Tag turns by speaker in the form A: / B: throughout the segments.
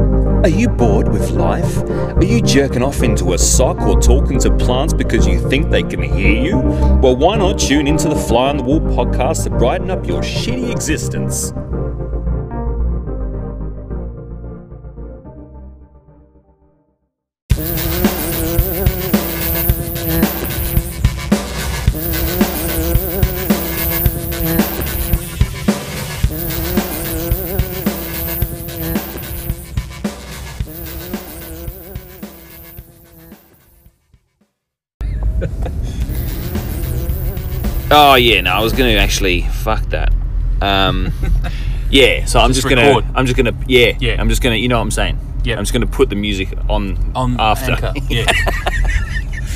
A: Are you bored with life? Are you jerking off into a sock or talking to plants because you think they can hear you? Well, why not tune into the Fly on the Wall podcast to brighten up your shitty existence?
B: Oh yeah, no, I was gonna actually fuck that. Um, yeah, so I'm
C: Just
B: just gonna,
C: record.
B: I'm just gonna, yeah,
C: Yeah.
B: I'm just gonna, you know what I'm saying?
C: Yeah.
B: I'm just gonna put the music on,
C: on
B: after.
C: Anchor. Yeah.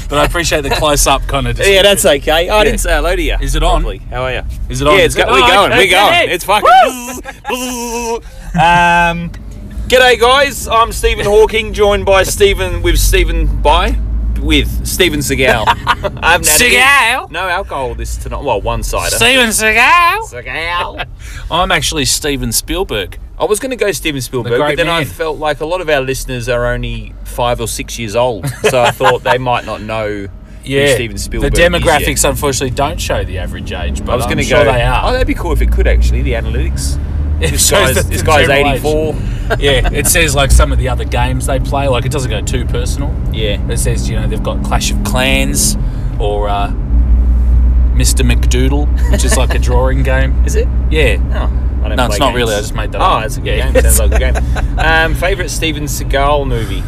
C: but I appreciate the close up kind of.
B: yeah, that's okay. I didn't say hello to you.
C: Is it on?
B: properly. How are you?
C: Is it on?
B: Yeah, it's
C: Is it
B: go- we're
C: on?
B: going,
C: Okay.
B: we're going. It's fucking. um, g'day guys, I'm Stephen Hawking, joined by Stephen with Stephen by with Stephen Seagal. I haven't had any-
C: Seagal?
B: No alcohol this tonight. Well, one cider.
C: Steven Seagal.
B: Seagal.
C: I'm actually Steven Spielberg.
B: I was going to go Steven Spielberg,
C: The great
B: but then I
C: man.
B: felt like a lot of our listeners are only five or six years old, so I thought they might not know who Steven Spielberg.
C: The
B: is yet.
C: demographics unfortunately don't show the average age, but
B: I was
C: going
B: going
C: to
B: to
C: sure
B: go.
C: they
B: Oh,
C: are.
B: that'd be cool if it could actually. The analytics.
C: It
B: This
C: shows
B: guy's,
C: the
B: this guy's
C: general age.
B: 84.
C: yeah, it says like some of the other games they play. Like it doesn't go too personal.
B: Yeah.
C: It says you know they've got Clash of Clans or uh, Mr. McDoodle, which is like a drawing game.
B: Is it?
C: Yeah.
B: Oh, I don't
C: No, it's not
B: play games.
C: really. I just made that
B: Oh,
C: up.
B: it's a good
C: Yeah.
B: game. Sounds like a good game. Um, favorite Steven Seagal movie?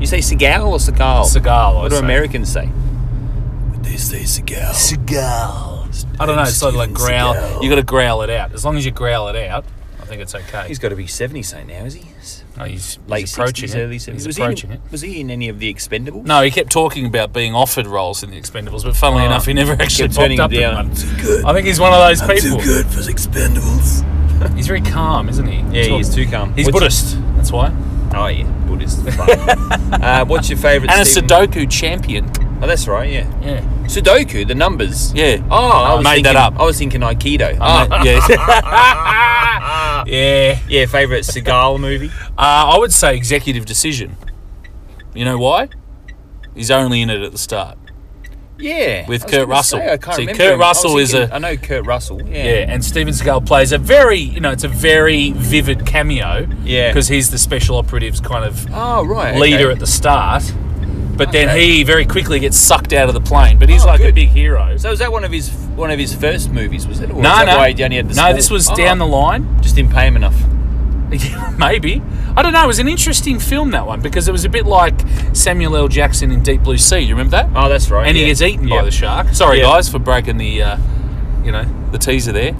B: You say Seagal or Seagal?
C: Seagal.
B: What
C: I'd
B: do
C: say.
B: Americans say?
D: They say Seagal.
C: I don't know. It's sort of like
D: Steven
C: growl.
D: Seagal.
C: You got to growl it out. As long as you growl it out, I think it's okay.
B: He's got to be 70 something now, is he?
C: no, he's, he's
B: Late
C: approaching
B: 60s,
C: it.
B: early 70s.
C: He's
B: was,
C: approaching
B: he
C: it.
B: in, was he in any of the Expendables?
C: No, he kept talking about being offered roles in the Expendables, but funnily
B: Oh.
C: enough, he never actually
B: Kept turning
C: popped up
B: him
C: in
B: down.
C: one.
D: Too good.
C: I think he's one of those
D: I'm
C: people.
D: too good for the Expendables.
C: He's very calm, isn't he?
B: Yeah,
C: Talk-
B: he's too calm.
C: He's
B: What's-
C: Buddhist. That's why.
B: Oh yeah, Buddhist. Fuck. uh, what's your favourite?
C: And a
B: Stephen-
C: Sudoku champion.
B: Oh, that's right. Yeah.
C: Yeah.
B: Sudoku. The numbers.
C: Yeah.
B: Oh, I
C: I
B: was
C: made
B: thinking,
C: that up.
B: I was thinking Aikido.
C: I
B: Oh.
C: know- yeah. yeah.
B: Yeah. Favourite Seagal movie.
C: Uh, I would say executive decision. You know why? He's only in it at the start.
B: Yeah.
C: With
B: I was
C: Kurt
B: gonna
C: Russell.
B: Say, I can't
C: See,
B: remember
C: Kurt
B: him. I was
C: Russell is
B: thinking-
C: a-
B: I know Kurt Russell. Yeah.
C: Yeah, and Steven Seagal plays a very, you know, it's a very vivid cameo.
B: Yeah.
C: Because he's the special operatives kind of
B: Oh right.
C: leader
B: okay.
C: at the start. But then
B: Okay.
C: he very quickly gets sucked out of the plane. But he's
B: Oh,
C: like a
B: good.
C: big hero.
B: So was that one of his one of his first movies? Was it? Or was
C: no,
B: that
C: no.
B: Why he only had the Oh.
C: no, this was down the line.
B: line. Just didn't pay him enough.
C: Yeah, Maybe. I don't know. It was an interesting film, that one, because it was a bit like Samuel L. Jackson in Deep Blue Sea. You remember that?
B: Oh, that's right.
C: and he
B: yeah.
C: gets eaten
B: Yeah.
C: by the shark. Sorry,
B: Yeah.
C: guys, for breaking the, uh, you know, the teaser there.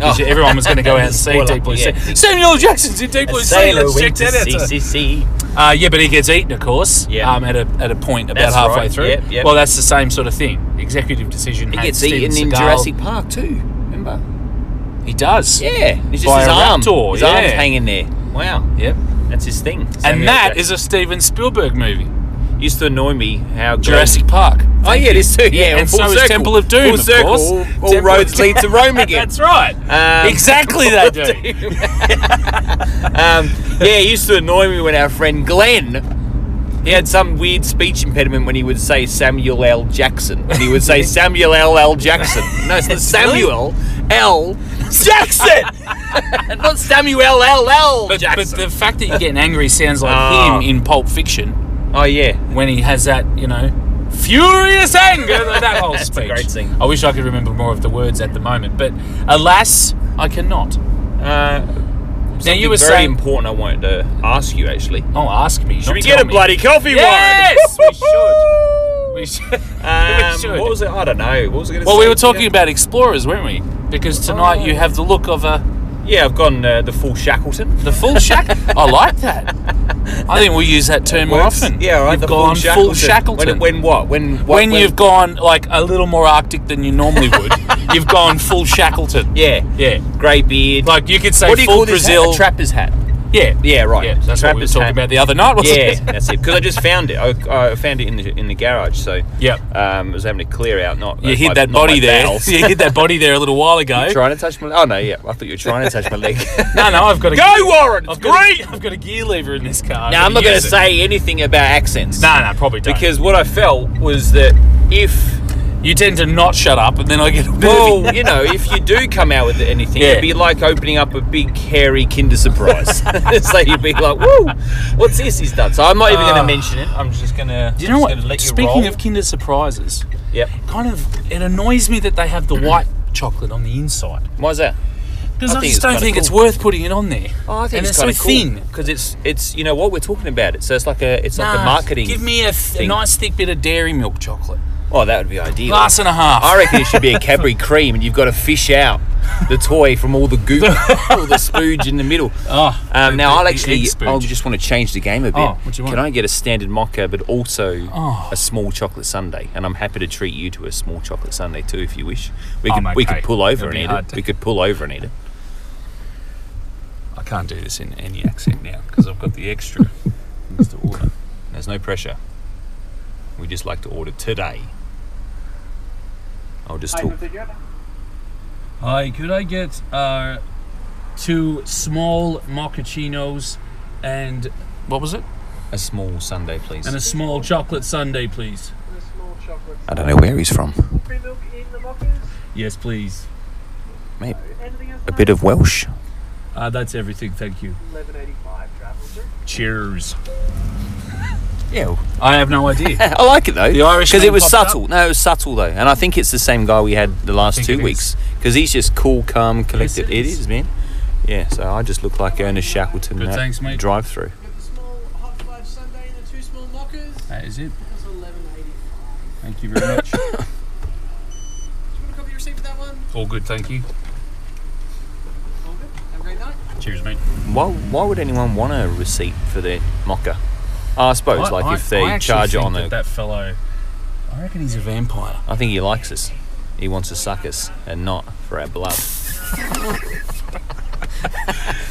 C: 'Cause
B: Oh.
C: Everyone was going to go out and see
B: Spoiler,
C: Deep Blue
B: yeah.
C: Sea. Samuel L. Jackson's in Deep Blue Sea.
B: Sailor
C: Let's check
B: went to
C: that out.
B: CCC.
C: Uh, yeah, but he gets eaten, of course.
B: Yeah.
C: Um, at a at a point about
B: That's
C: halfway
B: right.
C: through.
B: Yep, yep.
C: Well, that's the same sort of thing. Executive decision.
B: He
C: had
B: gets
C: Steven
B: eaten in
C: Seagal.
B: Jurassic Park too. Remember?
C: He does.
B: Yeah, it's just
C: By
B: his
C: a
B: arm.
C: raptor,
B: his
C: yeah.
B: arm's hanging there. Wow,
C: Yep.
B: that's his thing.
C: and that is a Steven Spielberg movie,
B: used to annoy me how Glenn-
C: Jurassic Park.
B: Oh yeah, it is too. Yeah,
C: and
B: full
C: so is
B: circle.
C: Temple of Doom,
B: Full
C: of
B: circle.
C: course.
B: All, all
C: Temple
B: roads
C: of-
B: lead to Rome again.
C: That's right.
B: Um,
C: exactly they do.
B: um, yeah, it used to annoy me when our friend Glenn. He had some weird speech impediment when he would say Samuel L. Jackson. When he would say Samuel L. L. Jackson. No, it's not Samuel L. Jackson! not Samuel L.
C: But,
B: L.
C: but
B: Jackson.
C: the fact that you're getting angry sounds like
B: Ah.
C: him in Pulp Fiction
B: oh, yeah.
C: when he has that, you know, furious anger. That whole
B: That's a
C: speech.
B: great scene.
C: I wish I could remember more of the words at the moment, but alas, I cannot.
B: Uh,
C: now you were
B: very
C: saying,
B: important. I wanted to ask you actually.
C: oh, ask me.
B: Should we get a bloody coffee?
C: Yes,
B: Warren?
C: we should. We should.
B: Um,
C: we should.
B: What was it? I don't know. What was I going to
C: well,
B: say?
C: we were talking
B: Yeah.
C: about explorers, weren't we? Because tonight
B: Oh.
C: you have the look of a
B: Yeah, I've gone uh, the full Shackleton.
C: the full shack. I like that. I think we use that term more
B: Works.
C: often.
B: Yeah, all right.
C: You've
B: the
C: gone
B: full
C: full
B: Shackleton.
C: Shackleton.
B: When, when what? When what?
C: when, you've gone like a little more arctic than you normally would, you've gone full Shackleton.
B: yeah,
C: Yeah,
B: grey beard.
C: like you could say
B: what do you
C: full
B: call this?
C: Brazil.
B: Hat? A trapper's hat.
C: Yeah,
B: Yeah, right.
C: Yeah, that's what we were
B: Trappist
C: talking
B: hat.
C: about the other night, wasn't
B: Yeah,
C: it?
B: that's it. Because I just found it. I, I found it in the in the garage. So
C: Yep.
B: um, I was having to clear out. Not
C: You hit
B: my-
C: that
B: not my
C: body there.
B: bowels.
C: you hit that body there a little while ago.
B: Trying to touch my. Oh no, yeah. I thought you were trying to touch my leg.
C: No, no, I've got a
B: Go, Warren. It's
C: I've got
B: great.
C: A, I've got a gear lever in this car.
B: Now I'm not going
C: use
B: to
C: it.
B: say anything about accents.
C: No, no, probably don't.
B: Because what I felt was that if
C: you tend to not shut up, and then I get a bit of-
B: Well, you know, if you do come out with anything,
C: Yeah.
B: it'd be like opening up a big, hairy Kinder Surprise. so you'd be like, "Whoa, what's this he's done?" So I'm not even going
C: Ah.
B: to mention it. I'm just going to.
C: Do you know
B: Let you
C: what? Speaking
B: roll.
C: of Kinder surprises,
B: yep.
C: kind of it annoys me that they have the white chocolate on the inside
B: Why's that?
C: because
B: I
C: I,
B: Mm-hmm. think
C: just
B: it's
C: don't
B: kinda
C: think it's
B: cool. Oh,
C: worth putting it on there. and Oh, it's, so thin.
B: because it's it's you know what we're talking about it. So it's like a it's like
C: Nah,
B: a marketing.
C: Give me a, th- a
B: thing.
C: nice thick bit of dairy milk chocolate,
B: Oh, that would be ideal.
C: glass and a half.
B: I reckon it should be a Cadbury cream, and you've got to fish out the toy from all the goop, all the spooge in the middle.
C: Oh,
B: Um,
C: the-
B: now
C: the-
B: I'll
C: the
B: actually,
C: egg spooge.
B: I'll just want to change the game a bit.
C: Oh, what do you want?
B: Can I get a standard mocha, but also
C: Oh.
B: a small chocolate sundae? And I'm happy to treat you to a small chocolate sundae too, if you wish. We could,
C: I'm
B: we
C: okay.
B: could pull over
C: It'll be
B: and eat
C: hard
B: it.
C: to-
B: We could pull over and eat it.
C: I can't do this in any accent now because I've got the extra.
B: That's the order. There's no pressure. We just like to order today. I'll just talk.
C: Hi, could I get uh, two small moccaccinos and what was it?
B: A small sundae, please.
C: And a small chocolate sundae, please.
E: the small chocolate
B: I don't know where he's from.
E: free milk in the mockers.
C: Yes, please.
B: Mate,
E: Anything else?
B: a bit of Welsh.
C: Uh, that's everything. Thank you.
E: 1185 travel, sir.
C: Cheers.
B: Yeah.
C: I have no idea.
B: I like it though.
C: The Irish
B: because it
C: name
B: was
C: popped up.
B: subtle. No, it was subtle though, and I think it's the same guy we had the last
C: think
B: two
C: it
B: weeks because he's just cool, calm,
C: it
B: collected. it
C: is.
B: is. man. Yeah, so I just look like Ernest Shackleton.
C: Good, thanks, mate.
B: Drive-through.
E: With the small hot fudge sundae and the two small mockers.
C: that is it.
E: That's 1180.
C: Thank you very much.
E: Do you want a copy of your receipt for that one?
C: All good. Thank you.
E: All good. Have a great night.
C: Cheers, mate.
B: Why, why would anyone want a receipt for their mocha? Ah, I suppose, like if they
C: I actually
B: charge it
C: think
B: on
C: that,
B: the.
C: that fellow. I reckon he's a vampire.
B: I think he likes us. He wants to suck us and not for our blood. Or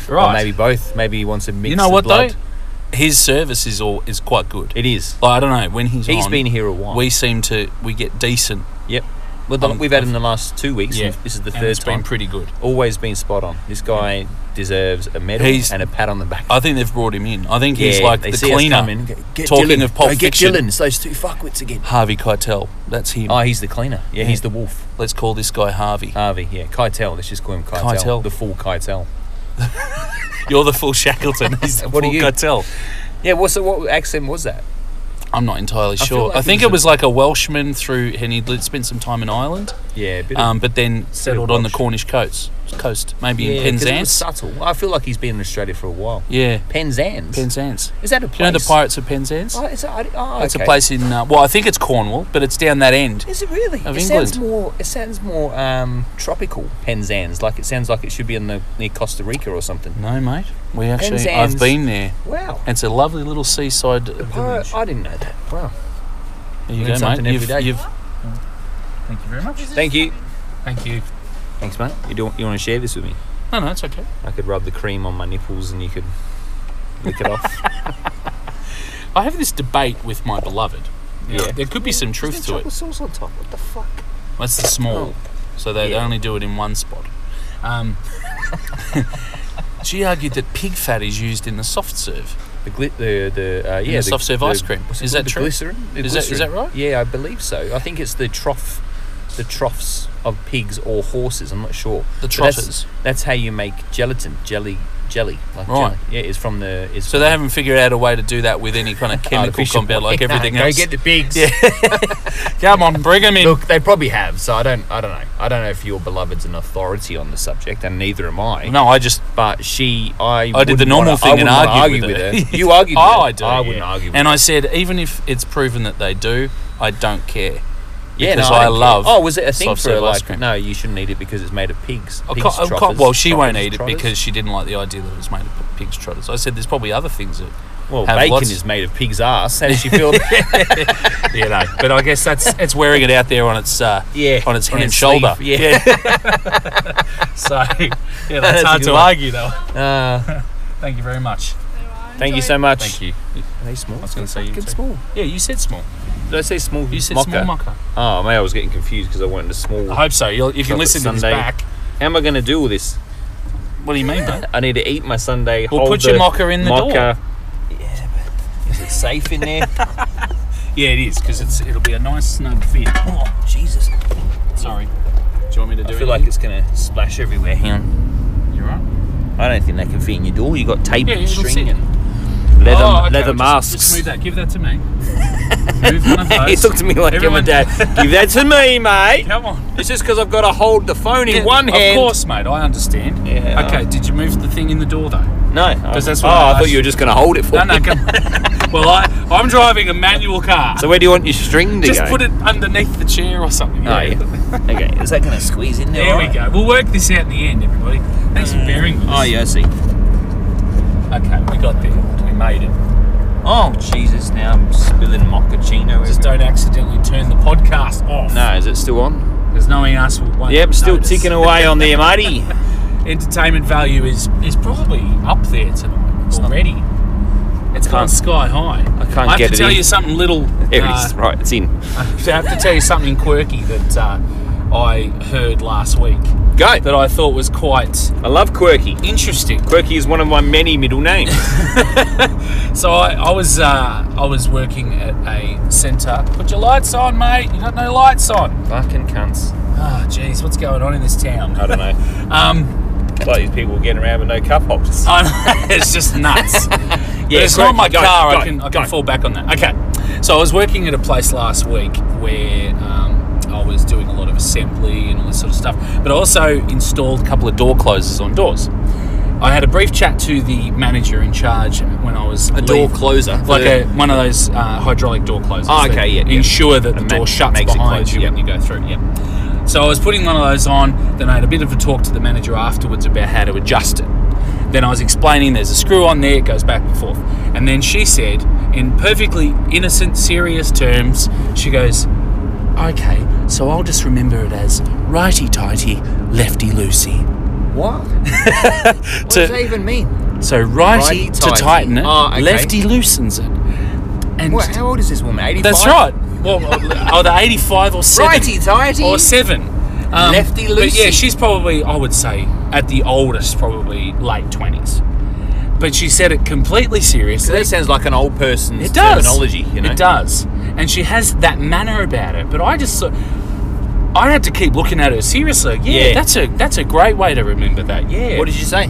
C: Right.
B: maybe both. Maybe he wants to mix.
C: you know
B: the
C: what
B: blood.
C: though? His service is all is quite good.
B: It is.
C: Like, I don't know when he's
B: He's
C: on,
B: been here a while.
C: We seem to we get decent.
B: Yep. Well, the,
C: Um,
B: we've had him the last two weeks.
C: Yeah.
B: and This is the
C: and
B: third
C: it's been
B: time.
C: pretty good.
B: always been spot on. This guy deserves a medal
C: He's-
B: and a pat on the back.
C: I think they've brought him in. I think he's
B: Yeah,
C: like
B: they
C: the
B: see us
C: cleaner.
B: come in, go, "Get
C: Talking
B: Dylan,
C: of Pulp
B: go get
C: Fiction.
B: Dylan, it's those two fuckwits again.
C: Harvey Keitel. That's him.
B: Oh, he's the cleaner. Yeah, he's
C: Yeah.
B: the wolf.
C: Let's call this guy Harvey.
B: Harvey, yeah, Keitel. Let's just call him Keitel.
C: Keitel.
B: The full Keitel.
C: You're the full Shackleton. He's the
B: What are
C: full
B: you?
C: Keitel.
B: Yeah, what's the, what accent was that?
C: I'm not entirely
B: feel
C: sure.
B: like
C: I think
B: he's
C: it
B: a-
C: was like a Welshman through, and he'd li- spent some time in Ireland,
B: Yeah, a bit of,
C: um, but then settled on the
B: Welsh.
C: Cornish coast, coast maybe
B: yeah,
C: in
B: 'cause It was
C: Penzance.
B: subtle. I feel like he's been in Australia for a while.
C: Yeah,
B: Penzance.
C: Penzance.
B: is that a place?
C: Do you know the Pirates of Penzance?
B: Oh, it's a, I- oh,
C: It's a
B: okay.
C: place in uh, well, I think it's Cornwall, but it's down that end.
B: Is it really?
C: Of
B: it
C: England.
B: sounds more. It sounds more um, tropical. Penzance, like it sounds like it should be in the near Costa Rica or something.
C: No, mate. We actually,
B: Penzance.
C: I've been there.
B: Wow.
C: It's a lovely little seaside uh, village.
B: Pirate, I didn't know that. Wow.
C: There you
B: learn
C: go,
B: something
C: mate. You've,
B: every day.
C: you've- Thank you very much.
B: Thank you.
C: Thank you.
B: Thanks, mate. You don't you want to share this with me?
C: No, no, it's okay.
B: I could rub the cream on my nipples and you could lick it off.
C: I have this debate with my beloved. Now,
B: Yeah.
C: There could be some truth to it.
B: sauce on top. What the fuck?
C: That's the small. So they
B: Yeah.
C: only do it in one spot. Um, she argued that pig fat is used in the soft serve.
B: The gli- the the uh, yeah
C: the soft serve ice cream.
B: what's it
C: Is
B: called?
C: that
B: The
C: true?
B: Glycerin? The
C: Is that- is
B: glycerin.
C: that right?
B: Yeah, I believe so. I think it's the trough, the troughs of pigs or horses. I'm not sure.
C: The
B: But that's-
C: trotters.
B: That's, how you make gelatin, jelly, jelly. Like
C: Right.
B: jelly. Yeah, it's from the. It's
C: So they haven't figured out a way to do that with any kind of chemical
B: artificial-
C: compound like
B: Yeah,
C: everything
B: go
C: else.
B: get the pigs.
C: Come on, bring them in.
B: Look, they probably have. So I don't. I don't know. I don't know if your beloved's an authority on the subject, and neither am I.
C: No, I just
B: But she, I,
C: I did the
B: wouldn't
C: normal
B: wanna- I
C: thing and
B: wouldn't wanna
C: argued
B: argue
C: with,
B: with,
C: it.
B: her. You argued.
C: oh,
B: with her.
C: I do.
B: I
C: yeah.
B: wouldn't argue. With
C: And
B: her.
C: I said, even if it's proven that they do, I don't care.
B: yeah,
C: because
B: no,
C: I
B: don't care.
C: love
B: Oh, was it a thing
C: soft
B: for her,
C: serve ice
B: like?
C: cream. Oh,
B: No, you shouldn't eat it because it's made of pigs.
C: I
B: pigs
C: can't- I can't-
B: trotters,
C: well, she won't
B: trotters,
C: eat it
B: trotters.
C: because she didn't like the idea that it was made of pig's trotters. I said, there's probably other things that.
B: well,
C: have
B: bacon
C: lots-
B: is made of pig's ass. How does she feel?
C: Yeah, no, but I guess that's it's wearing it out there on its uh,
B: yeah,
C: on its
B: on
C: hand and
B: its
C: shoulder.
B: sleeve,
C: so yeah, that's,
B: That's a
C: hard
B: good
C: to
B: one.
C: argue though.
B: Uh,
C: Thank you very much.
B: Thank you so much.
C: Thank you.
B: Are they small?
C: I was going to say you
B: Fucking
C: too.
B: small.
C: Yeah, you said small.
B: Did I say small?
C: You said small mocker.
B: Oh, maybe I was getting confused because I wanted a small.
C: I hope so. You'll, if you
B: Chocolate
C: listen to this
B: sundae.
C: back,
B: How am I going to do all this?
C: what do you mean, mate?
B: I need to eat my Sunday.
C: Well, put your mocha in the door.
B: Yeah, but is it safe in there?
C: yeah, it is because it's it'll be a nice snug fit.
B: oh, Jesus! I
C: Sorry. Do you want me to do it?
B: feel like it's going to splash everywhere. Hang on.
C: you're right.
B: I don't think they can fit in your door. You got tape
C: Yeah,
B: and
C: it'll
B: string
C: sit.
B: and leather,
C: Oh, okay,
B: leather
C: just-
B: masks.
C: Just move that. Give that to me. move one of those.
B: he looked at me like
C: Everyone-
B: you're my dad. Give that to me, mate.
C: Come on.
B: It's just because I've got to hold the phone in one hand.
C: Of course, mate. I understand.
B: Yeah.
C: Okay. Did you move the thing in the door though?
B: No.
C: Because that's
B: oh,
C: what I
B: I thought
C: asked.
B: you were just going to hold it for
C: No, no.
B: me.
C: Come. well, I I'm driving a manual car.
B: So where do you want your string to
C: just
B: go?
C: put it underneath the chair or something.
B: Oh, yeah. okay. Is that going to squeeze in there?
C: There we go.
B: alright?
C: We'll work this out in the end, everybody. Thanks for bearing with us.
B: Oh, yeah, I see.
C: Okay, we got there. We made it.
B: Oh, Jesus, now I'm spilling mochaccino.
C: Just don't accidentally turn the podcast off.
B: No, is it still on?
C: Because knowing us will won't
B: Yep, still
C: notice.
B: ticking away on there, matey.
C: Entertainment value is is probably up there tonight already. It's gone
B: can't-
C: sky high. I
B: can't
C: I have
B: get
C: to
B: it
C: tell
B: in.
C: you something little.
B: There
C: uh,
B: it is. Right, it's in.
C: I have to tell you something quirky that uh, I heard last week
B: Go.
C: that I thought was quite
B: I love Quirky.
C: interesting.
B: Quirky is one of my many middle names.
C: So I, I was uh, I was working at a centre. Put your lights on, mate. You got no lights on.
B: Fucking cunts.
C: Ah, jeez, what's going on in this town?
B: I don't know.
C: Um,
B: It's like these people getting around with no cup holders.
C: I- it's just nuts. yeah, it's
B: great.
C: not my
B: Go,
C: car.
B: go,
C: I can I
B: go.
C: can fall back on that. Okay. So I was working at a place last week where um, I was doing a lot of assembly and all this sort of stuff, but I also installed a couple of door closers on doors. I had a brief chat to the manager in charge when I was
B: A door
C: leaving.
B: closer.
C: like a, one of those uh, hydraulic door closers.
B: Oh,
C: that
B: okay, yeah, yeah.
C: Ensure that the
B: It ma-
C: door shuts
B: makes it
C: behind
B: close,
C: you
B: yeah.
C: when you go through. Yeah. So I was putting one of those on. Then I had a bit of a talk to the manager afterwards about how to adjust it. Then I was explaining there's a screw on there, it goes back and forth. And then she said, in perfectly innocent, serious terms, she goes, "Okay, so I'll just remember it as righty tighty, lefty loosey."
B: What? what
C: does that
B: even mean?
C: So righty,
B: Righty
C: to
B: tighty.
C: tighten it,
B: Oh, okay.
C: lefty loosens it. And
B: how old is this woman? 85?
C: That's right. Well, oh, the 85 or 7.
B: Righty tighty.
C: Or 7. Um,
B: Lefty
C: But yeah,
B: loosey.
C: she's probably, I would say, at the oldest, probably late 20s. But she said it completely seriously.
B: That sounds like an old person's
C: It does.
B: terminology, you know?
C: It does. And she has that manner about it. But I just sort- I had to keep looking at her seriously. Yeah,
B: Yeah.
C: that's a that's a great way to remember that. Yeah.
B: What did you say?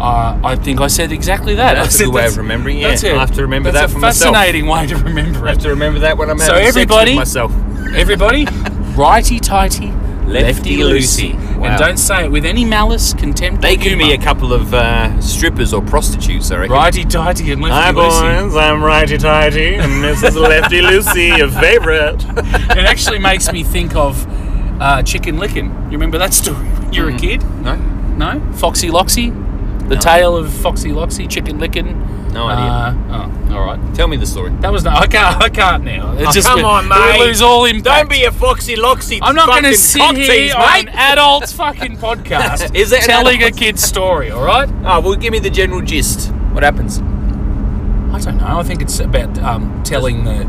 C: uh, I think I said exactly that.
B: That's
C: I
B: a
C: said
B: good way of remembering, yeah.
C: That's it.
B: I'll have to remember
C: That's a
B: that for myself.
C: fascinating way to remember
B: I
C: it.
B: have to remember that when I'm
C: So
B: having
C: everybody-
B: sex with myself.
C: Everybody, righty tighty, lefty loosey.
B: Wow.
C: And don't say it with any malice, contempt.
B: They
C: or
B: give me a
C: humour.
B: couple of uh, strippers or prostitutes, I reckon.
C: righty tighty and lefty loosey.
B: I'm righty tighty, and this is Lefty Lucy, your favourite.
C: It actually makes me think of uh, chicken licking. You remember that story when you were a kid?
B: Mm-hmm. No,
C: No, Foxy Loxy, the tale of Foxy Loxy, chicken licking.
B: no idea.
C: Uh, oh, all right.
B: Tell me the story.
C: That was no. I can't. I can't now. It's
B: Oh,
C: just
B: come
C: we-
B: on, mate.
C: We lose all impact.
B: Don't be a foxy loxy.
C: I'm not going to
B: fucking
C: sit
B: cock
C: here
B: tease,
C: on
B: mate.
C: an adult's fucking podcast
B: Is it an
C: telling a
B: adult-
C: kid's story. All right.
B: Oh, well, give me the general gist. What happens?
C: I don't know. I think it's about um, telling the.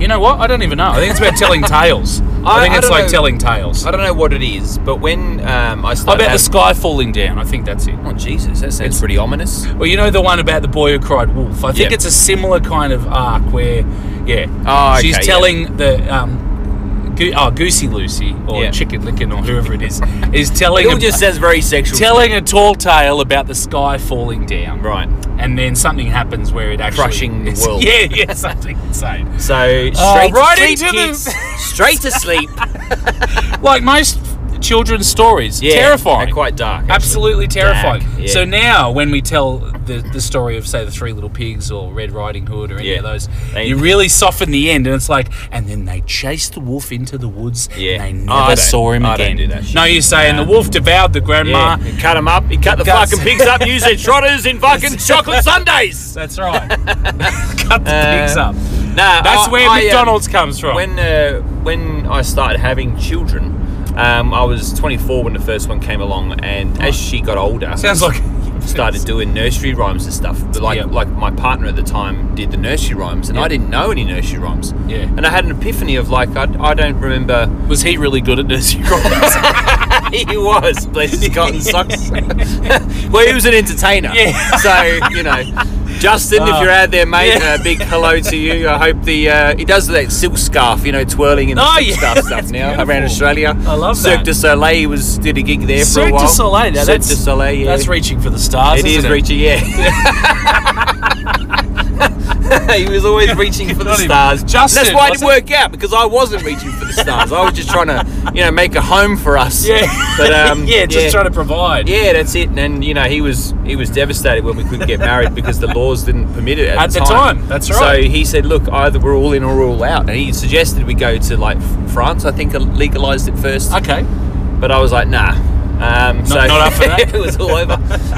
C: You know what? I don't even know. I think it's about telling tales. I,
B: I-
C: think
B: I
C: it's
B: don't
C: like
B: know.
C: telling tales.
B: I don't know what it is, but when um, I
C: About
B: started.
C: the sky falling down. I think that's it.
B: having- oh, Jesus, that sounds pretty ominous.
C: Well, you know the one about the boy who cried wolf. I think
B: Yeah.
C: it's a similar kind of arc where, yeah,
B: Oh,
C: she's
B: okay,
C: telling the um, Go- oh, Goosey Lucy or
B: Yeah.
C: Chicken Licken or whoever it is is telling
B: It all
C: a,
B: just sounds very sexual.
C: telling a tall tale about the sky falling down,
B: Right.
C: And then something happens where it actually
B: Crushing the world.
C: Yeah, yeah, something insane.
B: So, straight
C: Oh, right
B: to sleep,
C: into the-
B: kids. straight to sleep.
C: like most children's stories.
B: Yeah,
C: terrifying.
B: and Quite dark. actually.
C: Absolutely terrifying.
B: Dark, yeah.
C: So now, when we tell the, the story of, say, the Three Little Pigs or Red Riding Hood or any
B: Yeah.
C: of those,
B: They-
C: you really soften the end, and it's like, and then they chased the wolf into the woods,
B: Yeah.
C: and they
B: Oh, I
C: never
B: don't-
C: saw him
B: I don't
C: again.
B: do that shit.
C: No, you say, and the wolf devoured the grandma.
B: Yeah, he cut them up. He cut the
C: Guts.
B: fucking pigs up. Used their trotters in fucking chocolate sundaes.
C: That's right. Cut the pigs
B: Uh,
C: up.
B: Nah,
C: That's
B: I-
C: where
B: I, um,
C: McDonald's comes from.
B: When uh, when I started having children, um, I was 24 when the first one came along, and as she got older,
C: Sounds like
B: started doing nursery rhymes and stuff. But like
C: Yeah.
B: like my partner at the time did the nursery rhymes, and
C: Yeah.
B: I didn't know any nursery rhymes.
C: Yeah.
B: And I had an epiphany of like I, I don't remember.
C: Was he really good at nursery rhymes?
B: he was bless his cotton socks. well, he was an entertainer.
C: Yeah.
B: So you know. Justin, if
C: Ah.
B: you're out there, mate,
C: Yeah.
B: a big hello to you. I hope the uh, he does that silk scarf, you know, twirling in the
C: Oh,
B: silk
C: yeah,
B: scarf stuff
C: that's
B: now around
C: beautiful.
B: Australia.
C: I love
B: Cirque
C: that.
B: du Soleil he was did a gig there for a
C: Cirque
B: while.
C: du Soleil. Now,
B: Cirque
C: that's,
B: du Soleil. Yeah.
C: that's reaching for the stars.
B: It is
C: isn't
B: reaching, yeah. he was always reaching for the
C: Not even-
B: stars.
C: Justin,
B: And that's why it didn't
C: wasn't
B: work out because I wasn't reaching for the stars. I was just trying to, you know, make a home for us.
C: Yeah.
B: But um,
C: yeah, just trying to provide.
B: Yeah, that's it. And then, you know, he was he was devastated when we couldn't get married because the laws didn't permit it at,
C: At the time, that's right.
B: So he said, look, either we're all in or we're all out. And he suggested we go to like France. I think legalized it first
C: Okay.
B: but I was like, nah. Um, so
C: not up for that?
B: it was all over.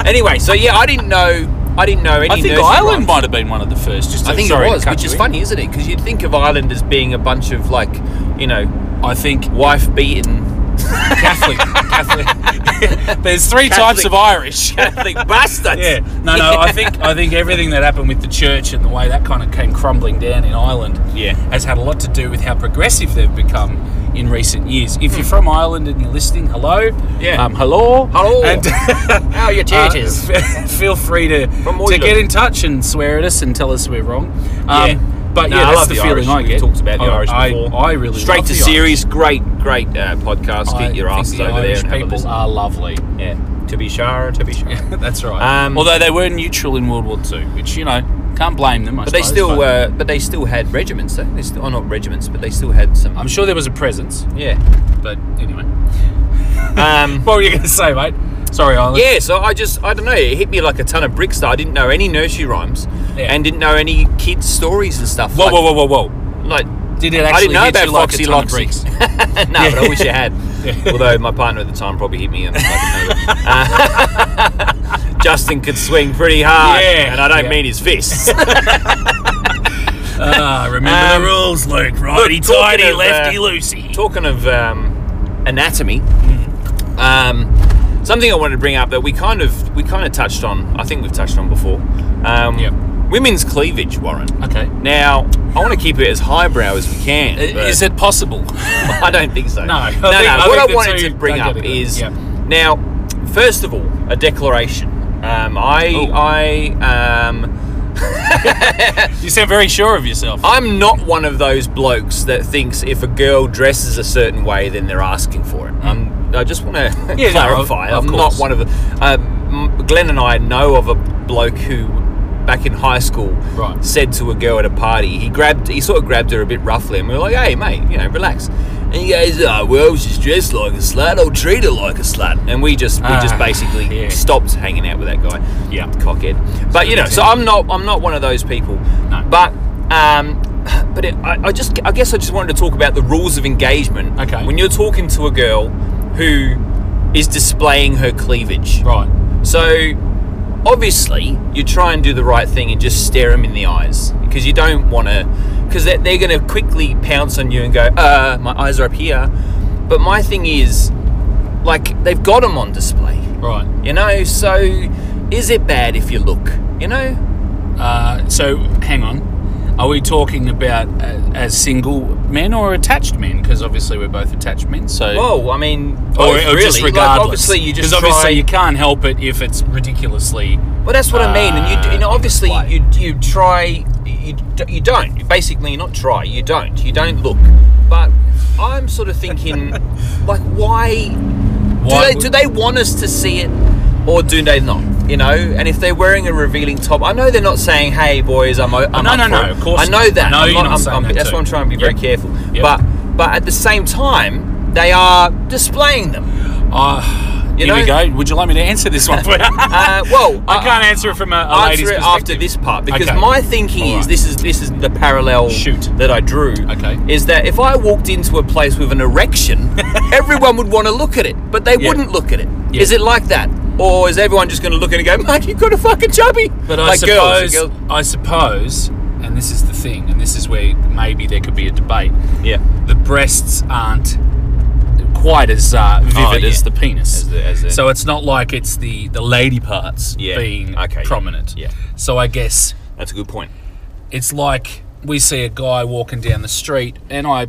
B: Anyway, so yeah, I didn't know. I didn't know any.
C: I think
B: nursery
C: Ireland
B: rhymes.
C: might have been one of the first. Just
B: I
C: to-
B: think
C: sorry
B: it
C: to
B: was,
C: cut
B: which
C: you
B: is
C: in.
B: funny, isn't it? Because you'd think of Ireland as being a bunch of like, you know,
C: I think
B: wife beaten
C: Catholic. Catholic. There's three types
B: Catholic.
C: of Irish.
B: Catholic bastards.
C: Yeah. No, no. I think I think everything that happened with the church and the way that kind of came crumbling down in Ireland
B: Yeah.
C: has had a lot to do with how progressive they've become in recent years. If you're from Ireland and you're listening, hello.
B: Yeah.
C: Um, hello.
B: Hello.
C: And
B: How are your churches?
C: uh, feel free to
B: From
C: to
B: Ireland.
C: get in touch and swear at us and tell us we're wrong. Um,
B: Yeah.
C: But
B: No,
C: yeah,
B: I
C: that's
B: love
C: the,
B: the
C: feeling
B: Irish.
C: I
B: We've
C: get.
B: talked about the
C: I,
B: Irish
C: I,
B: before.
C: I really
B: Straight
C: love
B: to
C: the
B: series. Great, great uh, podcast.
C: Irish. I
B: Get your
C: think
B: asses
C: the
B: over
C: Irish
B: there and have a
C: people
B: listen.
C: are lovely.
B: Yeah. To be sure. To be sure.
C: That's right.
B: Um,
C: Although they were neutral in World War II, which you know can't blame them. I
B: But they
C: suppose,
B: still,
C: but
B: uh, but they still had regiments. Though. They still, oh, not regiments, but they still had some.
C: I'm sure there was a presence.
B: yeah.
C: But anyway,
B: Um,
C: what were you going to say, mate? Sorry, Ireland.
B: Yeah, so I just, I don't know, it hit me like a ton of bricks that I didn't know any nursery rhymes
C: Yeah.
B: and didn't know any kids' stories and stuff.
C: Whoa,
B: like,
C: whoa, whoa, whoa, whoa!
B: Like,
C: Did it
B: I
C: actually
B: didn't know
C: hit
B: about
C: you
B: Foxy
C: like a ton of
B: Loxy.
C: bricks?
B: no, but I wish I had. Although my partner at the time probably hit me and I didn't know that. Uh, Justin could swing pretty hard.
C: Yeah,
B: And I don't
C: yeah.
B: mean his fists.
C: Ah, remember
B: Um,
C: the rules, Luke. Righty
B: talking
C: tighty,
B: of, uh,
C: lefty loosey.
B: Talking of um, anatomy,
C: Mm-hmm.
B: um, something I wanted to bring up that we kind of we kind of touched on. I think we've touched on before. Um,
C: Yep.
B: Women's cleavage, Warren.
C: Okay.
B: Now, I want to keep it as highbrow as we can.
C: I-
B: but
C: Is it possible?
B: I don't think so.
C: No, I
B: no,
C: think-
B: no.
C: I
B: what
C: think
B: I
C: the
B: wanted
C: two
B: to bring
C: don't
B: up
C: get it.
B: is
C: Yep.
B: now, first of all, a declaration. Um, I,
C: Oh.
B: I, um,
C: You sound very sure of yourself. Ah,
B: I'm not one of those blokes that thinks if a girl dresses a certain way, then they're asking for it. I'm, I just want to
C: Hmm. Yeah, no,
B: clarify.
C: of
B: I'm
C: course.
B: not one of the. Um, Glenn and I know of a bloke who, back in high school,
C: Right.
B: said to a girl at a party, he grabbed, he sort of grabbed her a bit roughly, and we were like, "Hey, mate, you know, relax." And he goes, "Oh, well, she's dressed like a slut. I'll treat her like a slut." And we just, we
C: Ah,
B: just basically
C: yeah.
B: stopped hanging out with that guy.
C: Yeah.
B: cockhead. But you know, so I'm not, I'm not one of those people.
C: No.
B: But um, but it, I, I just I guess I just wanted to talk about the rules of engagement.
C: Okay.
B: When you're talking to a girl who is displaying her cleavage,
C: Right.
B: so obviously you try and do the right thing and just stare them in the eyes because you don't want to because they're, they're going to quickly pounce on you and go, uh, my eyes are up here. But my thing is, like they've got them on display,
C: Right.
B: you know. So is it bad if you look, you know?
C: Uh, so, hang on. Are we talking about uh, as single men or attached men? Because obviously we're both attached men. So,
B: Well, I mean,
C: or,
B: both
C: or
B: really.
C: just
B: Like,
C: regardless.
B: obviously, you just
C: 'Cause obviously
B: try-
C: you can't help it if it's ridiculously.
B: Well, that's what I mean, and you, d- you know,
C: Uh,
B: obviously,
C: display.
B: you you try, you d- you don't. You Basically, not try. You don't. You don't look. But I'm sort of thinking, like, why?
C: Why
B: do they
C: would-
B: do they want us to see it, or do they not? You know, and if they're wearing a revealing top, I know they're not saying, "Hey, boys, I'm, o- I'm
C: No,
B: up
C: no,
B: for
C: no,
B: it."
C: of course
B: I know
C: not.
B: that.
C: No,
B: I'm
C: you're not
B: I'm-
C: saying
B: I'm-
C: that
B: That's
C: too.
B: why I'm trying to be
C: Yep.
B: very careful.
C: Yep.
B: But but at the same time, they are displaying them.
C: Uh,
B: You
C: here we
B: know-
C: go. Would you like me to answer this one?
B: Uh, well,
C: I can't answer it from a, a lady's
B: answer it
C: perspective.
B: after this part because
C: Okay.
B: my thinking
C: All
B: is
C: right.
B: this is this is the parallel
C: Shoot.
B: that I drew.
C: Okay.
B: Is that if I walked into a place with an erection, everyone would want to look at it, but they
C: Yeah.
B: wouldn't look at it. Is
C: Yeah.
B: it like that? Or is everyone just going to look at it and go, mate, you've got a fucking chubby?
C: But I
B: like
C: suppose,
B: girls. girl-
C: I suppose, and this is the thing, and this is where maybe there could be a debate.
B: Yeah.
C: The breasts aren't quite as uh, vivid
B: Oh, yeah.
C: as the penis.
B: As the- as the-
C: so it's not like it's the, the lady parts
B: Yeah,
C: being
B: okay, yeah,
C: prominent.
B: yeah.
C: So I guess
B: That's a good point.
C: it's like we see a guy walking down the street, and I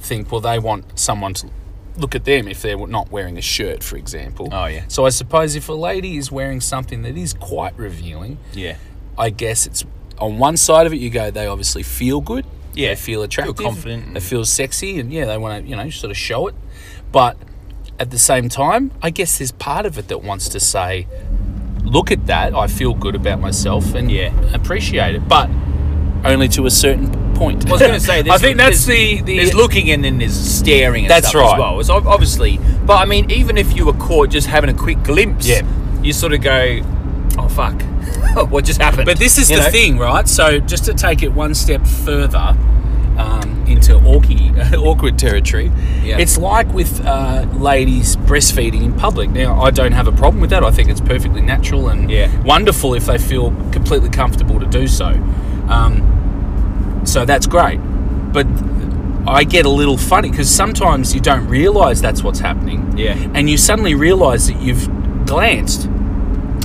C: think, well, they want someone to look at them if they're not wearing a shirt, for example.
B: Oh, yeah.
C: So I suppose if a lady is wearing something that is quite revealing,
B: Yeah.
C: I guess it's on one side of it. You go, they obviously feel good.
B: Yeah.
C: they feel attractive,
B: confident.
C: They feel sexy, and yeah, they want to you know sort of show it. But at the same time, I guess there's part of it that wants to say, look at that. I feel good about myself, and
B: Yeah.
C: appreciate it. But only to a certain point.
B: I was going to say,
C: I
B: there's-
C: think that's
B: there's-
C: the the.
B: there's looking and then there's staring. At
C: That's
B: stuff As
C: right.
B: well, it's ob- obviously, but I mean, even if you were caught just having a quick glimpse,
C: Yeah.
B: you sort of go, "Oh fuck, what just happened?"
C: But this is
B: You
C: the
B: know?
C: thing, right? So just to take it one step further um, into orky, awkward territory,
B: Yeah.
C: it's like with uh, ladies breastfeeding in public. Now, I don't have a problem with that. I think it's perfectly natural and
B: Yeah.
C: wonderful if they feel completely comfortable to do so. Um, so that's great. But I get a little funny because sometimes you don't realise that's what's happening.
B: Yeah.
C: And you suddenly realise that you've glanced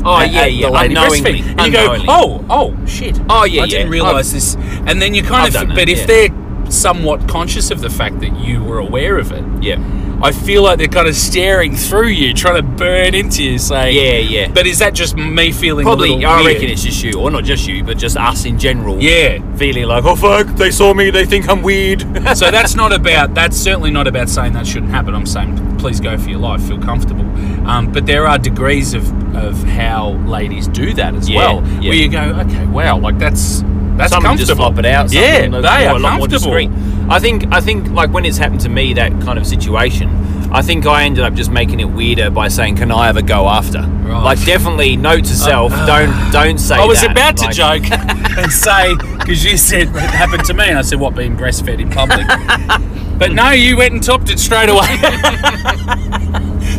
B: Oh
C: at-
B: yeah,
C: at
B: yeah,
C: the lady
B: unknowingly,
C: breastfeeding. And you go,
B: unknowingly.
C: oh, oh, shit.
B: Oh, yeah,
C: I didn't
B: yeah.
C: realise this. And then you kind
B: I've done
C: of,
B: that,
C: but if
B: yeah.
C: they're somewhat conscious of the fact that you were aware of it,
B: yeah,
C: I feel like they're kind of staring through you, trying to burn into you, saying,
B: yeah, yeah.
C: But is that just me feeling? a
B: probably,
C: little
B: I
C: weird?
B: reckon it's just you, or not just you, but just us in general.
C: Yeah.
B: feeling like, "Oh fuck, they saw me, they think I'm weird."
C: so that's not about that's certainly not about saying that shouldn't happen i'm saying please go for your life feel comfortable um, but there are degrees of, of how ladies do that as
B: Yeah,
C: well
B: yeah.
C: where you go okay wow like that's that's
B: some
C: comfortable
B: just flop it out. some
C: Yeah,
B: of
C: they
B: them more-
C: are
B: a lot more
C: comfortable.
B: discreet. I think I think like when it's happened to me that kind of situation, I think I ended up just making it weirder by saying, "Can I ever go after?"
C: Right.
B: Like definitely note to self, Uh, don't don't say.
C: I was
B: that.
C: about to
B: Like,
C: joke and say because you said it happened to me, and I said what being breastfed in public. but no, you went and topped it straight away.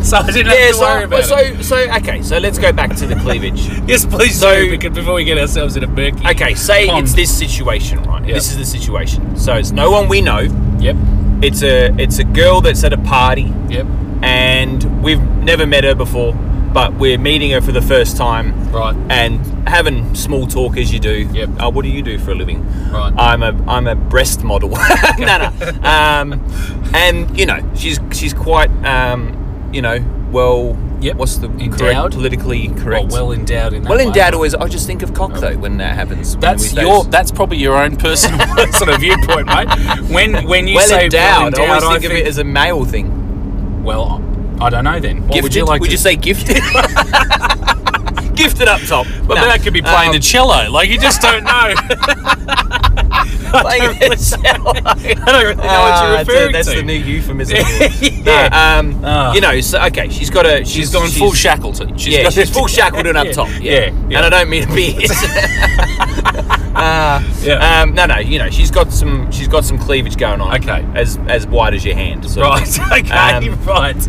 C: so I didn't
B: Yeah,
C: have to worry
B: so,
C: about
B: so
C: it.
B: so okay, so let's go back to the cleavage.
C: Yes, please
B: so-
C: do because before we get ourselves in a murky.
B: Okay, say
C: pond.
B: it's this situation, right?
C: Yeah.
B: This is the situation. So it's no one we know.
C: Yep.
B: It's a it's a girl that's at a party.
C: Yep.
B: and we've never met her before, but we're meeting her for the first time.
C: Right.
B: And having small talk as you do.
C: Yep.
B: Uh, what do you do for a living?
C: Right.
B: I'm a I'm a breast model. no, no. Um, and you know she's she's quite um, you know well.
C: Yep.
B: What's the correct-
C: Endowed?
B: politically correct?
C: Well, Oh, well endowed in that.
B: Well
C: way.
B: endowed always. I just think of cock though when that happens. when
C: That's
B: we-
C: your. That's probably your own personal sort of viewpoint, mate. When when you
B: well
C: say
B: endowed. I always
C: I
B: think of it as a male thing.
C: well. I don't know then. What
B: Gifted?
C: would you like? to-
B: say gifted? gifted up top.
C: But
B: No.
C: that could be playing
B: Um,
C: the cello. Like you just don't know.
B: playing the cello.
C: I don't really know
B: Ah,
C: what you're referring
B: that's
C: to.
B: the new euphemism.
C: Yeah.
B: No, um,
C: Ah.
B: you know, so okay, she's got a. She's,
C: she's gone full Shackleton. She's
B: yeah,
C: got
B: she's full shackled and up top. Yeah.
C: yeah, yeah.
B: and I don't mean to be. Ah,
C: Yeah.
B: um, no, no, you know, she's got some. She's got some cleavage going on.
C: Okay.
B: as as wide as your hand. sort of
C: right. Okay.
B: Um,
C: right.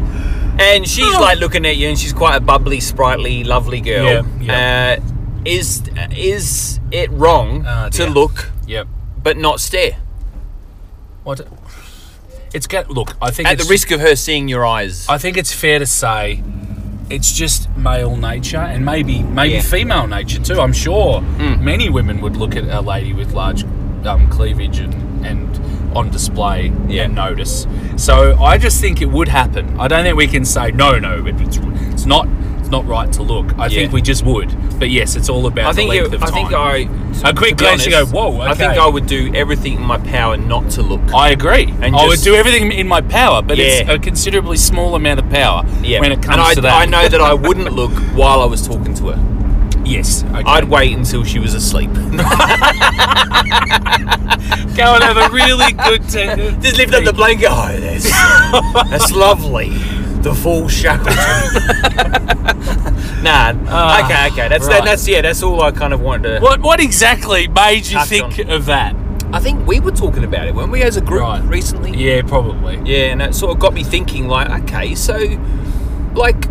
B: and she's like looking at you, and she's quite a bubbly, sprightly, lovely girl.
C: Oh. Yeah, yeah.
B: Uh, is is it wrong
C: Ah,
B: to
C: dear.
B: look
C: Yep.
B: but not stare
C: What? It's got. Look, I think
B: at the
C: it's,
B: risk of her seeing your eyes?
C: I think it's fair to say it's just male nature and maybe maybe
B: Yeah. Hmm.
C: female nature too. I'm sure many women would look at a lady with large um, cleavage and, and on display
B: Yeah.
C: and notice. So I just think it would happen. I don't think we can say no, no, it- it's, it's not it's not right to look. I think
B: Yeah.
C: we just would. But yes, it's all about
B: I
C: the
B: think
C: length
B: it,
C: of
B: I
C: time.
B: think I
C: A quick
B: to be
C: glance, you
B: honest,
C: go, "Whoa,
B: I think
C: okay."
B: I would do everything in my power not to look.
C: I agree.
B: And
C: I would
B: just-
C: do everything in my power, but it's
B: Yeah.
C: a considerably small amount of power when it comes
B: and I,
C: to that.
B: I know that I wouldn't look while I was talking to her.
C: Yes, okay.
B: I'd wait until she was asleep.
C: go and have a really good t-
B: Just lift up the blanket. Oh, that's, that's lovely. The full shackle. nah.
C: Ah,
B: okay. Okay. That's
C: right.
B: that, that's yeah. That's all I kind of wanted to.
C: What what exactly made you
B: Touch
C: think
B: on.
C: of that?
B: I think we were talking about it, weren't we, as a group
C: Right.
B: recently?
C: Yeah, probably.
B: Yeah, and that sort of got me thinking. Like, okay, so, like,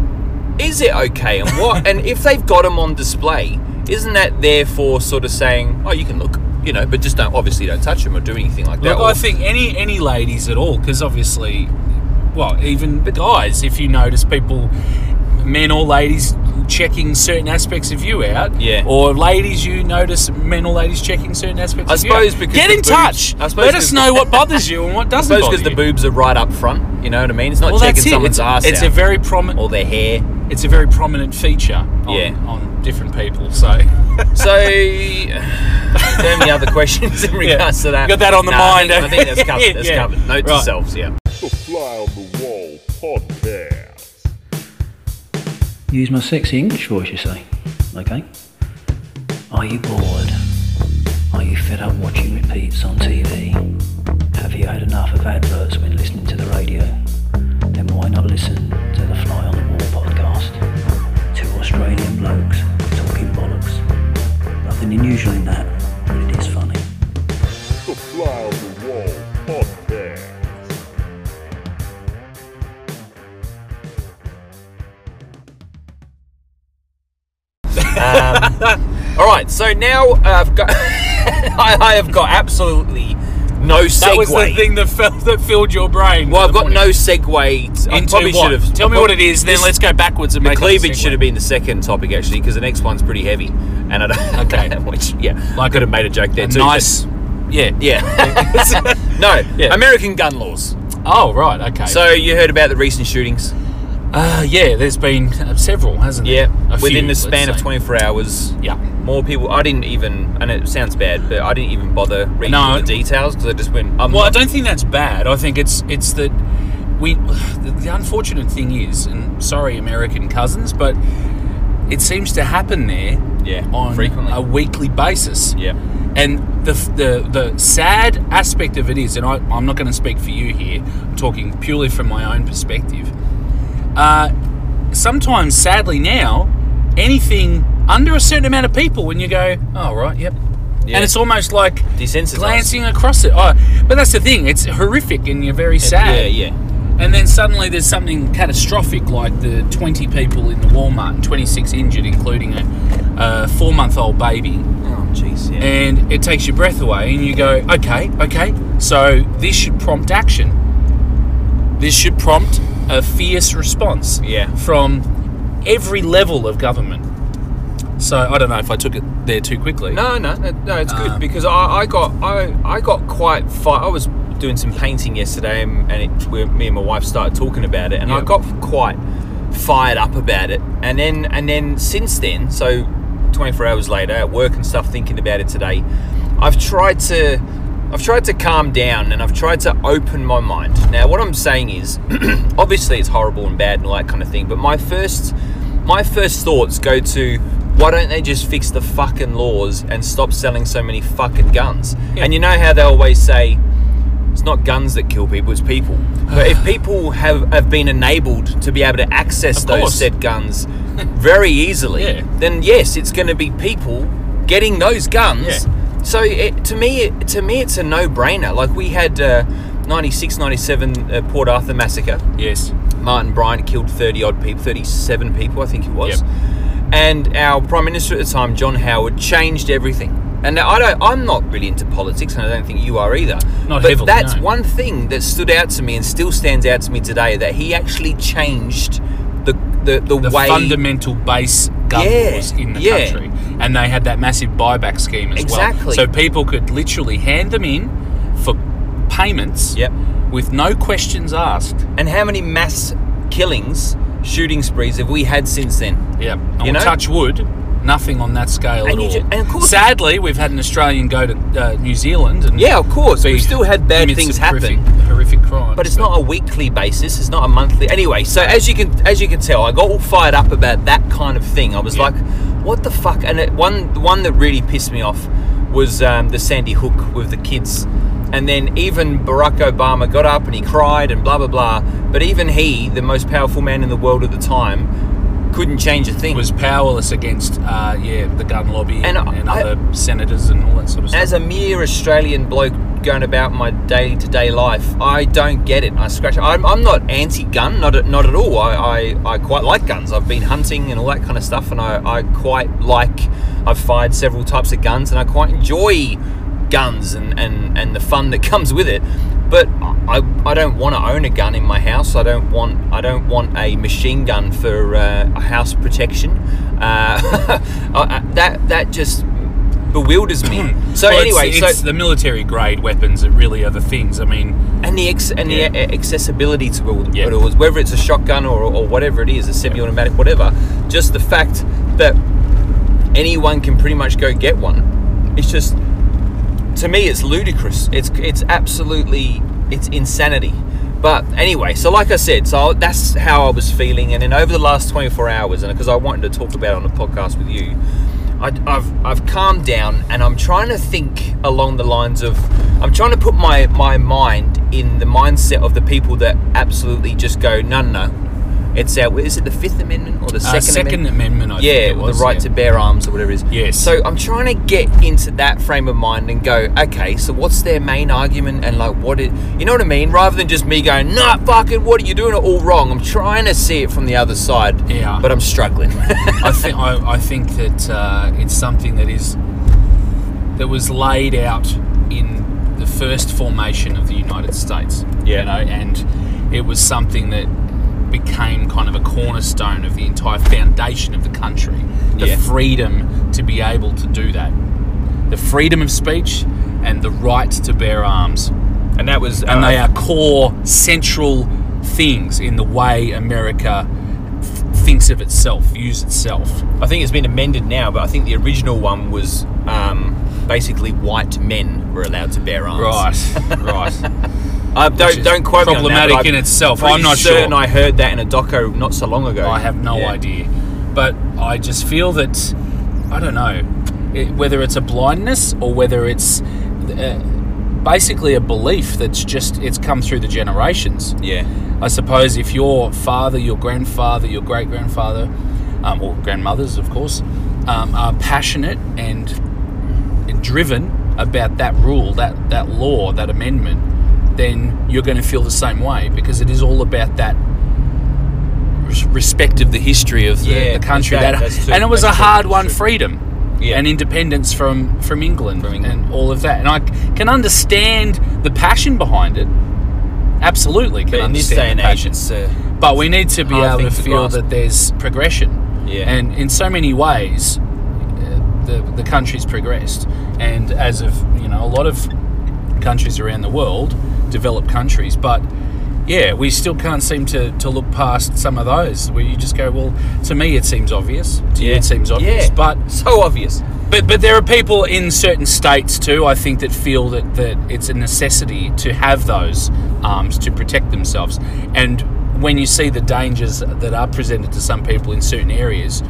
B: is it okay, and what, and if they've got them on display, isn't that therefore sort of saying, oh, you can look, you know, but just don't obviously don't touch them or do anything like that.
C: Look,
B: or-
C: I think any any ladies at all, because obviously well, even the guys, if you notice people, men or ladies, checking certain aspects of you out.
B: Yeah.
C: Or ladies, you notice men or ladies checking certain aspects
B: I
C: of you
B: suppose
C: out.
B: because
C: Get
B: the
C: in
B: boobs-
C: touch.
B: I suppose
C: Let
B: 'cause
C: us
B: the-
C: know what bothers you and what
B: I
C: doesn't
B: suppose
C: bother
B: because the
C: you.
B: boobs are right up front. You know what I mean? It's not
C: well,
B: checking
C: that's it.
B: someone's
C: it's,
B: ass
C: it's
B: out
C: a very prominent
B: or their hair.
C: it's a very prominent feature on,
B: Yeah.
C: on different people. So
B: So, do you have any other questions in regards to that?
C: Got that on the
B: Nah, I
C: mind,
B: think-
C: eh?
B: I think that's covered. That's
C: Yeah.
B: covered. Note to
C: Right.
B: selves, yeah.
A: The Fly on the Wall podcast.
F: Use my sexy English voice, you say? Okay. Are you bored? Are you fed up watching repeats on TV? Have you had enough of adverts when listening to the radio? Then why not listen to the Fly on the Wall podcast? Two Australian blokes talking bollocks. Nothing unusual in that, but it is funny.
A: The Fly on the Wall podcast.
B: All right, so now I've got, I, I have got absolutely no segue.
C: that was the thing that felt that filled your brain.
B: Well,
C: for
B: I've
C: the morning.
B: got no segue. I
C: Into
B: probably
C: what?
B: should have.
C: Tell
B: I
C: me
B: prob-
C: what it is, then
B: this-
C: let's go backwards and
B: The
C: make it a
B: cleavage should
C: segue.
B: have been the second topic actually, because the next one's pretty heavy, and I don't.
C: Okay.
B: which yeah, I
C: Like
B: could
C: a-
B: have made a joke there
C: a
B: too.
C: nice. Yeah.
B: Yeah. no,
C: Yeah.
B: American gun laws.
C: Oh right. Okay.
B: So you heard about the recent shootings?
C: uh, yeah, there's been uh, several, hasn't there?
B: Yeah.
C: A
B: Within
C: few,
B: the
C: let's
B: span of
C: say.
B: 24 hours,
C: Yeah.
B: more people. I didn't even, and it sounds bad, but I didn't even bother reading
C: No.
B: the details because I just went. I'm
C: Well, I
B: not-
C: don't think that's bad. I think it's it's that we. The, the unfortunate thing is, and sorry, American cousins, but it seems to happen there
B: Yeah,
C: on
B: frequently.
C: a weekly basis.
B: Yeah.
C: And the, f- the the sad aspect of it is, and I, I'm not going to speak for you here. I'm talking purely from my own perspective. Uh, sometimes, sadly, now anything under a certain amount of people, when you go, oh right, yep,
B: Yeah.
C: and it's almost like
B: Desensitised.
C: glancing across it. Oh, but that's the thing; it's horrific, and you're very sad.
B: Yeah, yeah.
C: And then suddenly there's something catastrophic, like the 20 people in the Walmart and 26 injured, including a, a four-month-old baby
B: Oh, jeez. Yeah.
C: and it takes your breath away and you go okay okay so this should prompt action this should prompt a fierce response
B: Yeah.
C: from every level of government so i don't know if i took it there too quickly
B: No, no, no, no, it's good
C: Um,
B: because I, I got I, I got quite fi I was doing some painting yesterday, and and it, we, me and my wife started talking about it, and I
C: Yeah.
B: got quite fired up about it. And then and then since then, so 24 hours later at work and stuff, thinking about it today, I've tried to I've tried to calm down and I've tried to open my mind. Now, what I'm saying is, obviously it's horrible and bad and all that kind of thing, but my first my first thoughts go to why don't they just fix the fucking laws and stop selling so many fucking guns? And you know how they always say it's not guns that kill people, it's people. But if people have, have been enabled to be able to access
C: Of
B: those
C: course.
B: said guns very easily,
C: Yeah.
B: then yes, it's going to be people getting those guns. So it, to me, it, to me, it's a no-brainer. Like we had uh, 96, 97 uh, Port Arthur massacre.
C: yes
B: Martin Bryant killed 30 odd people, 37 people, I think it was.
C: Yep.
B: And our Prime Minister at the time, John Howard, changed everything. And I don't, I'm not really into politics, and I don't think you are either.
C: Not
B: but
C: heavily,
B: that's
C: no.
B: one thing that stood out to me and still stands out to me today that he actually changed the, the, the,
C: the
B: way.
C: fundamental base gun
B: Yeah,
C: laws in the
B: yeah.
C: country and they had that massive buyback scheme as well
B: Exactly.
C: so people could literally hand them in for payments
B: Yep.
C: with no questions asked
B: and how many mass killings, shooting sprees have we had since then?
C: Yeah, and
B: You
C: we'll
B: know?
C: touch wood. Nothing on that scale at
B: you
C: all.
B: ju- and of course-
C: sadly, we've had an Australian go to uh, New Zealand, and
B: Yeah, of course.
C: be
B: We've still had bad
C: amidst
B: things
C: some horrific,
B: happen.
C: horrific crimes.
B: but it's not a weekly basis. It's not a monthly. Anyway, so as you can as you can tell, I got all fired up about that kind of thing. I was
C: Yeah.
B: like, "What the fuck?" And it, one the one that really pissed me off was um, the Sandy Hook with the kids. And then even Barack Obama got up and he cried and blah blah blah. But even he, the most powerful man in the world at the time, couldn't change a thing.
C: It was powerless against uh, yeah the gun lobby
B: And
C: and,
B: I-
C: and
B: I-
C: other senators and all that sort of stuff.
B: as a mere Australian bloke going about my day-to-day life, I don't get it. I scratch. I'm, I'm not anti-gun, not at, not at all. I, I, I quite like guns. I've been hunting and all that kind of stuff, and I, I quite like. I've fired several types of guns, and I quite enjoy guns and, and, and the fun that comes with it. But I, I don't want to own a gun in my house. I don't want I don't want a machine gun for uh, a house protection. Uh, I- I- that that just bewilders me. So
C: Well, it's-
B: anyway,
C: it's,
B: so
C: the military grade weapons that really are the things. I mean,
B: and the ex- and
C: Yeah.
B: the a- accessibility to all the
C: Yeah.
B: it was, whether it's a shotgun or, or whatever it is, a semi-automatic, whatever. Just the fact that anyone can pretty much go get one. It's just to me, it's ludicrous. It's it's absolutely it's insanity. But anyway, so like I said, so that's how I was feeling, and then over the last 24 hours, and because I wanted to talk about it on the podcast with you, I, I've I've calmed down, and I'm trying to think along the lines of I'm trying to put my my mind in the mindset of the people that absolutely just go no no, no. it's our is it the Fifth Amendment or the
C: uh,
B: Second,
C: Second
B: Amendment?
C: Amendment. I
B: yeah,
C: think it was,
B: the right
C: yeah.
B: to bear arms or whatever it is.
C: Yes.
B: So I'm trying to get into that frame of mind and go, okay, so what's their main argument and like what it, you know what I mean? Rather than just me going, nah, fucking, what are you doing it all wrong? I'm trying to see it from the other side.
C: Yeah.
B: But I'm struggling.
C: I think I, I think that uh, it's something that is that was laid out in the first formation of the United States.
B: Yeah.
C: You know, and it was something that became kind of a cornerstone of the entire foundation of the country. The
B: Yeah.
C: freedom to be able to do that. The freedom of speech and the right to bear arms.
B: and that was,
C: And
B: uh,
C: they are core central things in the way America th- thinks of itself, views itself.
B: I think it's been amended now, but I think the original one was um, basically white men were allowed to bear arms.
C: Right, right.
B: Uh,
C: Which
B: don't
C: is
B: don't quote me on that,
C: problematic
B: but I'm
C: in itself.
B: pretty
C: I'm not
B: certain
C: sure.
B: I heard that in a doco not so long ago.
C: I have no
B: Yeah.
C: idea, but I just feel that I don't know it, whether it's a blindness or whether it's uh, basically a belief that's just it's come through the generations.
B: Yeah.
C: I suppose if your father, your grandfather, your great grandfather, um, or grandmothers, of course, um, are passionate and driven about that rule, that, that law, that amendment, then you're going to feel the same way because it is all about that res- respect of the history of the,
B: Yeah,
C: the country.
B: that-
C: That,
B: that's true,
C: and it was
B: that's
C: a
B: true,
C: hard
B: that's
C: won
B: true.
C: freedom
B: Yeah.
C: and independence from, from, England and all of that. And I c- can understand the passion behind it. Absolutely, can
B: But in this
C: understand
B: day and
C: the
B: age,
C: passion.
B: it's uh,
C: But we need to be
B: Hard
C: able
B: thing
C: to
B: to
C: feel
B: grasp.
C: that there's progression.
B: Yeah.
C: And in so many ways, uh, the, the country's progressed. And as of, you know, a lot of countries around the world, developed countries, but yeah, we still can't seem to, to look past some of those where you just go, well, to me it seems obvious. To you
B: Yeah.
C: it seems obvious.
B: Yeah.
C: But
B: so obvious.
C: but but there are people in certain states too. I think that feel that that it's a necessity to have those arms to protect themselves. And when you see the dangers that are presented to some people in certain areas,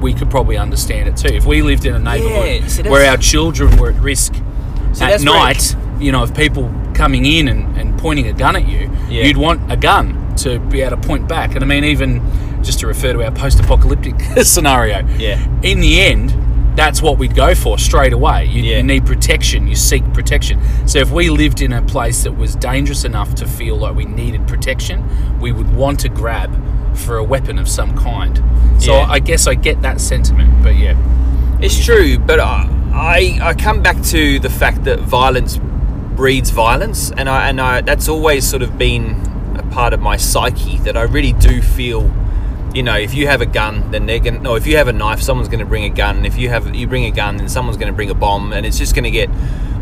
C: we could probably understand it too. If we lived in a neighbourhood
B: Yeah, so that's-
C: where our children were at risk at
B: that's where
C: night, you know, of people coming in and, and pointing a gun at you,
B: Yeah.
C: you'd want a gun to be able to point back. And I mean, even just to refer to our post-apocalyptic scenario,
B: Yeah.
C: in the end, that's what we'd go for straight away. You,
B: Yeah.
C: you need protection, you seek protection. So if we lived in a place that was dangerous enough to feel like we needed protection, we would want to grab for a weapon of some kind. So
B: Yeah.
C: I guess I get that sentiment, but yeah.
B: It's true, but I, I I come back to the fact that violence breeds violence, and I and I that's always sort of been a part of my psyche that I really do feel. You know, if you have a gun, then they're gonna. No, if you have a knife, someone's gonna bring a gun. If you have you bring a gun, then someone's gonna bring a bomb, and it's just gonna get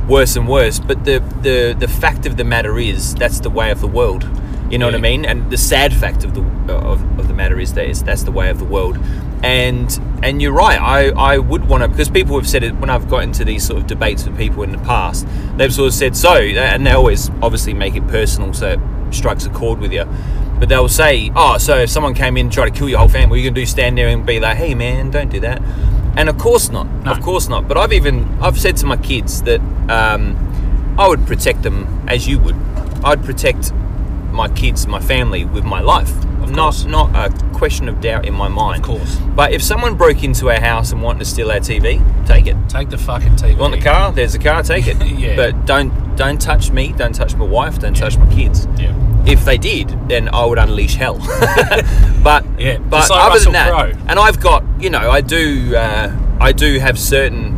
B: worse and worse. But the the the fact of the matter is that's the way of the world. You know what I mean? And the sad fact of the of, of the matter is that it's, that's the way of the world. And and you're right. I, I would want to because people have said it when I've got into these sort of debates with people in the past. They've sort of said so, and they always obviously make it personal, so it strikes a chord with you. But they'll say, oh, so if someone came in and tried to kill your whole family, what are you gonna do? Stand there and be like, hey man, don't do that. And of course not. Of course not. But I've even I've said to my kids that um, I would protect them as you would. I'd protect my kids, my family, with my life. Not not a question of doubt in my mind.
C: Of course.
B: But if someone broke into our house and wanted to steal our TV, take it.
C: Take the fucking TV.
B: You want the car? There's a car. Take it.
C: Yeah.
B: But don't don't touch me. Don't touch my wife. Don't touch my kids.
C: Yeah.
B: If they did, then I would unleash hell. but
C: Yeah,
B: but
C: just like
B: other
C: Russell
B: than that,
C: Crowe.
B: and I've got you know I do uh, I do have certain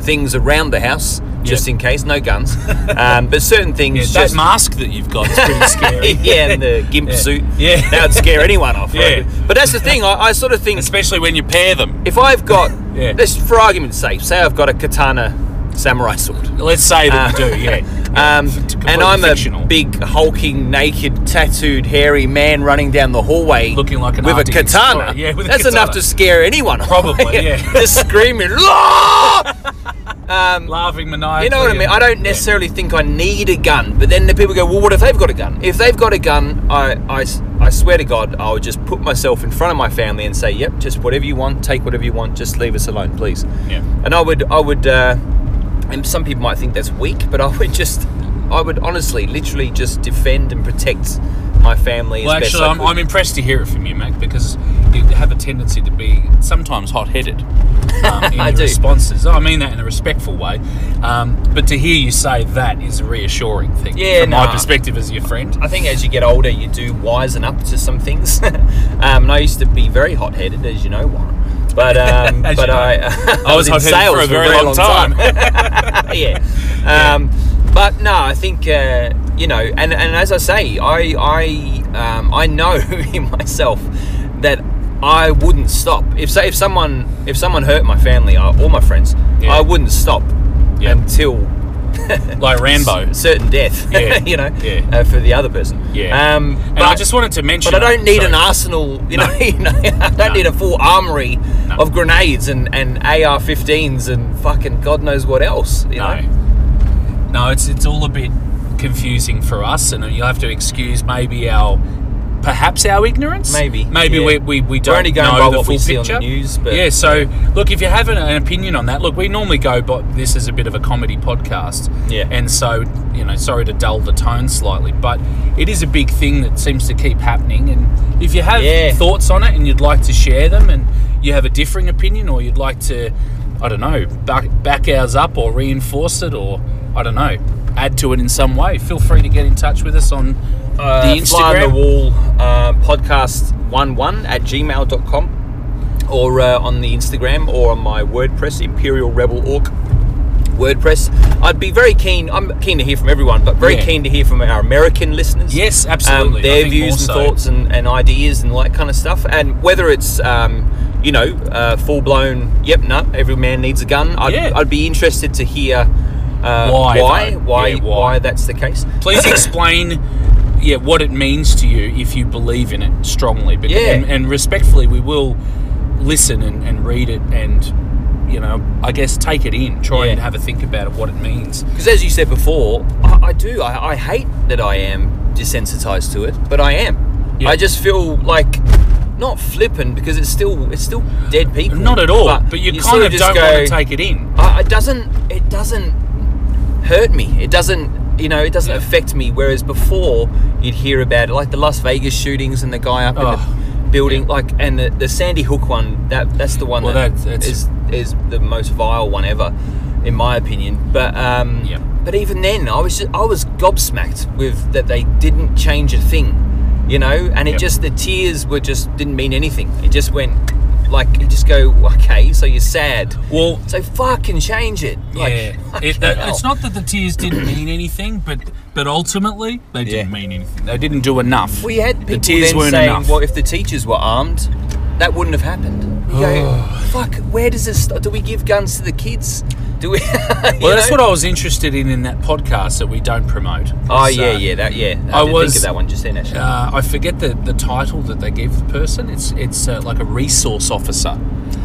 B: things around the house just in case, no guns, um, but certain things.
C: Yeah,
B: just,
C: that mask that you've got is pretty scary.
B: yeah, and the gimp
C: Yeah.
B: suit.
C: Yeah.
B: that would scare anyone off.
C: Yeah.
B: right? but that's the thing. I, I sort of think
C: Especially when you pair them.
B: if I've got,
C: Yeah.
B: let's for argument's sake, say I've got a katana samurai sword.
C: Let's say that you do, yeah.
B: Um,
C: Completely
B: and I'm
C: fictional.
B: a big hulking, naked, tattooed, hairy man running down the hallway,
C: Looking like an
B: with a
C: Arctic
B: katana.
C: explorer. Yeah, with a
B: that's
C: katana.
B: enough to scare anyone. off.
C: Probably, yeah.
B: Just screaming, "Law!"
C: Laughing maniacally.
B: you know what I mean.
C: and-
B: I don't necessarily think I need a gun, but then the people go, "Well, what if they've got a gun? If they've got a gun, I, I, s- I swear to God, I would just put myself in front of my family and say, "Yep, just whatever you want, take whatever you want, just leave us alone, please."
C: Yeah.
B: and I would I would uh, and some people might think that's weak, but I would just I would honestly literally just defend and protect my family
C: Well,
B: as best
C: actually,
B: I
C: I'm,
B: could.
C: I'm impressed to hear it from you, Mac, because you have a tendency to be sometimes hot-headed um, in
B: I
C: your
B: do.
C: responses. I mean that in a respectful way, um, but to hear you say that is a reassuring thing
B: Yeah,
C: from my
B: nah.
C: perspective as your friend.
B: I think as you get older, you do wisen up to some things. um, and I used to be very hot-headed, as you know, Warren. But um,
C: As you
B: but
C: know.
B: I, I
C: was
B: in
C: hot-headed
B: sales
C: for a very long
B: yeah. Um, but no, I think uh, you know, and, and as I say, I I um, I know in myself that I wouldn't stop if say if someone if someone hurt my family uh, or or my friends,
C: Yeah.
B: I wouldn't stop
C: Yeah.
B: until
C: Like Rambo.
B: certain death.
C: Yeah.
B: you know,
C: Yeah.
B: uh, for the other person.
C: Yeah.
B: Um,
C: and
B: but
C: I just wanted to mention.
B: but I don't need
C: Sorry.
B: an arsenal, you know. You know I don't
C: No.
B: need a full armory
C: No.
B: of grenades and, and AR-15s and fucking God knows what else. You
C: No.
B: know?
C: No, it's it's all a bit confusing for us, and you'll have to excuse maybe our. Perhaps our ignorance.
B: Maybe,
C: maybe
B: yeah.
C: we, we, we don't
B: only going
C: know
B: by
C: the
B: what
C: full
B: we see on the
C: picture.
B: news, but-
C: yeah. So look, if you have an, an opinion on that, look, we normally go, but this is a bit of a comedy podcast.
B: Yeah.
C: And so you know, sorry to dull the tone slightly, but it is a big thing that seems to keep happening. And if you have
B: Yeah.
C: thoughts on it and you'd like to share them, and you have a differing opinion, or you'd like to, I don't know, back, back ours up or reinforce it, or I don't know, add to it in some way, feel free to get in touch with us on
B: Uh,
C: the
B: Fly on the
C: Instagram.
B: wall uh, podcast one one at gmail.com or uh, on the Instagram or on my WordPress Imperial Rebel Orc WordPress. I'd be very keen. I'm keen to hear from everyone, but very
C: Yeah.
B: keen to hear from our American listeners.
C: Yes, absolutely. I
B: Um, their
C: think
F: more
B: views and
F: so.
B: thoughts and, and ideas and all that kind of stuff. And whether it's um, you know uh, full blown, yep, no, every man needs a gun. I'd,
C: Yeah.
B: I'd be interested to hear uh,
C: Why,
B: why,
C: though?
B: why,
C: Yeah, why.
B: why that's the case.
C: Please explain, yeah, what it means to you if you believe in it strongly. Because,
B: Yeah.
C: and, and respectfully, we will listen and, and read it, and you know, I guess take it in, try
B: Yeah.
C: and have a think about it, what it means.
B: Because as you said before, I, I do. I, I hate that I am desensitized to it, but I am.
C: Yeah.
B: I just feel like not flippant because it's still it's still dead people.
C: Not at all, but, you, kind
B: sort
C: of
B: just
C: don't want to take it in.
B: I, it doesn't it doesn't hurt me it doesn't you know it doesn't affect me whereas before you'd hear about it like the las vegas shootings and the guy up
C: Oh,
B: in the building like and the, the sandy hook one that that's the one
C: Well,
B: that
C: that's- that's-
B: is is the most vile one ever in my opinion but um
C: Yep.
B: but even then i was just, i was gobsmacked with that they didn't change a thing you know and it
C: Yep.
B: just the tears were just didn't mean anything it just went like you just go okay so you're sad
C: Well,
B: so fucking change it. Like,
C: yeah,
B: fucking
C: it, that,
B: hell.
C: it's not that the tears didn't mean anything, but but ultimately they didn't mean anything. They didn't do enough.
B: We had people
C: the tears
B: then
C: weren't
B: saying,
C: enough.
B: "Well, if the teachers were armed, that wouldn't have happened." You go,
C: Oh.
B: fuck. Where does this? Start? Do we give guns to the kids? Do we?
C: well, that's what I was interested in in that podcast that we don't promote.
B: Oh
C: So,
B: yeah, yeah, that yeah. I,
C: I
B: did
C: was-
B: think of that one just then. Actually,
C: uh, I forget the, the title that they give the person. It's it's uh, like a resource officer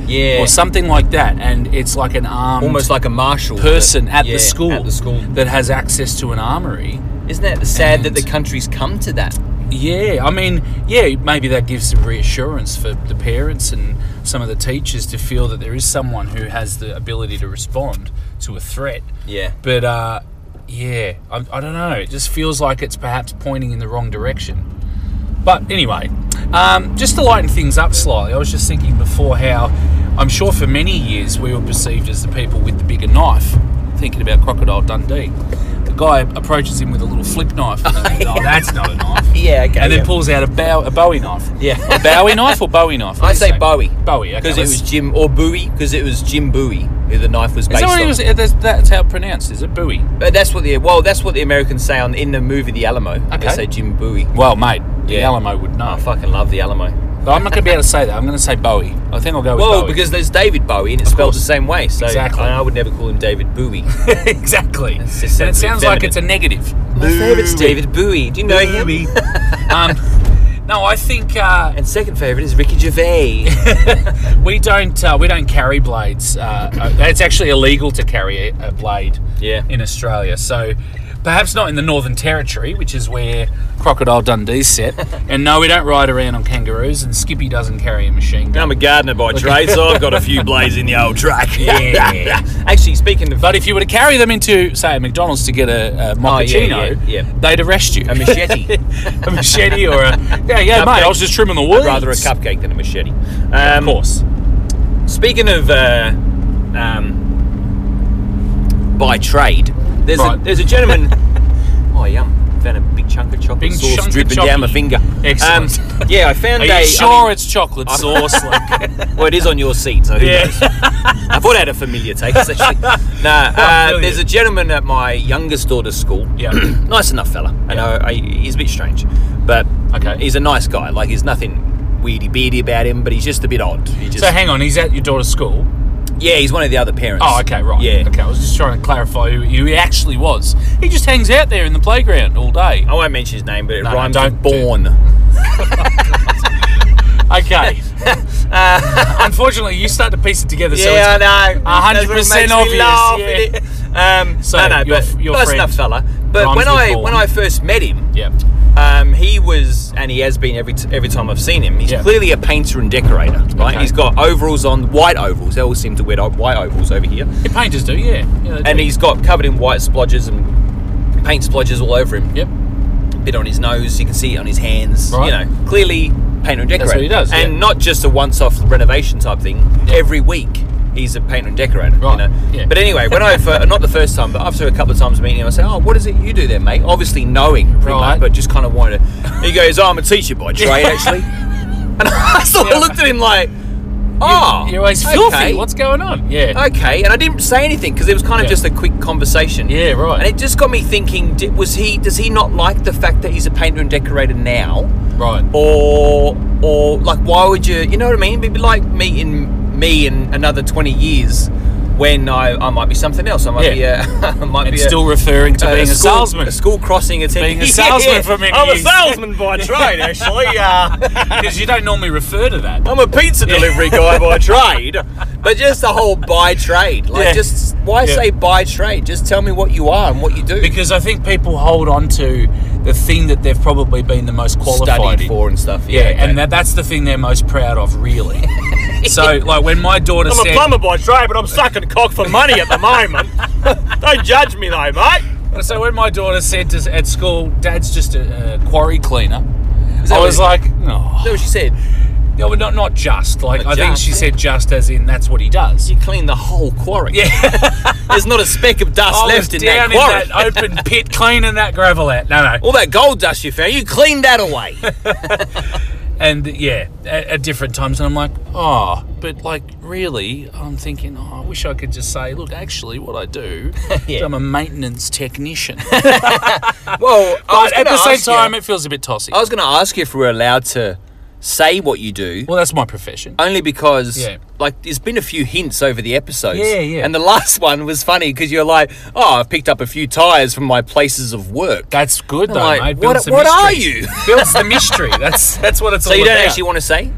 B: yeah,
C: or something like that, and it's like an armed
B: almost like a marshal
C: person
B: that-
C: at
B: yeah,
C: the school
B: At the school,
C: that has access to an armory.
B: isn't that sad that
C: And-
B: the country's come to that?
C: Yeah, I mean, yeah, maybe that gives some reassurance for the parents and some of the teachers to feel that there is someone who has the ability to respond to a threat.
B: Yeah.
C: But uh, yeah, I, I don't know. It just feels like it's perhaps pointing in the wrong direction. But anyway, um, just to lighten things up slightly, I was just thinking before how I'm sure for many years we were perceived as the people with the bigger knife. Thinking about Crocodile Dundee, the guy approaches him with a little flick knife. And they go, oh, that's not a knife.
B: Yeah, okay.
C: And then
B: yeah.
C: pulls out a, bow, a Bowie knife.
B: Yeah.
C: A Bowie knife or Bowie knife? What
B: I
C: do you
B: say Bowie.
C: Bowie, okay.
B: because it
C: let's-
B: was Jim or Bowie because it was Jim Bowie. who the knife was
C: Is
B: based
C: that what it
B: on.
C: was, that's, that's how it's pronounced, is it? Bowie.
B: But Uh, that's what the well, that's what the Americans say on in the movie The Alamo. They
C: Okay.
B: say Jim Bowie.
C: Well, mate, the
B: Yeah.
C: Alamo would
B: I
C: know.
B: fucking love The Alamo.
C: But I'm not going to be able to say that. I'm going to say Bowie. I think I'll go with
B: Well,
C: Bowie.
B: because there's David Bowie and it's
C: Of
B: spelled the
C: course.
B: same way. So
C: Exactly.
B: and I would never call him David Bowie.
C: exactly. And
B: It's
C: it
B: just
C: sounds
B: sounds a bit
C: like it's a negative.
B: My favourite's David Bowie. Do you know him?
C: Um, no, I think uh,
B: And second favourite is Ricky Gervais.
C: we don't uh, we don't carry blades. Uh, uh, it's actually illegal to carry a, a blade
B: Yeah.
C: in Australia. So perhaps not in the Northern Territory, which is where Crocodile Dundee's set. and no, we don't ride around on kangaroos, and Skippy doesn't carry a machine gun.
B: I'm a gardener by trade, so I've got a few blades in the old truck.
C: Yeah.
B: Actually, speaking of
C: But if you were to carry them into, say, a McDonald's to get a, a mochaccino,
B: Oh, yeah, yeah.
C: they'd arrest you.
B: a machete,
C: a machete or a yeah, yeah, mate. I was just trimming the wood.
B: I'd rather a cupcake than a machete. Um,
C: Of course.
B: Speaking of uh, um, by trade, there's a
C: Right.
B: there's a gentleman. oh yum! Found a big chunk of chocolate
C: Big
B: sauce
C: chunk of
B: dripping down my
C: chocolate.
B: finger.
C: Excellent.
B: Um, yeah, I found
C: Are
B: a. I
C: you sure
B: mean,
C: it's chocolate
B: I'm-
C: sauce? Like,
B: well, it is on your seat, so who
C: Yeah.
B: knows? I thought I had a familiar taste. Actually, no. Uh,
C: brilliant.
B: there's a gentleman at my youngest daughter's school.
C: yeah.
B: nice enough fella. And I, I, he's a bit strange, but
C: Okay.
B: he's a nice guy. Like, there's nothing weedy beady about him, but he's just a bit odd. He just,
C: So hang on, he's at your daughter's school.
B: yeah, he's one of the other parents.
C: Oh, okay, right.
B: Yeah.
C: Okay, I was just trying to clarify who, who he actually was. He just hangs out there in the playground all day.
B: I won't mention his name, but it
C: No, no,
B: rhymes
C: don't
B: with
C: do it.
B: born.
C: Okay. Uh, Unfortunately, you start to piece it together. So it's,
B: I know.
C: That's what makes me laugh,
B: Um,
C: So,
B: so, no, no,
C: your-
B: but
C: your
B: nice
C: friend
B: enough fella. But
C: rhymes with
B: when I
C: born.
B: when I first met him,
C: yeah.
B: um, he was, and he has been every t- every time I've seen him. He's
C: Yeah.
B: clearly a painter and decorator, right?
C: Okay.
B: He's got overalls on, white overalls. They all seem to wear white overalls over here.
C: Your painters do, yeah. yeah they
B: and
C: do.
B: he's got covered in white splodges and paint splodges all over him.
C: Yep.
B: A bit on his nose, you can see it on his hands.
C: Right.
B: You know, clearly painter and decorator.
C: what he does,
B: and
C: yeah.
B: not just a once-off renovation type thing. Every week he's a painter and decorator.
C: Right,
B: You know?
C: yeah.
B: But anyway, when I fir- not the first time, but after a couple of times meeting him, I say, "Oh, what is it you do there, mate?" Obviously knowing, pretty much,
C: Right.
B: but just kind of wanted. To, he goes, oh, "I'm a teacher by trade, actually." And I sort of looked at him like, "Oh,
C: You're always filthy.
B: okay." Oh,
C: What's going on? Yeah.
B: Okay, and I didn't say anything because it was kind of
C: Yeah.
B: just a quick conversation.
C: Yeah, right.
B: And it just got me thinking: did, was he? Does he not like the fact that he's a painter and decorator now,
C: right.
B: or or like why would you? You know what I mean? It'd be like meeting me in another twenty years when I, I might be something else. I might
C: Yeah.
B: be a, I might
C: And
B: be
C: still
B: a,
C: referring to
B: a
C: being a,
B: uh, school,
C: salesman.
B: a school crossing attendant.
C: Being a salesman for many
B: I'm
C: years.
B: a salesman by trade, actually. Uh,
C: Because you don't normally refer to that.
B: I'm a pizza delivery guy by trade, but just the whole by trade. Like,
C: Yeah.
B: just why
C: Yeah.
B: say by trade? Just tell me what you are and what you do.
C: Because I think people hold on to the thing that they've probably been the most qualified
B: studied
C: in.
B: for and stuff.
C: Yeah,
B: okay.
C: and that, that's the thing they're most proud of, really. so, like when my daughter
A: I'm
C: said,
A: a plumber by trade, but I'm sucking cock for money at the moment. Don't judge me though, mate.
C: so when my daughter said to, at school, "Dad's just a, a quarry cleaner,"
B: that
C: I
B: what
C: was
B: it-
C: like, "No,
B: Is that what she said?
C: no, but not not just." Like
B: Not
C: I think
B: just,
C: she
B: yeah.
C: said "just" as in that's what he does.
B: You clean the whole quarry.
C: Yeah,
B: There's not a speck of dust
C: I was
B: left in that
C: down
B: quarry.
C: in that open pit cleaning that gravel out. No, no,
B: All that gold dust you found, you cleaned that away.
C: and yeah, at, at different times, and I'm like, oh, but like really, I'm thinking, oh, I wish I could just say, look, actually, what I do, is
B: Yeah.
C: I'm a maintenance technician.
B: well, I was
C: but at
B: gonna
C: the same
B: ask you-
C: time, it feels a bit tossy.
B: I was going to ask you if we were allowed to say what you do.
C: well, that's my profession.
B: only because
C: Yeah.
B: like there's been a few hints over the episodes.
C: Yeah, yeah.
B: And the last one was funny because you're like, oh, I've picked up a few tires from my places of work.
C: That's good though,
B: like,
C: mate.
B: what-
C: Builds the
B: what
C: mystery.
B: are you?
C: Builds the mystery. That's that's what it's
B: So
C: all
B: you don't
C: about.
B: actually want to say?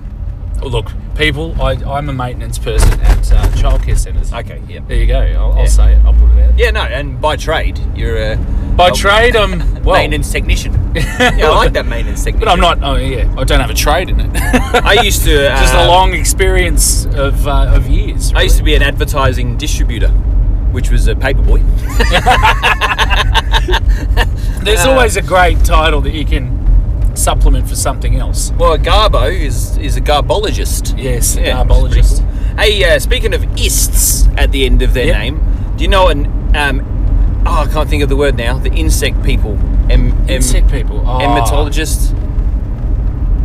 C: Oh, look, people, I, I'm a maintenance person at uh, childcare centres.
B: Okay, yeah.
C: There you go. I'll,
B: Yeah.
C: I'll say it. I'll put it out.
B: Yeah, no. And by trade, you're a
C: By
B: Oh.
C: trade, I'm well,
B: maintenance technician. yeah, I like that maintenance technician.
C: but I'm not. Oh yeah, I don't have a trade in it.
B: I used to uh,
C: Just a long experience of uh, of years.
B: I used to be an advertising distributor, which was a paperboy.
C: really. There's always a great title that you can supplement for something else.
B: Well, a garbo is is a garbologist.
C: Yes,
B: Yeah,
C: garbologist.
B: Hey, uh, speaking of ists at the end of their
C: Yep.
B: name, do you know an? Um, oh, I can't think of the word now. The insect people. Em, em,
C: Insect people. Oh.
B: Emetologist.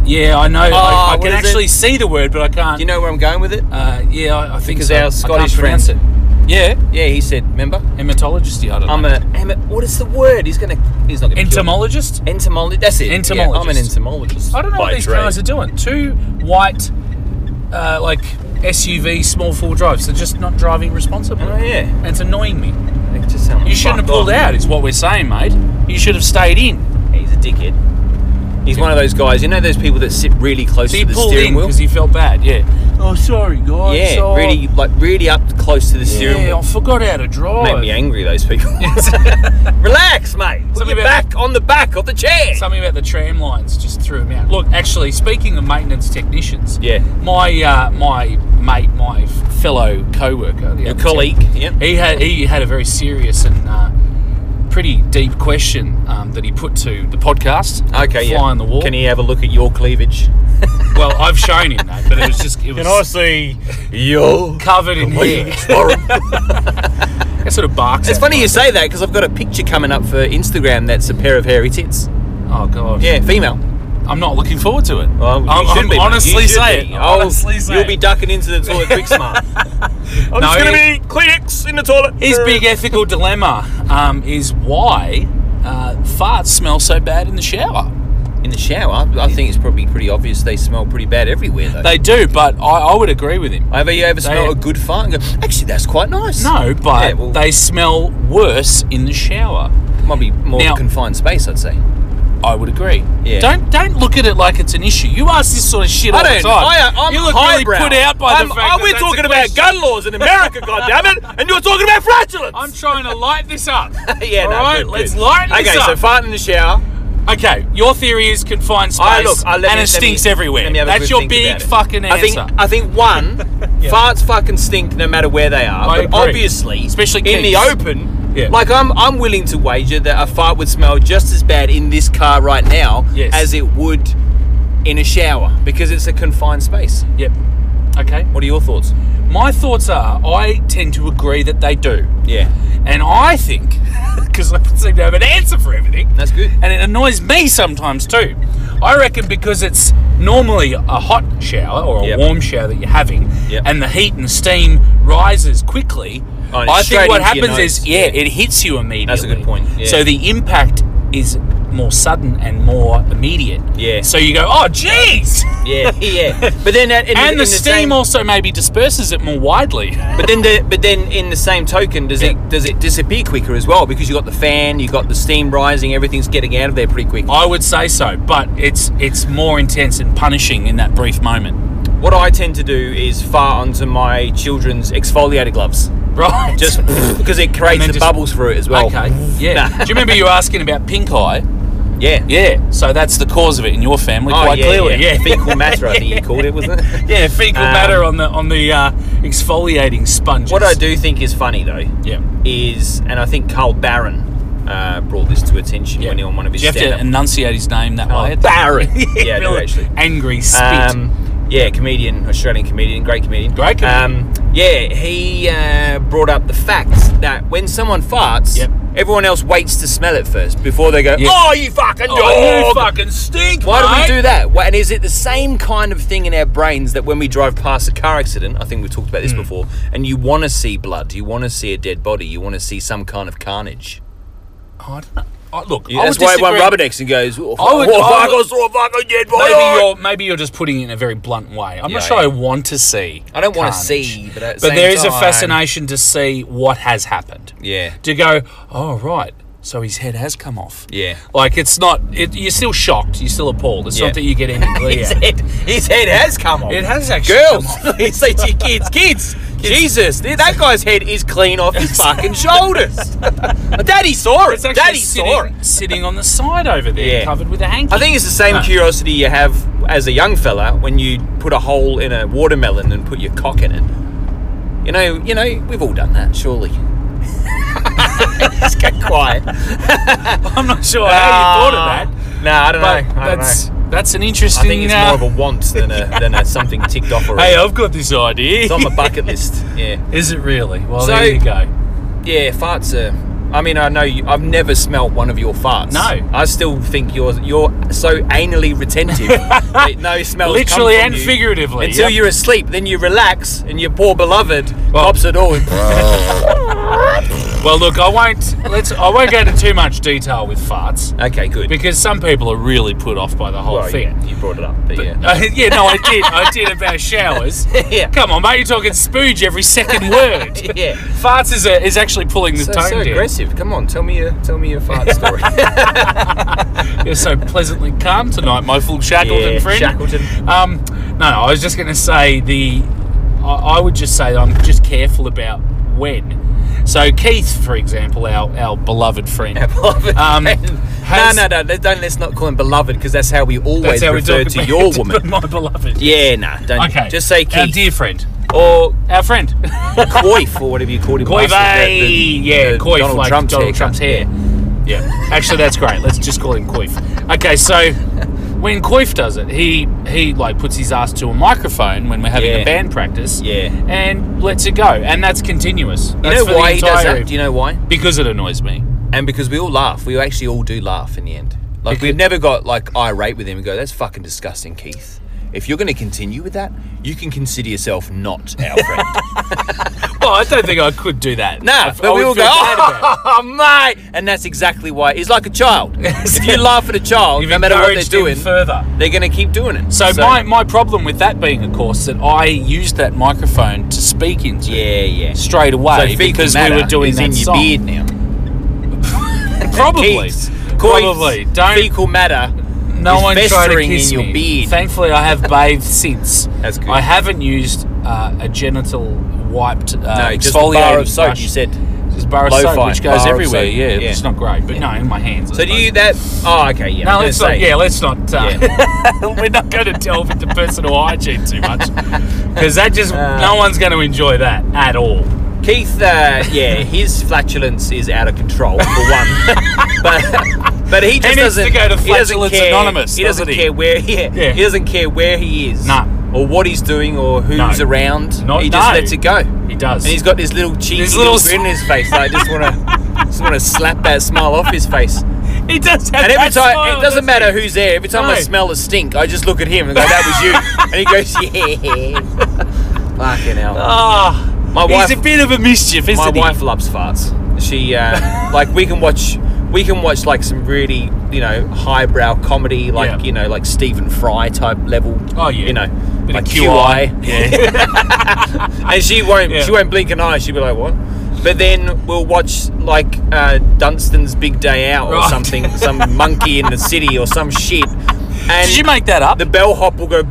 C: Yeah, I know.
B: Ah,
C: I, I
B: what
C: can
B: is it?
C: actually see the word, but I can't.
B: Do you know where I'm going with it?
C: Uh, yeah, I, I think
B: Because
C: so.
B: our
C: I can't
B: Scottish
C: pronounce
B: friends,
C: it.
B: Yeah, yeah. He said, remember?
C: Hematologist, yeah, I don't
B: I'm
C: know.
B: a. I'm a- what is the word? He's gonna. He's not gonna. kill me.
C: entomologist.
B: Entomologist. That's it.
C: Entomologist.
B: Yeah, I'm an entomologist.
C: I don't know
A: By
C: what these
A: trade.
C: guys are doing. Two white, uh, like SUV small four drives. They're just not driving responsibly.
B: Oh, yeah.
C: And it's annoying me.
B: They just sound like
C: You shouldn't have
B: fuck
C: pulled
B: off.
C: out. Is what we're saying, mate. You should have stayed in.
B: He's a dickhead. He's one of those guys. You know those people that sit really close
C: So
B: to
C: he
B: the
C: pulled
B: steering
C: in
B: wheel.
C: because he felt bad. Yeah. Oh, sorry, guys.
B: yeah,
C: Oh,
B: really, like really up close to the steering
C: Yeah, I
B: wheel.
C: forgot how to drive.
B: Made me angry. Those people. Relax, mate. Put
C: Something
B: your
C: about-
B: back on the back of the chair.
C: Something about the tram lines just threw him out. Look, actually, speaking of maintenance technicians,
B: Yeah.
C: my uh, my mate, my f- fellow co-worker, the
B: Your
C: other
B: colleague.
C: tech-
B: Yep.
C: he had he had a very serious and uh, pretty deep question um, that he put to the podcast.
B: Okay.
C: fly
B: yeah.
C: on the wall.
B: Can he have a look at your cleavage?
C: Well, I've shown him that, but it was just it was
B: see your?
C: covered in hair. It sort of barks.
B: It's
C: at
B: funny
C: me.
B: you say that because I've got a picture coming up for Instagram that's a pair of hairy tits.
C: Oh god.
B: Yeah, female.
C: I'm not looking forward to it.
B: Well,
C: I'm,
B: you should
C: I'm
B: be, mate.
C: honestly
B: You should
C: saying.
B: be.
C: I'm
B: I'll-
C: honestly saying.
B: You'll be ducking into the toilet quick smart. I'm
C: No, gonna he-
B: be Kleenex in the toilet.
C: His big ethical dilemma um, is why uh, farts smell so bad in the shower.
B: in the shower. I think it's probably pretty obvious they smell pretty bad everywhere though.
C: They do, but I, I would agree with him.
B: Have you ever smelled a good fart and go, actually, that's quite nice?
C: No, but
B: Yeah, well-
C: they smell worse in the shower.
B: Might be more
C: Now-
B: confined space, I'd say.
C: I would agree.
B: Yeah.
C: Don't don't look at it like it's an issue. You ask this sort of shit all the time.
B: I'm
C: you look
B: highbrow.
C: really put out by
B: I'm-
C: the fact
B: oh,
C: that
B: We're
C: that's a
B: talking about
C: question.
B: gun laws in America, goddammit, and you're talking about flatulence.
C: I'm trying to light this up.
B: yeah,
C: all
B: no,
C: right,
B: good, good.
C: let's light this
B: Okay,
C: up.
B: so fart in the shower.
C: Okay, your theory is confined space
B: I look, I let
C: and
B: me-
C: it
B: let me-
C: stinks everywhere.
B: let me have a
C: That's
B: good
C: your
B: think
C: big
B: about it.
C: fucking answer.
B: I think I think one farts fucking stink no matter where they are.
C: I
B: but
C: agree.
B: obviously,
C: Especially
B: in the
C: kegs.
B: open,
C: Yeah.
B: uh, like I'm I'm willing to wager that a fart would smell just as bad in this car right now
C: Yes.
B: as it would in a shower because it's a confined space.
C: Yep. Okay.
B: What are your thoughts?
C: My thoughts are I tend to agree that they do.
B: Yeah,
C: And I think, because I seem to have an answer for everything,
B: that's good.
C: and it annoys me sometimes too. I reckon because it's normally a hot shower or a
B: Yep.
C: warm shower that you're having,
B: Yep.
C: and the heat and steam rises quickly.
B: Oh, and it's
C: I
B: straight
C: think what
B: into your
C: happens
B: nose.
C: is, yeah, it hits you immediately.
B: good point, yeah.
C: So the impact is more sudden and more immediate.
B: Yeah.
C: So you go, oh, jeez.
B: Yeah, yeah. But then that, in,
C: And
B: in
C: the, steam
B: same-
C: also maybe disperses it more widely.
B: But then, the, but then, in the same token, does it does it disappear quicker as well? Because you got the fan, you got the steam rising, everything's getting out of there pretty quick.
C: I would say so, but it's it's more intense and punishing in that brief moment.
B: What I tend to do is fart onto my children's exfoliator gloves,
C: Right.
B: just because it creates
C: then
B: the
C: just-
B: bubbles through it as well.
C: Okay. Yeah.
B: Nah.
C: Do you remember you were asking about pink eye?
B: Yeah.
C: Yeah. So that's the cause of it in your family
B: Oh,
C: quite
B: yeah,
C: clearly.
B: yeah.
C: Yeah.
B: Fecal matter, I think you called it, wasn't it?
C: Yeah, fecal
B: Um,
C: matter on the on the uh, exfoliating sponges.
B: What I do think is funny though
C: Yeah.
B: is, and I think Carl Barron uh, brought this to attention
C: yeah.
B: when he on one of his
C: Do you have to
B: stand-up-
C: enunciate his name that
B: Oh,
C: way?
B: Barron. yeah, I do
C: Really
B: actually.
C: Angry spit.
B: Um, yeah, comedian, Australian comedian, great comedian.
C: Great comedian.
B: Um, yeah, he uh, brought up the fact that when someone farts,
C: Yep.
B: everyone else waits to smell it first before they go,
C: Yeah.
B: oh, you fucking
C: oh, you
B: dog!
C: fucking stink.
B: Why
C: mate.
B: do we do that? Why- And is it the same kind of thing in our brains that when we drive past a car accident, I think we've talked about this
C: Hmm.
B: before, and you want to see blood, you want to see a dead body, you want to see some kind of carnage.
C: Oh, I don't know. Oh, look, I would
B: That's why everyone
C: disagree.
B: rubbernecks and goes, oh,
C: I would-
B: oh,
C: I
B: fuck,
C: would-
B: I saw a fucking dead body!
C: Maybe you're maybe you're just putting it in a very blunt way. I'm
B: Yeah,
C: not sure
B: yeah.
C: I want to see.
B: I don't want to
C: carnage.
B: see, but at the
C: But
B: same
C: there is a
B: time-
C: fascination to see what has happened.
B: Yeah.
C: To go, oh right, so his head has come off.
B: Yeah.
C: Like it's not. It, you're still shocked. You're still appalled. It's
B: Yeah.
C: not that you get any glee
B: His
C: out. of it.
B: head, his head has come off.
C: It has actually.
B: Girls,
C: come off.
B: he says to your kids, kids, Jesus, th- that guy's head is clean off his fucking shoulders. Daddy saw it.
C: It's actually
B: Daddy saw it.
C: sitting, sitting on the side over there,
B: Yeah.
C: covered with a hanky.
B: I think it's the same
C: No.
B: curiosity you have as a young fella when you put a hole in a watermelon and put your cock in it. You know, you know, we've all done that, surely. Just go quiet.
C: I'm not sure how you thought of that.
B: No, I
C: But
B: don't know. I don't know.
C: that's that's an
B: I
C: interesting.
B: think it's
C: uh,
B: more of a want than a than a something ticked off already.
C: hey, oh. I've got this idea.
B: It's on my bucket list. Yeah.
C: Is it really? Well,
B: So-
C: there you go.
B: Yeah, farts are I mean, I know you, I've never smelt one of your farts.
C: No.
B: I still think you're you're so anally retentive. that no smell.
C: Literally and figuratively,
B: Until
C: yep.
B: you're asleep, then you relax, and your poor beloved pops it all.
C: Well, look, I won't. Let's. I won't go into too much detail with farts
B: okay, good.
C: because some people are really put off by the whole
B: Well,
C: thing.
B: yeah, you brought it up, but, yeah.
C: Uh, yeah, no, I did. I did about showers.
B: Yeah.
C: Come on, mate. You're talking spooge every second word.
B: Yeah.
C: Farts is, a, is actually pulling the
B: So,
C: tone
B: so
C: down.
B: aggressive. Come on, tell me a tell me your fart story.
C: You're so pleasantly calm tonight, my full Shackleton
B: Yeah,
C: friend.
B: Shackleton.
C: Um, no, no, I was just going to say the. I, I would just say that I'm just careful about when. So Keith, for example, our, our beloved friend.
B: beloved
C: Um,
B: friend.
C: has-
B: no, no, no. Don't let's not call him beloved because that's how we always
C: That's how we
B: refer
C: talk
B: to
C: about-
B: your woman.
C: my beloved.
B: Yeah, nah. Don't
C: Okay.
B: just say
C: Our
B: Keith
C: dear friend.
B: or
C: Our friend.
B: Coif or whatever you called him.
C: Coive.
B: last week, the- the-
C: Yeah,
B: the
C: Coif.
B: Donald
C: like
B: Trump's
C: Donald Trump's
B: haircut.
C: hair. Yeah. Actually, that's great. Let's just call him Coif. Okay, so when Coif does it, he he like puts his ass to a microphone when we're having
B: Yeah.
C: a band practice.
B: Yeah.
C: And lets it go, and that's continuous.
B: You
C: That's
B: know
C: for the
B: why he does
C: entire-
B: that? Do you know why?
C: Because it annoys me.
B: And because we all laugh. We actually all do laugh in the end. Like
C: Because-
B: we've never got like irate with him and go, "That's fucking disgusting, Keith." If you're going to continue with that, you can consider yourself not our friend.
C: Well, I don't think I could do that.
B: No,
C: I- I
B: but we
C: would
B: all
C: feel
B: go,
C: bad about it.
B: oh, mate. And that's exactly why. It's like a child. if you laugh at a child,
C: You've
B: no matter what they're
C: encouraged him
B: doing,
C: further.
B: they're going to keep doing it.
C: So, my, my problem with that being, of course, that I used that microphone to speak into
B: Yeah, yeah.
C: straight away
B: fecal
C: because we
B: matter
C: were doing
B: is
C: that
B: in your
C: song.
B: beard now.
C: Probably,
B: Keith's,
C: probably.
B: Coy's
C: Don't
B: fecal matter.
C: no
B: is
C: one try to
B: festering
C: kiss
B: in your
C: me.
B: beard.
C: Thankfully, I have bathed since.
B: That's good.
C: I haven't used uh, a genital wiped. Uh,
B: no, just a
C: exfoliating
B: bar of soap.
C: brush.
B: You said.
C: just bar of
B: Lo-fi,
C: soap, which goes
B: bar of
C: everywhere.
B: soap,
C: Yeah,
B: yeah.
C: it's not great, but no, in my hands. I
B: So do
C: suppose.
B: you that? Oh, okay. Yeah.
C: No,
B: I
C: let's
B: was
C: not.
B: gonna say.
C: Yeah, let's not. Uh, we're not going to delve into personal hygiene too much because that just
B: Uh,
C: no one's going to enjoy that at all.
B: Keith, uh, yeah, his flatulence is out of control for one, but but he just
C: needs
B: doesn't.
C: to go to
B: he doesn't
C: Flatulence
B: care-
C: Anonymous,
B: He doesn't
C: doesn't he?
B: care where. Yeah,
C: Yeah.
B: he doesn't care where he is,
C: No.
B: or what he's doing, or who's
C: No.
B: around.
C: Not-
B: he just
C: no.
B: lets it go, and
C: He does.
B: he's got this little cheeky
C: This little
B: grin in his face. Like, I just want to, just want to slap that smile off his face.
C: He does have
B: And every
C: that
B: time,
C: smile,
B: it doesn't
C: doesn't
B: matter who's there. Every time I
C: No.
B: smell a stink, I just look at him and go, "That was you," and he goes, "Yeah." Fucking hell.
C: Ah,
B: My wife-
C: he's a bit of a mischief, isn't
B: My
C: he?
B: wife loves farts. She uh, like we can watch we can watch like some really you know highbrow comedy like
C: Yeah.
B: you know like Stephen Fry type level.
C: Oh, yeah.
B: you know
C: Bit
B: like
C: of
B: QI.
C: Yeah.
B: and she won't
C: Yeah.
B: she won't blink an eye. She'll be like what? But then we'll watch like uh, Dunstan's Big Day Out or
C: Right.
B: something, some monkey in the city or some shit. And
C: Did you make that up?
B: the bellhop will go,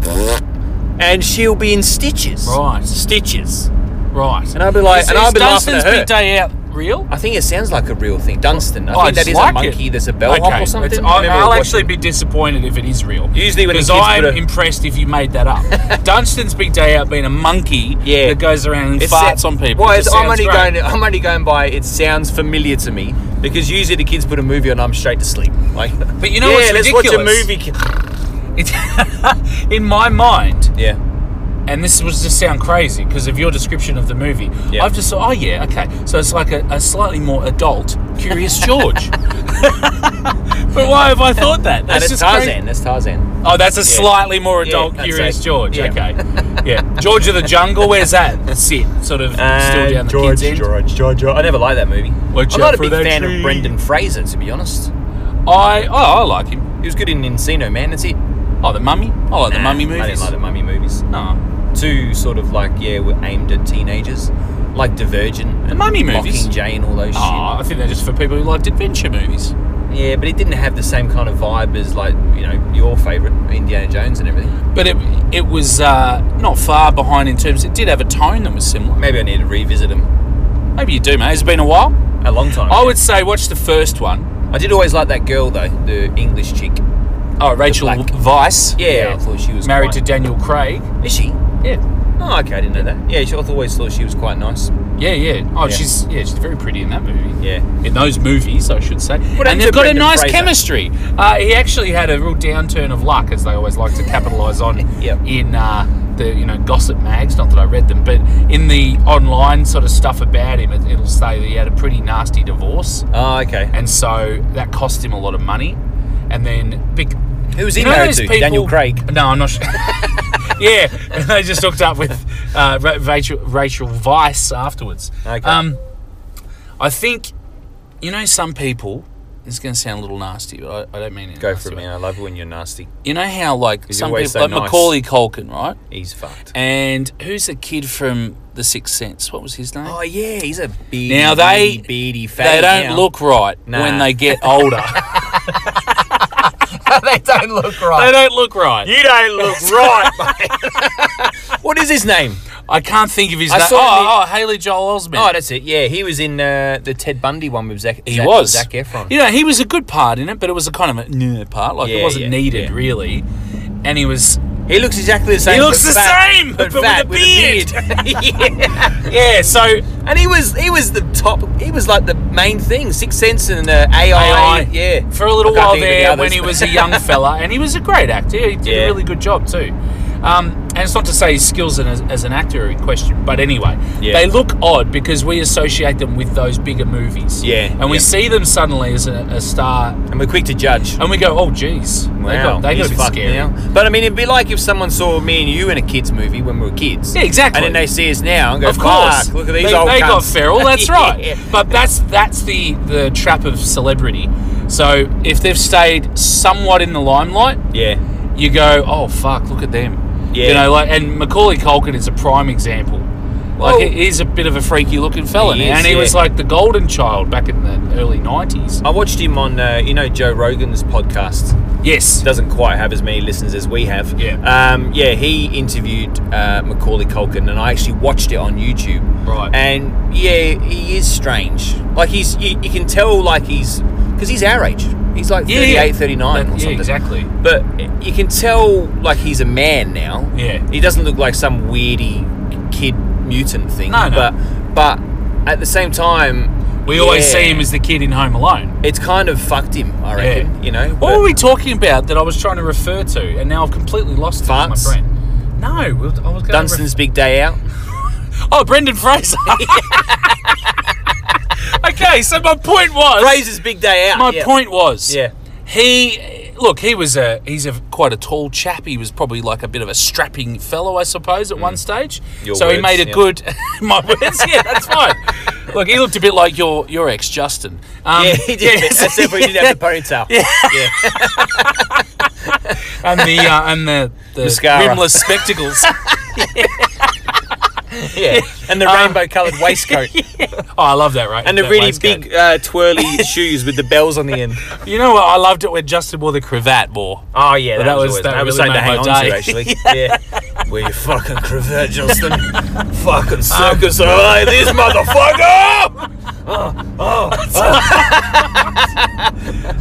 B: and she'll be in stitches.
C: Right.
B: stitches.
C: right.
B: And I'll be like-
C: Is-
B: and I'll
C: is
B: be laughing
C: Dunstan's
B: at her.
C: Big Day Out real?
B: I think it sounds like a real thing. Dunstan. I
C: Oh,
B: think that
C: just
B: is
C: like
B: a monkey.
C: it.
B: There's a bellhop
C: okay.
B: or something.
C: it's-
B: I've
C: I'll,
B: never
C: I'll
B: watched
C: actually
B: it.
C: be disappointed if it is real.
B: Usually when a
C: because
B: kid's
C: I'm
B: put a-
C: impressed if you made that up. Dunstan's Big Day Out being a monkey
B: Yeah.
C: that goes around and
B: It
C: farts
B: sa-
C: on people.
B: Well,
C: It
B: it's,
C: just
B: I'm
C: sounds
B: only
C: great.
B: going. I'm only going by. It sounds familiar to me because usually the kids put a movie on. I'm straight to sleep. Like,
C: But you know what's
B: yeah, let's watch
C: ridiculous?
B: a movie. ki-
C: It's- in my mind,
B: Yeah,
C: and this was to sound crazy because of your description of the movie.
B: Yeah.
C: I've just thought, oh yeah, okay. So it's like a, a slightly more adult Curious George. but why have I thought that?
B: no, that's
C: just
B: Tarzan.
C: crazy.
B: That's Tarzan.
C: Oh, that's a slightly more adult
B: that's
C: Curious
B: it.
C: George.
B: Yeah.
C: Okay, yeah. George of the Jungle. Where's that? That's it. Sort of still down the kids end.
B: George, George, I never liked that movie.
C: Watch
B: I'm
C: out
B: not a
C: for
B: big
C: that
B: fan
C: tree.
B: of Brendan Fraser, to be honest.
C: I oh I like him.
B: He was good in Encino Man. That's it.
C: Oh the Mummy. I like the
B: Nah,
C: Mummy movies.
B: I didn't like the Mummy movies.
C: No.
B: Two sort of like yeah, were aimed at teenagers, like Divergent, and
C: Mummy movies?
B: Mockingjay, and all those
C: Oh, I think they're just for people who liked adventure movies.
B: shit. Yeah, but it didn't have the same kind of vibe as like you know your favorite Indiana Jones and everything.
C: But it it was uh, not far behind in terms. It did have a tone that was similar.
B: Maybe I need to revisit them.
C: Maybe you do, mate. It's been a while.
B: A long time.
C: I
B: ago.
C: would say watch the first one.
B: I did always like that girl though, the English chick.
C: Oh, Rachel
B: black-
C: Vice.
B: Yeah, I thought she was
C: married to
B: quite-
C: Daniel Craig.
B: Is she?
C: Yeah.
B: Oh, okay, I didn't know that. Yeah, she, I always thought she was quite nice.
C: Yeah, yeah. Oh,
B: Yeah.
C: she's yeah, she's very pretty in that movie.
B: Yeah.
C: In those movies, I should say.
B: happened
C: and
B: to
C: they've got
B: Brendan
C: a nice
B: Fraser?
C: chemistry. Uh, he actually had a real downturn of luck, as they always like to capitalise on
B: Yep.
C: in uh, the you know gossip mags. Not that I read them, but in the online sort of stuff about him, it, it'll say that he had a pretty nasty divorce,
B: Oh, okay.
C: and so that cost him a lot of money. And then big,
B: Who was he
C: you know
B: married
C: those
B: to?
C: people-
B: Daniel Craig.
C: No, I'm not. sure. yeah, they just hooked up with uh, Ra- Rachel Rachel Vice afterwards.
B: Okay.
C: Um, I think you know some people. This is going to sound a little nasty, but I, I don't mean it.
B: Go for it, man. I love when you're nasty.
C: You know how like
B: He's
C: some people,
B: always so
C: like
B: nice.
C: Macaulay Culkin, right?
B: He's fucked.
C: And who's the kid from The Sixth Sense? What was his name?
B: oh yeah, he's a beady,
C: Now they-
B: beady fat.
C: they don't look right
B: Nah.
C: when they get older.
B: they don't look
C: they
B: right.
C: don't look right.
B: You don't look right. mate. what is his name?
C: I can't think of his
B: I
C: name.
B: saw him
C: Oh, oh, Haley Joel Osment.
B: Oh, that's it. Yeah, he was in uh, the Ted Bundy one with Zach.
C: He
B: Zac,
C: was.
B: Zac Efron.
C: You know, he was a good part in it, but it was a kind of a new part. Like
B: Yeah,
C: it wasn't
B: yeah,
C: needed
B: yeah.
C: really. And he was
B: He looks exactly the same.
C: He looks
B: but
C: the
B: fat,
C: same,
B: but,
C: but
B: fat
C: with
B: with,
C: a
B: a beard. yeah.
C: Yeah, so
B: and he was he was the top. He was like the main thing. Sixth Sense and uh, AI,
C: AI.
B: Yeah,
C: for a little
B: I can't
C: while
B: think of the
C: there when
B: others.
C: he was a young fella and he was a great actor. He did
B: Yeah.
C: a really good job too. Um, and it's not to say his skills as, as an actor are in question, but anyway,
B: Yeah.
C: they look odd because we associate them with those bigger movies.
B: Yeah,
C: And we
B: yeah.
C: see them suddenly as a, a star
B: and we're quick to judge.
C: and we go, oh, geez. They got, they got
B: he's
C: a bit
B: fucked
C: scary.
B: now. But I mean, it'd be like if someone saw me and you in a kids movie when we were kids.
C: Yeah, exactly.
B: And then they see us now and go,
C: Of course,
B: "Fuck, look at these
C: they,
B: old
C: they got
B: cunts."
C: feral. That's
B: Yeah.
C: right. But that's that's the the trap of celebrity. So if they've stayed somewhat in the limelight,
B: Yeah.
C: you go, oh fuck, look at them.
B: Yeah.
C: You know, like and Macaulay Culkin is a prime example. Like
B: Well-
C: he he's a bit of a freaky looking fella,
B: He
C: now,
B: is,
C: and he was
B: yeah.
C: like the golden child back in the early nineties.
B: I watched him on, uh, you know, Joe Rogan's podcast.
C: Yes.
B: doesn't quite have as many listeners as we have.
C: Yeah.
B: Um, yeah, he interviewed uh, Macaulay Culkin, and I actually watched it on YouTube.
C: Right.
B: And yeah, he is strange. Like he's, you, you can tell, like he's, because he's our age. He's like 38, 39
C: That-
B: or
C: yeah,
B: something.
C: exactly.
B: But you can tell, like he's a man now.
C: Yeah.
B: He doesn't look like some weirdy kid mutant thing.
C: No, no.
B: But, but at the same time,
C: We always
B: yeah,
C: see him as the kid in Home Alone.
B: It's kind of fucked him, I reckon. You know.
C: What
B: but-
C: were we talking about that I was trying to refer to, and now I've completely lost it in my
B: Farts?
C: brain? No, we were- I was going
B: Dunstan's big day out.
C: To ref- oh, Brendan Fraser. okay, so my point was.
B: Fraser's big day out.
C: my
B: yeah.
C: point was.
B: Yeah.
C: He look, he was a he's a quite a tall chap. He was probably like a bit of a strapping fellow, I suppose, at one stage.
B: Mm. Your
C: so he
B: words,
C: made a
B: yeah.
C: good my words. Yeah, that's fine. Look, he looked a bit like your your ex Justin. Um,
B: yeah, he did.
C: yes.
B: Except for he didn't have the ponytail. Yeah.
C: and the uh, and the the
B: Mascara.
C: rimless spectacles.
B: And the rainbow coloured waistcoat.
C: Oh, I love that, right?
B: And the
C: Um, that
B: really
C: waistcoat.
B: big uh, twirly shoes with the bells on the end.
C: You know what? I loved it when Justin wore the cravat more.
B: Oh, yeah.
C: Well, that was-
B: always-
C: that really
B: something
C: made my day.
B: actually. yeah. Where you fucking cravat, Justin. fucking circus um, eye, this motherfucker!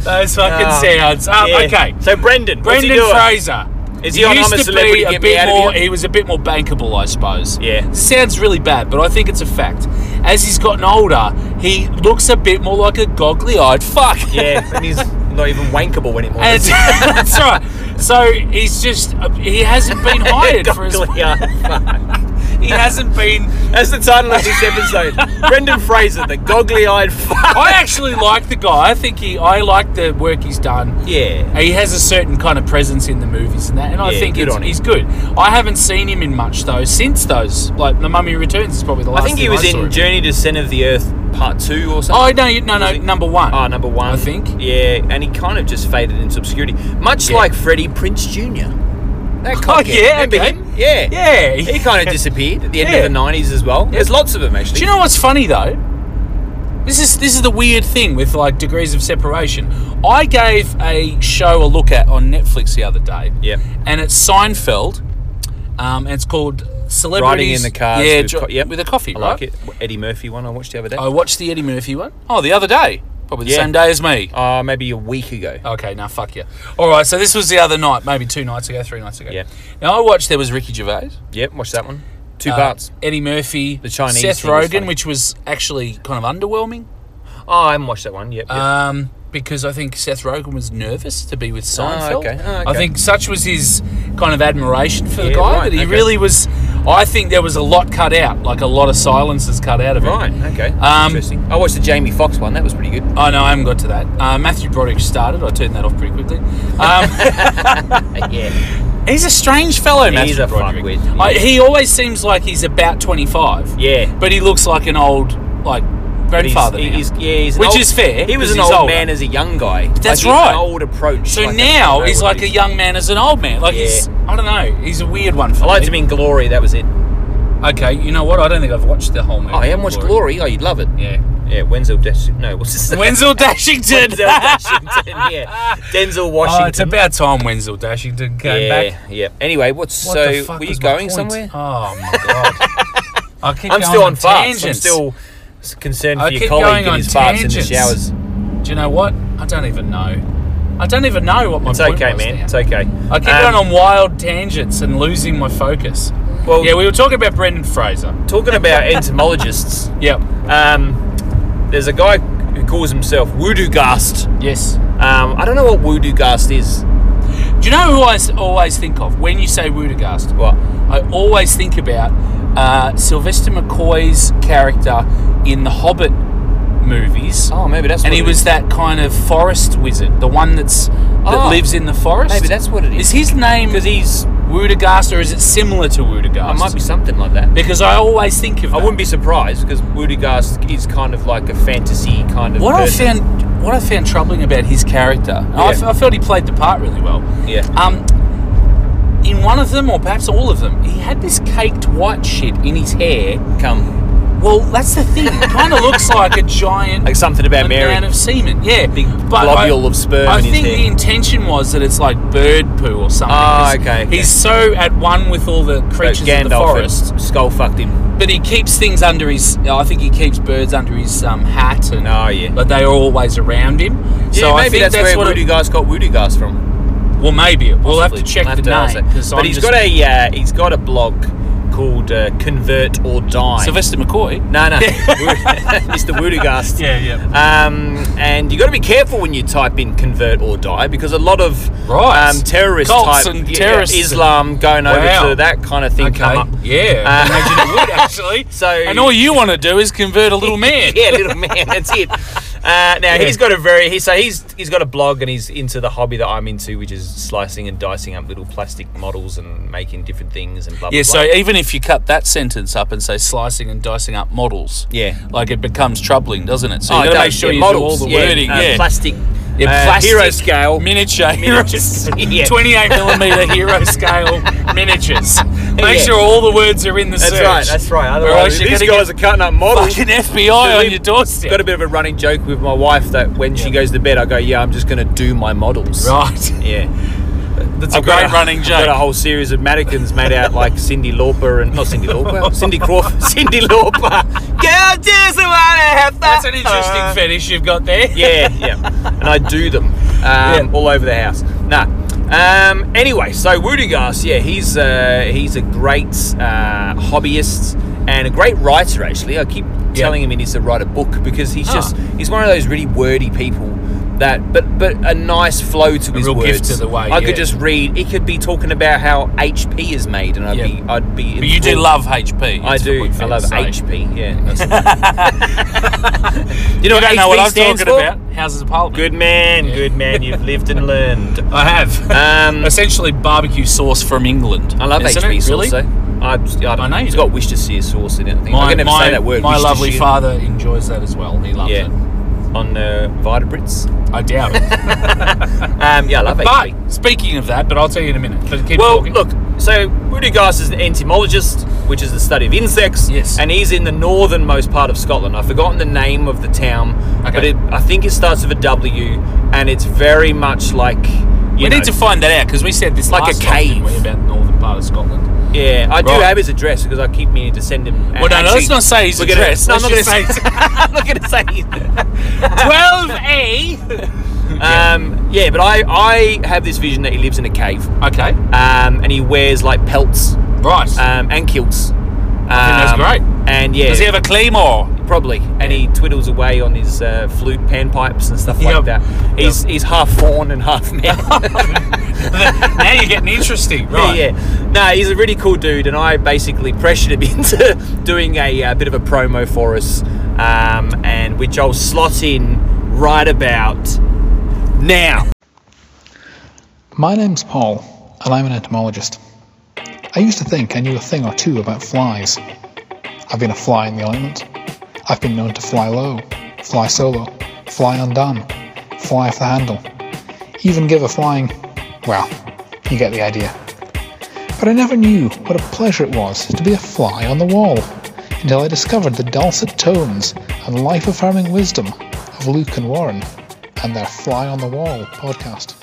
C: Those fucking
B: Ah,
C: sounds. Um,
B: Yeah.
C: Okay,
B: So, Brendan, what's he
C: Brendan
B: doing?
C: Fraser.
B: Is he on I'm
C: used
B: a
C: to
B: Celebrity,
C: be a
B: Get Me
C: bit
B: Out of
C: more.
B: Here?
C: He was a bit more bankable, I suppose.
B: Yeah.
C: Sounds really bad, but I think it's a fact. As he's gotten older, he looks a bit more like a goggly-eyed fuck.
B: yeah, and he's not even wankable anymore.
C: And-
B: is he?
C: that's right. So he's just he hasn't been hired for his.
B: Goggly eye.
C: He hasn't been.
B: uh, That's the title of this episode. Brendan Fraser, the goggly-eyed fuck.
C: I actually like the guy. I think he. I like the work he's done.
B: Yeah.
C: He has a certain kind of presence in the movies and that, and I
B: Yeah,
C: think
B: good
C: it's,
B: on him.
C: he's good. I haven't seen him in much though since those, like The Mummy Returns is probably the last.
B: I think he
C: thing
B: was
C: I saw
B: in
C: him
B: Journey to Center of the Earth Part Two or
C: Oh
B: something.
C: no, you- no, no, number one.
B: Ah, number one,
C: I think.
B: Yeah, and he kind of just faded into obscurity, much
C: Yeah.
B: like Freddie Prince Jr. That
C: Oh
B: cockhead.
C: yeah,
B: remember
C: okay.
B: him? Yeah,
C: yeah.
B: He kind of disappeared at the end
C: Yeah.
B: of the nineties as well. There's lots of them actually.
C: Do you know what's funny though? This is this is the weird thing with like degrees of separation. I gave a show a look at on Netflix the other day.
B: Yep.
C: And it's Seinfeld. Um, and it's called Celebrities.
B: the Cars
C: Yeah,
B: with
C: dri-
B: co- yep.
C: with a coffee,
B: I
C: right?
B: like it. Eddie Murphy one I watched the other day.
C: I watched the Eddie Murphy one. Oh, the other day. Probably the
B: Yeah.
C: same day as me.
B: Uh, maybe a week ago.
C: Okay, now fuck you. All right, so this was the other night, maybe two nights ago, three nights ago.
B: Yeah.
C: Now I watched. There was Ricky Gervais,
B: Yep, watched that one. Two
C: uh,
B: parts.
C: Eddie Murphy,
B: The Chinese
C: Seth
B: thing was
C: Rogen,
B: funny.
C: which was actually kind of underwhelming.
B: Oh, I haven't watched that one yet.
C: um, because I think Seth Rogen was nervous to be with Seinfeld.
B: okay. Oh,
C: I
B: okay.
C: think such was his kind of admiration for the
B: Yeah,
C: guy
B: right,
C: that he
B: okay.
C: really was. I think there was a lot cut out, like a lot of silences cut out of it.
B: Uh, Right. Okay.
C: Um,
B: Interesting. I watched the Jamie Foxx one. That was pretty good.
C: Oh no, I haven't got to that. Uh, Matthew Broderick started. I turned that off pretty quickly. Um,
B: yeah.
C: he's a strange fellow, Matthew
B: He's a
C: Broderick.
B: fuckwit,
C: I,
B: yeah.
C: he always seems like he's about twenty-five.
B: Yeah.
C: but he looks like an old like
B: But he's-
C: grandfather. now.
B: He's, yeah, he's an
C: Which
B: old-
C: is fair,
B: He was
C: 'cause
B: an
C: he's
B: old
C: older.
B: man as a young guy.
C: That's
B: Like, he had
C: right.
B: An old approach.
C: so
B: like, I don't
C: now
B: know
C: he's
B: what
C: like
B: it
C: a
B: is.
C: young man as an old man. Like he's I don't know. He's a weird one for
B: I liked
C: me.
B: him in Glory. That was it.
C: Okay, you know what? I don't think I've watched the whole movie.
B: Oh, I haven't watched Glory. Oh, you'd love it.
C: Yeah.
B: Yeah. Wenzel Dash. No. What's his name?
C: Wenzel Dashington.
B: Denzel Washington. Yeah. Denzel Washington.
C: Oh, it's about time Wenzel Dashington came
B: yeah,
C: back.
B: yeah. Anyway, what's
C: What the
B: so?
C: fuck
B: Were you
C: was my
B: going
C: point?
B: somewhere?
C: Oh my god. I keep
B: I'm
C: going
B: still on farts. I'm
C: tangents.
B: still s- concerned
C: I
B: for your
C: keep
B: colleague
C: going
B: and
C: on
B: his farts in the
C: tangents.
B: showers.
C: Do you know what? I don't even know. I don't even know what my
B: It's
C: point
B: okay,
C: was
B: man.
C: now.
B: It's okay. Um,
C: I keep going on wild tangents and losing my focus.
B: Well-
C: yeah, we were talking about Brendan Fraser.
B: Talking about entomologists,
C: Yep.
B: um, there's a guy who calls himself Woodugast.
C: Yes.
B: Um, I don't know what Woodugast is.
C: Do you know who I s- always think of when you say Wudagast?
B: What?
C: I always think about uh, Sylvester McCoy's character in the Hobbit movies.
B: Oh, maybe that's.
C: and
B: what
C: he
B: it
C: was
B: is.
C: that kind of forest wizard, the one that's that
B: Oh.
C: lives in the forest.
B: Maybe that's what it is.
C: Is his name because he's Wudagast, or is it similar to Wudagast?
B: I might be something like that.
C: because I always think of.
B: I
C: that.
B: wouldn't be surprised because Woodugast is kind of like a fantasy kind of.
C: What I
B: person.
C: found, what I found troubling about his character, and I,
B: Yeah.
C: f- I felt he played the part really well.
B: Yeah.
C: Um, in one of them, or perhaps all of them, he had this caked white shit in his hair.
B: Come,
C: Well, that's the thing. It kind of looks like a giant
B: like something about Mary.
C: amount of semen. Yeah,
B: Big
C: I-
B: globule of sperm
C: I
B: in his
C: think
B: hair.
C: the intention was that it's like bird poo or something.
B: Ah,
C: 'cause
B: okay, okay.
C: He's so at one with all the
B: But
C: creatures
B: Gandalf
C: of the forest,
B: had skull fucked him.
C: but he keeps things under his. I think he keeps birds under his um, hat, and
B: Oh, yeah.
C: but they are always around him. so I think that's, what.
B: Woody
C: It,
B: Guys got Woody Guys from.
C: well, maybe we'll have to
B: Possibly.
C: check
B: I'll have
C: the
B: to ask
C: name.
B: that.
C: 'cause
B: But
C: I'm
B: he's
C: just-
B: got a uh, he's got a blog called uh, Convert or Die.
C: Sylvester McCoy.
B: no, no, Mr. Woodigast.
C: Yeah, yeah.
B: Um, and you got to be careful when you type in "convert or die" because a lot of
C: Right.
B: um, terrorist
C: Cults
B: type
C: and terrorists.
B: Islam going over
C: Wow.
B: to that kind of thing
C: Okay.
B: come up.
C: Yeah.
B: Uh,
C: I imagine it would actually.
B: So-
C: and all you want to do is convert a little man.
B: yeah, little man. That's it. Uh, now he's got a very he so he's he's got a blog and he's into the hobby that I'm into, which is slicing and dicing up little plastic models and making different things and blah blah.
C: Yeah, so
B: blah.
C: even if you cut that sentence up and say slicing and dicing up models,
B: Yeah.
C: like it becomes troubling, doesn't it? So you
B: Oh,
C: got
B: it
C: to make
B: does.
C: sure
B: Yeah,
C: you
B: models,
C: do all the
B: yeah,
C: wording.
B: uh,
C: yeah,
B: plastic,
C: yeah,
B: uh,
C: plastic
B: hero scale,
C: miniature,
B: Miniatures.
C: miniatures,
B: Yeah.
C: twenty-eight millimeter hero scale miniatures. Make
B: Yeah.
C: sure all the words are in the
B: That's
C: search.
B: right. That's right.
C: Or
B: Otherwise,
C: else you're
B: these
C: gonna
B: guys are
C: get
B: cutting up models.
C: fucking FBI on
B: We've
C: your doorstep.
B: Got a bit of a running joke with my wife that when she goes to bed, I go, "Yeah, I'm just going to do my models."
C: right.
B: Yeah.
C: That's
B: I've
C: a great
B: got
C: running
B: I've
C: joke.
B: Got a whole series of mannequins made out like Cindy Lauper and not Cindy Lauper, Cindy Crawford, Cindy Lauper. Girl, just wanna have
C: That's an interesting
B: fun.
C: fetish you've got there.
B: Yeah, yeah. And I do them um, all over the house. Nah. Um, anyway, so Woodigast, yeah, he's uh, he's a great uh, hobbyist and a great writer. Actually, I keep
C: Yeah.
B: telling him he needs to write a book because he's
C: Ah.
B: just he's one of those really wordy people that, but but a nice flow to his
C: real
B: words.
C: gift to the way,
B: I could
C: yeah.
B: just read. He could be talking about how HP is made, and I'd
C: Yeah.
B: be I'd be.
C: But you do
B: enthralled.
C: love HP.
B: I
C: it's
B: do.
C: probably
B: I
C: fair to
B: love
C: say.
B: HP. Yeah. that's- you know
C: I
B: what
C: don't know what
B: HP
C: I'm
B: stands
C: talking
B: for?
C: about. Houses of Parliament.
B: Good man,
C: Yeah.
B: good man. You've lived and learned.
C: I have.
B: Um,
C: Essentially, barbecue sauce from England.
B: I love
C: Isn't
B: HP
C: it?
B: sauce.
C: Really?
B: Though. I, I, don't
C: I
B: know.
C: know you
B: It's
C: do.
B: got Worcestershire sauce in it. I, think. I
C: My,
B: can never
C: my,
B: say that word.
C: my lovely
B: Worcestershire.
C: father enjoys that as well. He loves
B: Yeah.
C: it.
B: On uh, Vitabrits.
C: I doubt it.
B: Um, yeah, I love
C: but
B: HP.
C: speaking of that, but I'll tell you in a minute. But keep
B: Well,
C: talking.
B: look, so Rudigas is an entomologist, which is the study of insects.
C: Yes.
B: And he's in the northernmost part of Scotland. I've forgotten the name of the town,
C: Okay.
B: but it, I think it starts with a W, and it's very much like. You
C: we
B: know,
C: need to find that out because we said this
B: Like
C: last
B: a
C: time, didn't
B: cave.
C: we, about the northern part of Scotland.
B: Yeah, I do
C: Right.
B: have his address because I keep meaning to send him.
C: Well, no, no, let's not say his
B: we're gonna-
C: address.
B: no, I'm
C: Let's
B: not
C: just
B: gonna I'm not going to say. his-
C: Twelve E. A.
B: Um, yeah, but I, I have this vision that he lives in a cave
C: Okay,
B: um, and he wears like pelts
C: right.
B: um, and kilts. Um,
C: that's great.
B: And yeah,
C: Does he have a claymore?
B: Probably, and he twiddles away on his uh, flute panpipes and stuff
C: Yep.
B: like that. He's he's half fawn and half man.
C: now you're getting interesting, right?
B: yeah. No, he's a really cool dude, and I basically pressured him into doing a, uh bit of a promo for us, um, and which I'll slot in right about now.
G: My name's Paul, and I'm an entomologist. I used to think I knew a thing or two about flies. I've been a fly in the ointment. I've been known to fly low, fly solo, fly undone, fly off the handle, even give a flying. Well, you get the idea. But I never knew what a pleasure it was to be a fly on the wall until I discovered the dulcet tones and life affirming wisdom of Luke and Warren and their Fly on the Wall podcast.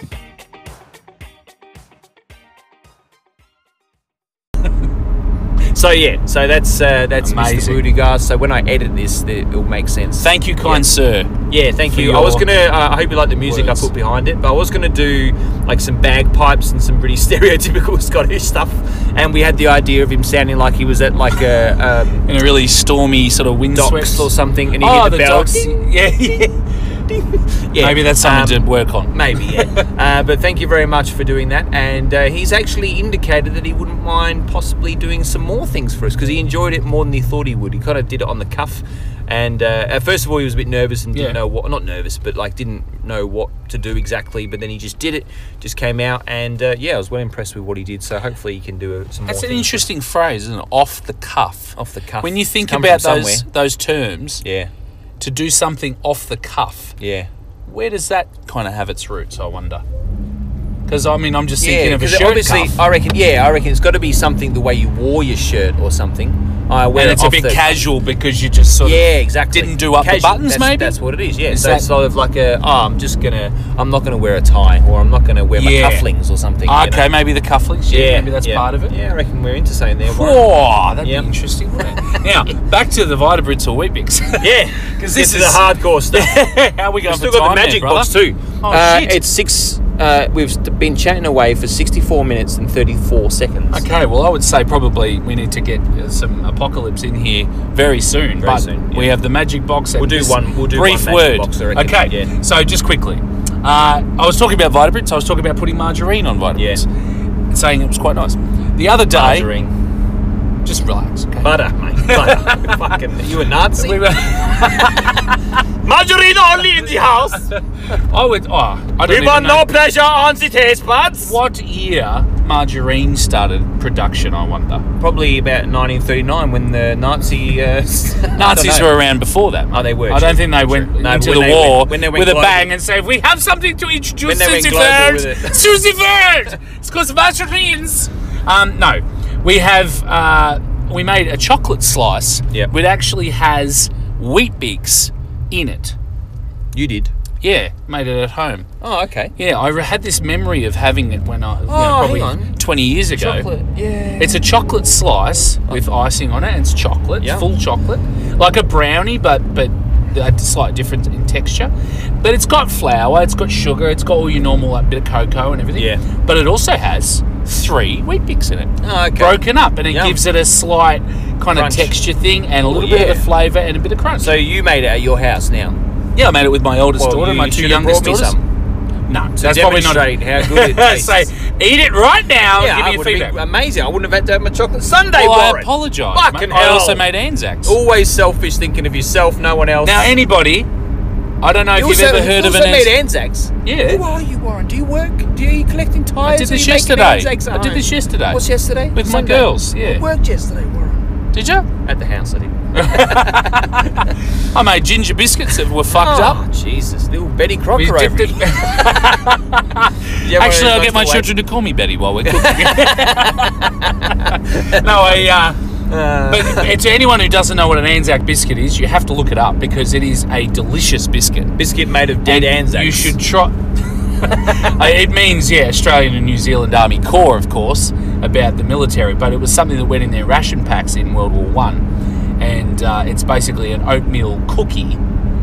B: So yeah, so that's uh, that's
C: Amazing.
B: Mr. Rudiger. So when I edit this, it will make sense.
C: Thank you, kind sir.
B: Yeah, thank
C: for
B: you. I was
C: your
B: gonna. Uh, I hope you like the music
C: words.
B: I put behind it, but I was gonna do like some bagpipes and some pretty stereotypical Scottish stuff. And we had the idea of him sounding like he was at like a um,
C: In a really stormy sort of windswept.
B: docks or something, and he
C: Oh,
B: hit
C: the
B: the, bell.
C: docks. Yeah, yeah.
B: Yeah,
C: Maybe that's something
B: um,
C: to work on.
B: Maybe, yeah. uh, but thank you very much for doing that. And uh, he's actually indicated that he wouldn't mind possibly doing some more things for us because he enjoyed it more than he thought he would. He kind of did it on the cuff. And uh, uh, first of all, he was a bit nervous and didn't
C: Yeah.
B: know what, not nervous, but like didn't know what to do exactly. But then he just did it, just came out. And uh, yeah, I was well impressed with what he did. So hopefully he can do uh, some
C: That's
B: more.
C: an
B: things.
C: interesting phrase, isn't it? Off the cuff.
B: Off the cuff.
C: When you
B: It's
C: think
B: come from
C: about those
B: somewhere.
C: those terms,
B: Yeah,
C: to do something off the cuff,
B: yeah.
C: where does that kind of have its roots? I wonder. Because I mean, I'm just
B: Yeah,
C: thinking of a
B: 'cause
C: shirt
B: obviously,
C: cuff,
B: I reckon. Yeah, I reckon it's got to be something the way you wore your shirt or something. I wear
C: and
B: it
C: it's a
B: off
C: bit
B: the-
C: casual because you just sort
B: yeah,
C: of
B: exactly.
C: didn't do up the
B: Casual,
C: buttons,
B: that's-
C: maybe?
B: That's what it is. Yeah.
C: Is
B: so it's
C: that-
B: sort of like a oh, I'm just gonna I'm not gonna wear a tie or I'm not gonna wear my
C: Yeah.
B: cufflings or something. you
C: Ah, okay,
B: know?
C: maybe the cufflinks. Yeah, maybe that's
B: yeah.
C: part of it.
B: Yeah, I reckon we're into something there. Warren.
C: Whoa, that'd
B: Yep.
C: be interesting, wouldn't it? now, back to the Vitabrits or Weet-Bix.
B: Yeah, because this is the hardcore stuff.
C: How are we going
B: We've
C: for
B: still got the
C: time there,
B: magic
C: brother?
B: box too.
C: Oh,
B: uh,
C: shit.
B: It's six. Uh, we've been chatting away for 64 minutes and 34 seconds.
C: Okay, well, I would say probably we need to get uh, some apocalypse in here very soon.
B: Very
C: but
B: soon, yeah.
C: we have the magic box. and
B: We'll do
C: this
B: one- we'll do
C: brief
B: one magic
C: word.
B: box, I reckon,
C: okay,
B: yeah.
C: so just quickly, uh, I was talking about Vitabrits. I was talking about putting margarine on Vitabrits, and saying it was quite nice. The other day,
B: Margarine,
C: just relax. Okay?
B: butter, mate, butter. Fucking, you a Nazi?
C: We were-
B: Margarine only in the house.
C: I would. Oh, I don't
B: We
C: even
B: want
C: know
B: no pleasure on the taste buds.
C: what year margarine started production. I wonder.
B: Probably about 1939 when the Nazi uh,
C: Nazis were around before that.
B: Oh, they were,
C: I don't
B: true,
C: think they
B: true.
C: went
B: No,
C: into
B: when
C: the
B: they
C: war
B: went- when they went
C: with a
B: global.
C: bang and said, "We have something to introduce,
B: When they went
C: Susie
B: global
C: Verd,
B: with it.
C: Susie Verd. It's called margarines." Um, no, we have uh, we made a chocolate slice.
B: Yep.
C: which actually has wheat bix in it.
B: You did.
C: Yeah, made it at home.
B: Oh, okay.
C: Yeah, I had this memory of having it when I you know,
B: Oh,
C: probably
B: hang on.
C: twenty years ago.
B: Yeah.
C: It's a chocolate slice with icing on it. And it's chocolate,
B: Oh. Yeah.
C: full chocolate, like a brownie, but but a slight difference in texture. But it's got flour, it's got sugar, it's got all your normal like bit of cocoa and everything.
B: Yeah.
C: But it also has three wheat bix in it,
B: Oh, okay.
C: broken up, and it
B: Yum.
C: gives it a slight kind
B: Crunch.
C: of texture thing and a little
B: yeah.
C: bit of the flavour and a bit of crunch.
B: So you made it at your house now.
C: yeah, I made it with my oldest
B: Well,
C: daughter,
B: you
C: my two
B: should've
C: youngest
B: brought me
C: daughters.
B: some.
C: No,
B: To
C: that's probably not.
B: demonstrate how good it tastes.
C: Say, eat it right now.
B: yeah,
C: and
B: I
C: give me
B: would
C: your
B: have
C: feedback.
B: been amazing. I wouldn't have had to have my chocolate Sunday.
C: well, Oh, I
B: Warren.
C: apologise.
B: Fucking
C: mate. I
B: hell.
C: also made Anzacs.
B: Always selfish, thinking of yourself, no one else.
C: Now, anybody, I don't know if
B: you
C: you've
B: also,
C: ever heard
B: you
C: of
B: also
C: an
B: made
C: Anzac.
B: Anzacs.
C: Yeah.
B: Who are you, Warren? Do you work? Do you, are you collecting
C: I
B: tires?
C: did this
B: Are you making
C: yesterday.
B: Anzacs at
C: I did
B: home?
C: this yesterday.
B: What's yesterday?
C: With my
B: Sunday.
C: girls,
B: I
C: yeah.
B: worked yesterday, Warren.
C: Did you?
B: At the house, I did.
C: I made ginger biscuits that were fucked
B: Oh,
C: up.
B: Jesus, little Betty Crocker
C: We dipped
B: over
C: it-
B: here. You
C: Actually,
B: ever
C: I'll
B: noticed
C: get my
B: the way-
C: children to call me Betty while we're cooking. no, I. Uh, but to anyone who doesn't know what an Anzac biscuit is, you have to look it up because it is a delicious biscuit.
B: Biscuit made of dead
C: And
B: Anzacs.
C: You should try. Uh, it means, yeah, Australian and New Zealand Army Corps, of course, about the military, but it was something that went in their ration packs in World War One, and uh, it's basically an oatmeal cookie,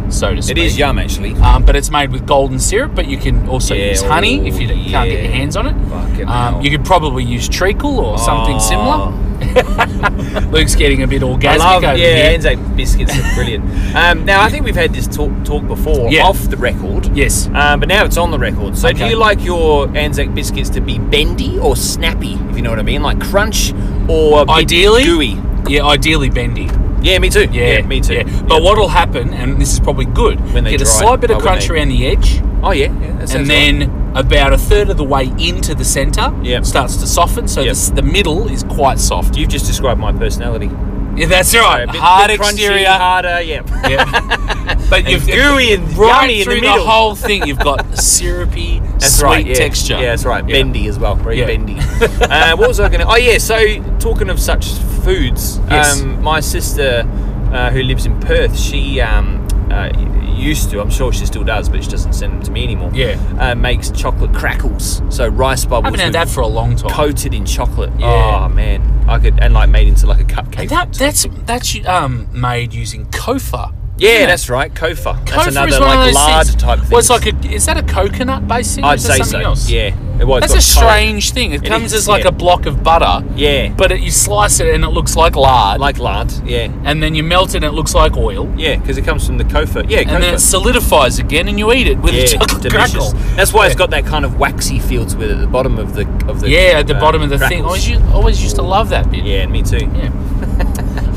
C: so to speak.
B: It is yum, actually.
C: Um, but it's made with golden syrup, but you can also
B: Yeah,
C: use honey
B: oh,
C: if you can't get
B: yeah.
C: your hands on it.
B: Fucking hell.
C: Um, you could probably use treacle or something
B: Oh.
C: similar. Luke's getting a bit orgasmic
B: I love,
C: over
B: yeah,
C: here.
B: Anzac biscuits are brilliant. Um, now, I think we've had this talk, talk before
C: Yeah.
B: off the record.
C: Yes.
B: Um, but now it's on the record. So, do
C: Okay.
B: you like your Anzac biscuits to be bendy or snappy, if you know what I mean? Like crunch or a bit
C: Ideally,
B: gooey?
C: Yeah, ideally bendy.
B: Yeah, me too.
C: Yeah,
B: me too.
C: yeah. But what'll happen, and this is probably good,
B: When they
C: get a
B: dry.
C: slight bit of
B: Oh, when
C: crunch
B: they-
C: around the edge,
B: Oh, yeah. yeah that
C: and
B: sounds right.
C: then about a third of the way into the centre,
B: Yep.
C: starts to soften. So
B: Yep.
C: this, the middle is quite soft.
B: You've just described my personality.
C: Yeah, that's
B: So
C: right.
B: a bit-
C: Hard
B: bit crunchy,
C: exterior,
B: harder, yeah.
C: Yeah. but you've
B: gooey and
C: right
B: yummy in the
C: through
B: middle.
C: whole thing. You've got syrupy, sweet
B: yeah.
C: texture.
B: Yeah, that's right.
C: Yeah.
B: Bendy as well. Very
C: Yeah.
B: bendy. uh, what was I going to? Oh yeah. So talking of such foods,
C: Yes.
B: um, my sister uh, who lives in Perth, she um, uh, used to. I'm sure she still does, but she doesn't send them to me anymore.
C: Yeah.
B: Uh, makes chocolate crackles. So rice bubbles.
C: I haven't
B: with-
C: had that for a long time.
B: coated in chocolate.
C: Yeah.
B: Oh man, I could and like made into like a cupcake.
C: And that that's that's um, made using kofa.
B: yeah, that's right. Kofa.
C: Kofa
B: that's another
C: is one
B: like
C: of those
B: lard
C: things-
B: type thing.
C: Well, it's like a, is that a coconut based thing? or
B: I'd
C: is that
B: say so.
C: something Else?
B: Yeah. It was.
C: That's a strange thing. It,
B: It
C: comes
B: is,
C: as like
B: yeah.
C: a block of butter,
B: Yeah.
C: but it, you slice it and it looks like lard,
B: like lard. Yeah.
C: and then you melt it and it looks like oil,
B: Yeah, because it comes from the kofa. Yeah,
C: and then it
B: kofa.
C: solidifies again and you eat it with
B: yeah,
C: a chocolate
B: delicious.
C: crackle.
B: That's why it's got that kind of waxy fields with it at the bottom of the of the
C: Yeah, at the
B: uh,
C: bottom of the thing. Oh, I
B: crackles.
C: always used, always used to love that bit.
B: Yeah, me too.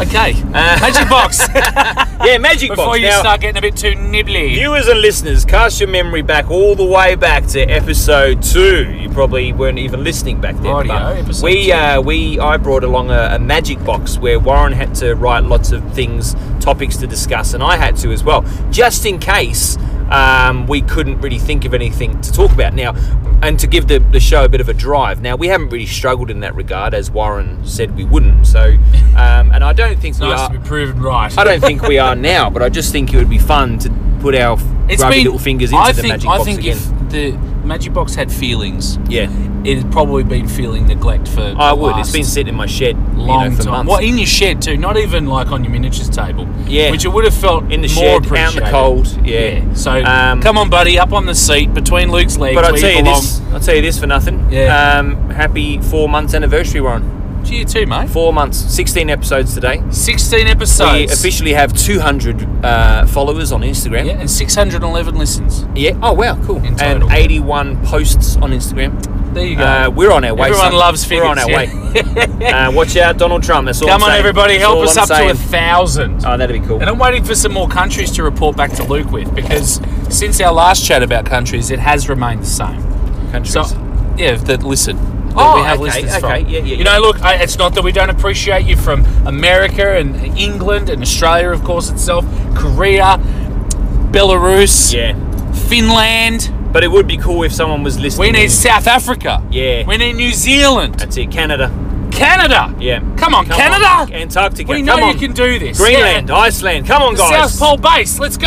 C: Okay. Magic box.
B: Yeah, magic
C: Before
B: box.
C: you
B: Now,
C: start getting a bit too nibbly.
B: Viewers and listeners, cast your memory back all the way back to episode two. You probably weren't even listening back then.
C: Rightio,
B: but
C: episode
B: we,
C: two.
B: Uh, we, I brought along a, a magic box where Warren had to write lots of things, topics to discuss, and I had to as well, just in case um, we couldn't really think of anything to talk about. Now, and to give the, the show a bit of a drive. Now, we haven't really struggled in that regard, as Warren said we wouldn't. So, um, and I don't think we
C: nice
B: are.
C: to be proven right.
B: I don't think we are now, but I just think it would be fun to put our
C: It's
B: rubby
C: been-
B: little fingers into
C: I
B: the
C: think,
B: magic
C: I
B: box
C: think
B: again.
C: if the magic box had feelings,
B: yeah,
C: it had probably been feeling neglect for.
B: I
C: the
B: would. It's
C: last
B: been sitting in my shed
C: long
B: you know, for
C: time.
B: months.
C: Well, in your shed too, not even like on your miniatures table.
B: Yeah.
C: which it would have felt
B: In
C: more
B: the shed, out in the
C: appreciated.
B: cold, yeah.
C: So
B: Um,
C: come on, buddy, up on the seat between Luke's legs.
B: but I'll
C: where
B: tell you
C: belong.
B: this. I'll tell you this for nothing.
C: Yeah.
B: Um, happy four months anniversary, Warren.
C: to you too, mate.
B: Four months, sixteen episodes today.
C: Sixteen
B: we
C: episodes.
B: officially have two hundred uh, followers on Instagram.
C: yeah, and six hundred and eleven listens.
B: Yeah. Oh wow, cool.
C: In
B: And
C: total.
B: eighty-one posts on Instagram.
C: There you go.
B: Uh, we're on our way.
C: Everyone
B: son.
C: loves figures.
B: We're on our
C: yeah.
B: way. Uh, watch out, Donald Trump. That's all.
C: Come
B: I'm
C: on,
B: saying.
C: everybody,
B: That's
C: help
B: all
C: us
B: I'm
C: up to a
B: saying.
C: thousand.
B: Oh, that'd be cool.
C: And I'm waiting for some more countries to report back to Luke with because since our last chat about countries, it has remained the same.
B: Countries.
C: So, yeah, that listen. That
B: Oh,
C: we have
B: okay,
C: listeners
B: okay,
C: from.
B: yeah, yeah,
C: You
B: yeah.
C: know, look, I, it's not that we don't appreciate you from America and England and Australia, of course, itself, Korea, Belarus,
B: yeah.
C: Finland.
B: But it would be cool if someone was listening.
C: We need
B: in.
C: South Africa.
B: Mm. Yeah.
C: We need New Zealand,
B: That's it. Canada.
C: Canada.
B: Yeah.
C: Come on, Canada.
B: Antarctica.
C: We know
B: Come
C: you
B: on.
C: can do this.
B: Greenland,
C: Yeah.
B: Iceland. Come on,
C: The
B: guys.
C: South Pole base. Let's go.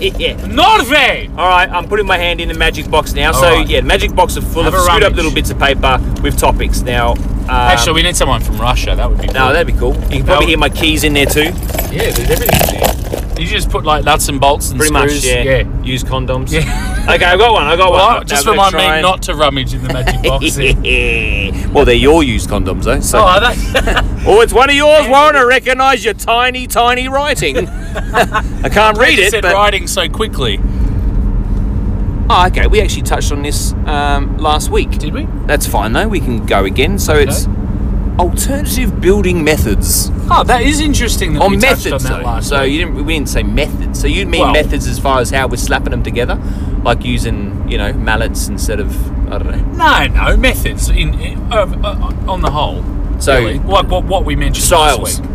B: yeah.
C: Norway.
B: All right, I'm putting my hand in the magic box now.
C: All
B: so
C: right.
B: yeah, the magic box are full
C: Have
B: of
C: a
B: screwed up
C: rummage.
B: little bits of paper with topics. Now, um,
C: Actually, we need someone from Russia. That would be
B: no, that'd be cool. You can probably
C: No.
B: hear my keys in there too.
C: cool. yeah. There's everything there. You just put like nuts and bolts and
B: Pretty
C: screws.
B: much. Yeah.
C: yeah.
B: Use condoms.
C: Yeah.
B: okay, I've got one. I've got
C: Well,
B: one.
C: just
B: I'm gonna
C: remind me
B: try and-
C: not to rummage in the magic box. then.
B: well, they're your used condoms, though. So.
C: oh, are they?
B: Oh, it's one of yours, Warren. I recognise your tiny, tiny writing. I can't read
C: You
B: it,
C: said
B: but
C: writing so quickly.
B: oh, okay. We actually touched on this um, last week.
C: Did we?
B: That's fine though. We can go again. So it's alternative building methods
C: Oh, that is interesting that
B: or
C: we touched
B: methods.
C: on that
B: though.
C: last.
B: so
C: week.
B: you didn't. We didn't say methods. So you mean
C: Well-
B: methods as far as how we're slapping them together, like using you know mallets instead of I don't know.
C: no, no methods in, in uh, uh, on the whole.
B: So-
C: really. like what what we mentioned
B: Styles.
C: last week.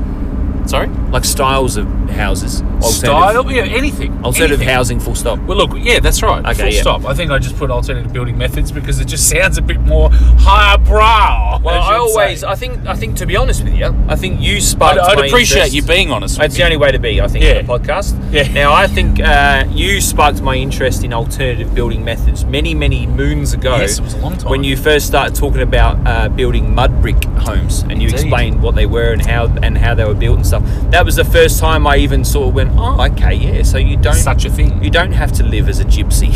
C: Sorry,
B: Like styles of houses. Alternative,
C: style. Yeah, anything.
B: Alternative
C: anything.
B: housing. Full stop.
C: Well, look, yeah, that's right.
B: Okay,
C: Full
B: yeah.
C: stop. I think I just put alternative building methods because it just sounds a bit more highbrow.
B: Well,
C: as
B: I
C: you'd
B: always,
C: say.
B: I think, I think to be honest with you, I think you
C: I'd,
B: sparked.
C: I'd
B: my
C: appreciate
B: interest.
C: you being honest.
B: It's
C: With
B: the
C: me.
B: only way to be, I think,
C: Yeah.
B: on the podcast.
C: Yeah.
B: Now, I think uh, you sparked my interest in alternative building methods many, many moons ago.
C: Yes, it was a long time.
B: When you first started talking about uh, building mud brick homes, and you
C: Indeed.
B: explained what they were and how and how they were built and stuff. That was the first time I even sort of went, "Oh, okay, yeah." So you don't
C: Such a thing.
B: you don't have to live as a gypsy.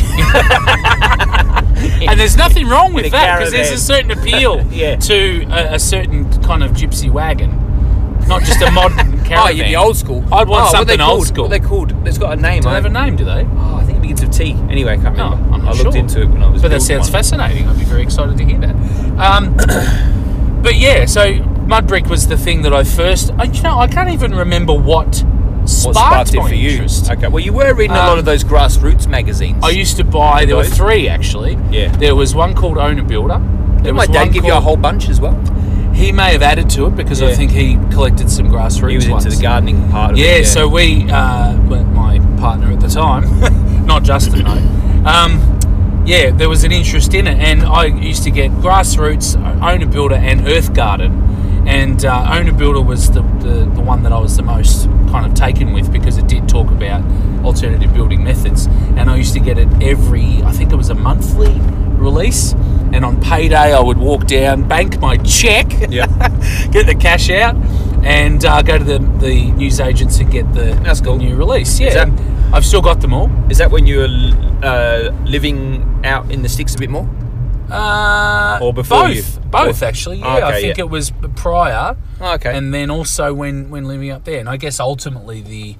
C: and there's nothing wrong with
B: In a
C: that because there's a
B: caravan.
C: certain appeal
B: Yeah.
C: to a, a certain kind of gypsy wagon, not just a modern caravan.
B: Oh, you'd be old school.
C: I'd want
B: Oh, what are
C: something
B: they
C: old
B: called?
C: school.
B: What are they called? It's got a name.
C: Do they have a
B: eh?
C: name? Do they?
B: Oh, I think it begins with T. Anyway, I can't
C: No,
B: remember.
C: I'm not
B: I
C: sure.
B: looked into it when I was.
C: But that
B: building
C: sounds
B: one.
C: fascinating. I'd be very excited to hear that. Um, but yeah, so Mudbrick was the thing that I first. I, you know, I can't even remember what sparked,
B: What sparked it
C: my
B: for you?
C: interest.
B: Okay. Well, you were reading a lot
C: Um,
B: of those grassroots magazines.
C: I used to buy. There were
B: Those?
C: three actually.
B: Yeah.
C: There was one called Owner Builder. There
B: Did
C: was
B: my dad
C: one
B: give you a
C: called-
B: whole bunch as well?
C: He may have added to it because I
B: Yeah.
C: think he collected some grassroots
B: He was
C: ones.
B: into the gardening part of
C: Yeah,
B: it.
C: so we, uh, well, my partner at the time, not Justin, no. Um, yeah, there was an interest in it, and I used to get grassroots, owner builder, and earth garden. And uh, owner builder was the, the, the one that I was the most kind of taken with because it did talk about alternative building methods. And I used to get it every, I think it was a monthly release. And on payday, I would walk down, bank my check,
B: Yeah.
C: get the cash out and uh, go to the, the news agents and get the,
B: That's
C: the
B: cool.
C: new release. Yeah,
B: Is that-
C: and I've still got them all.
B: Is that when you were uh, living out in the sticks a bit more?
C: Uh,
B: Or before
C: both,
B: you-
C: both
B: or-
C: actually.
B: Oh,
C: Yeah, I
B: okay,
C: think
B: yeah.
C: it was prior,
B: Oh, Okay.
C: and then also when when living up there. And I guess ultimately the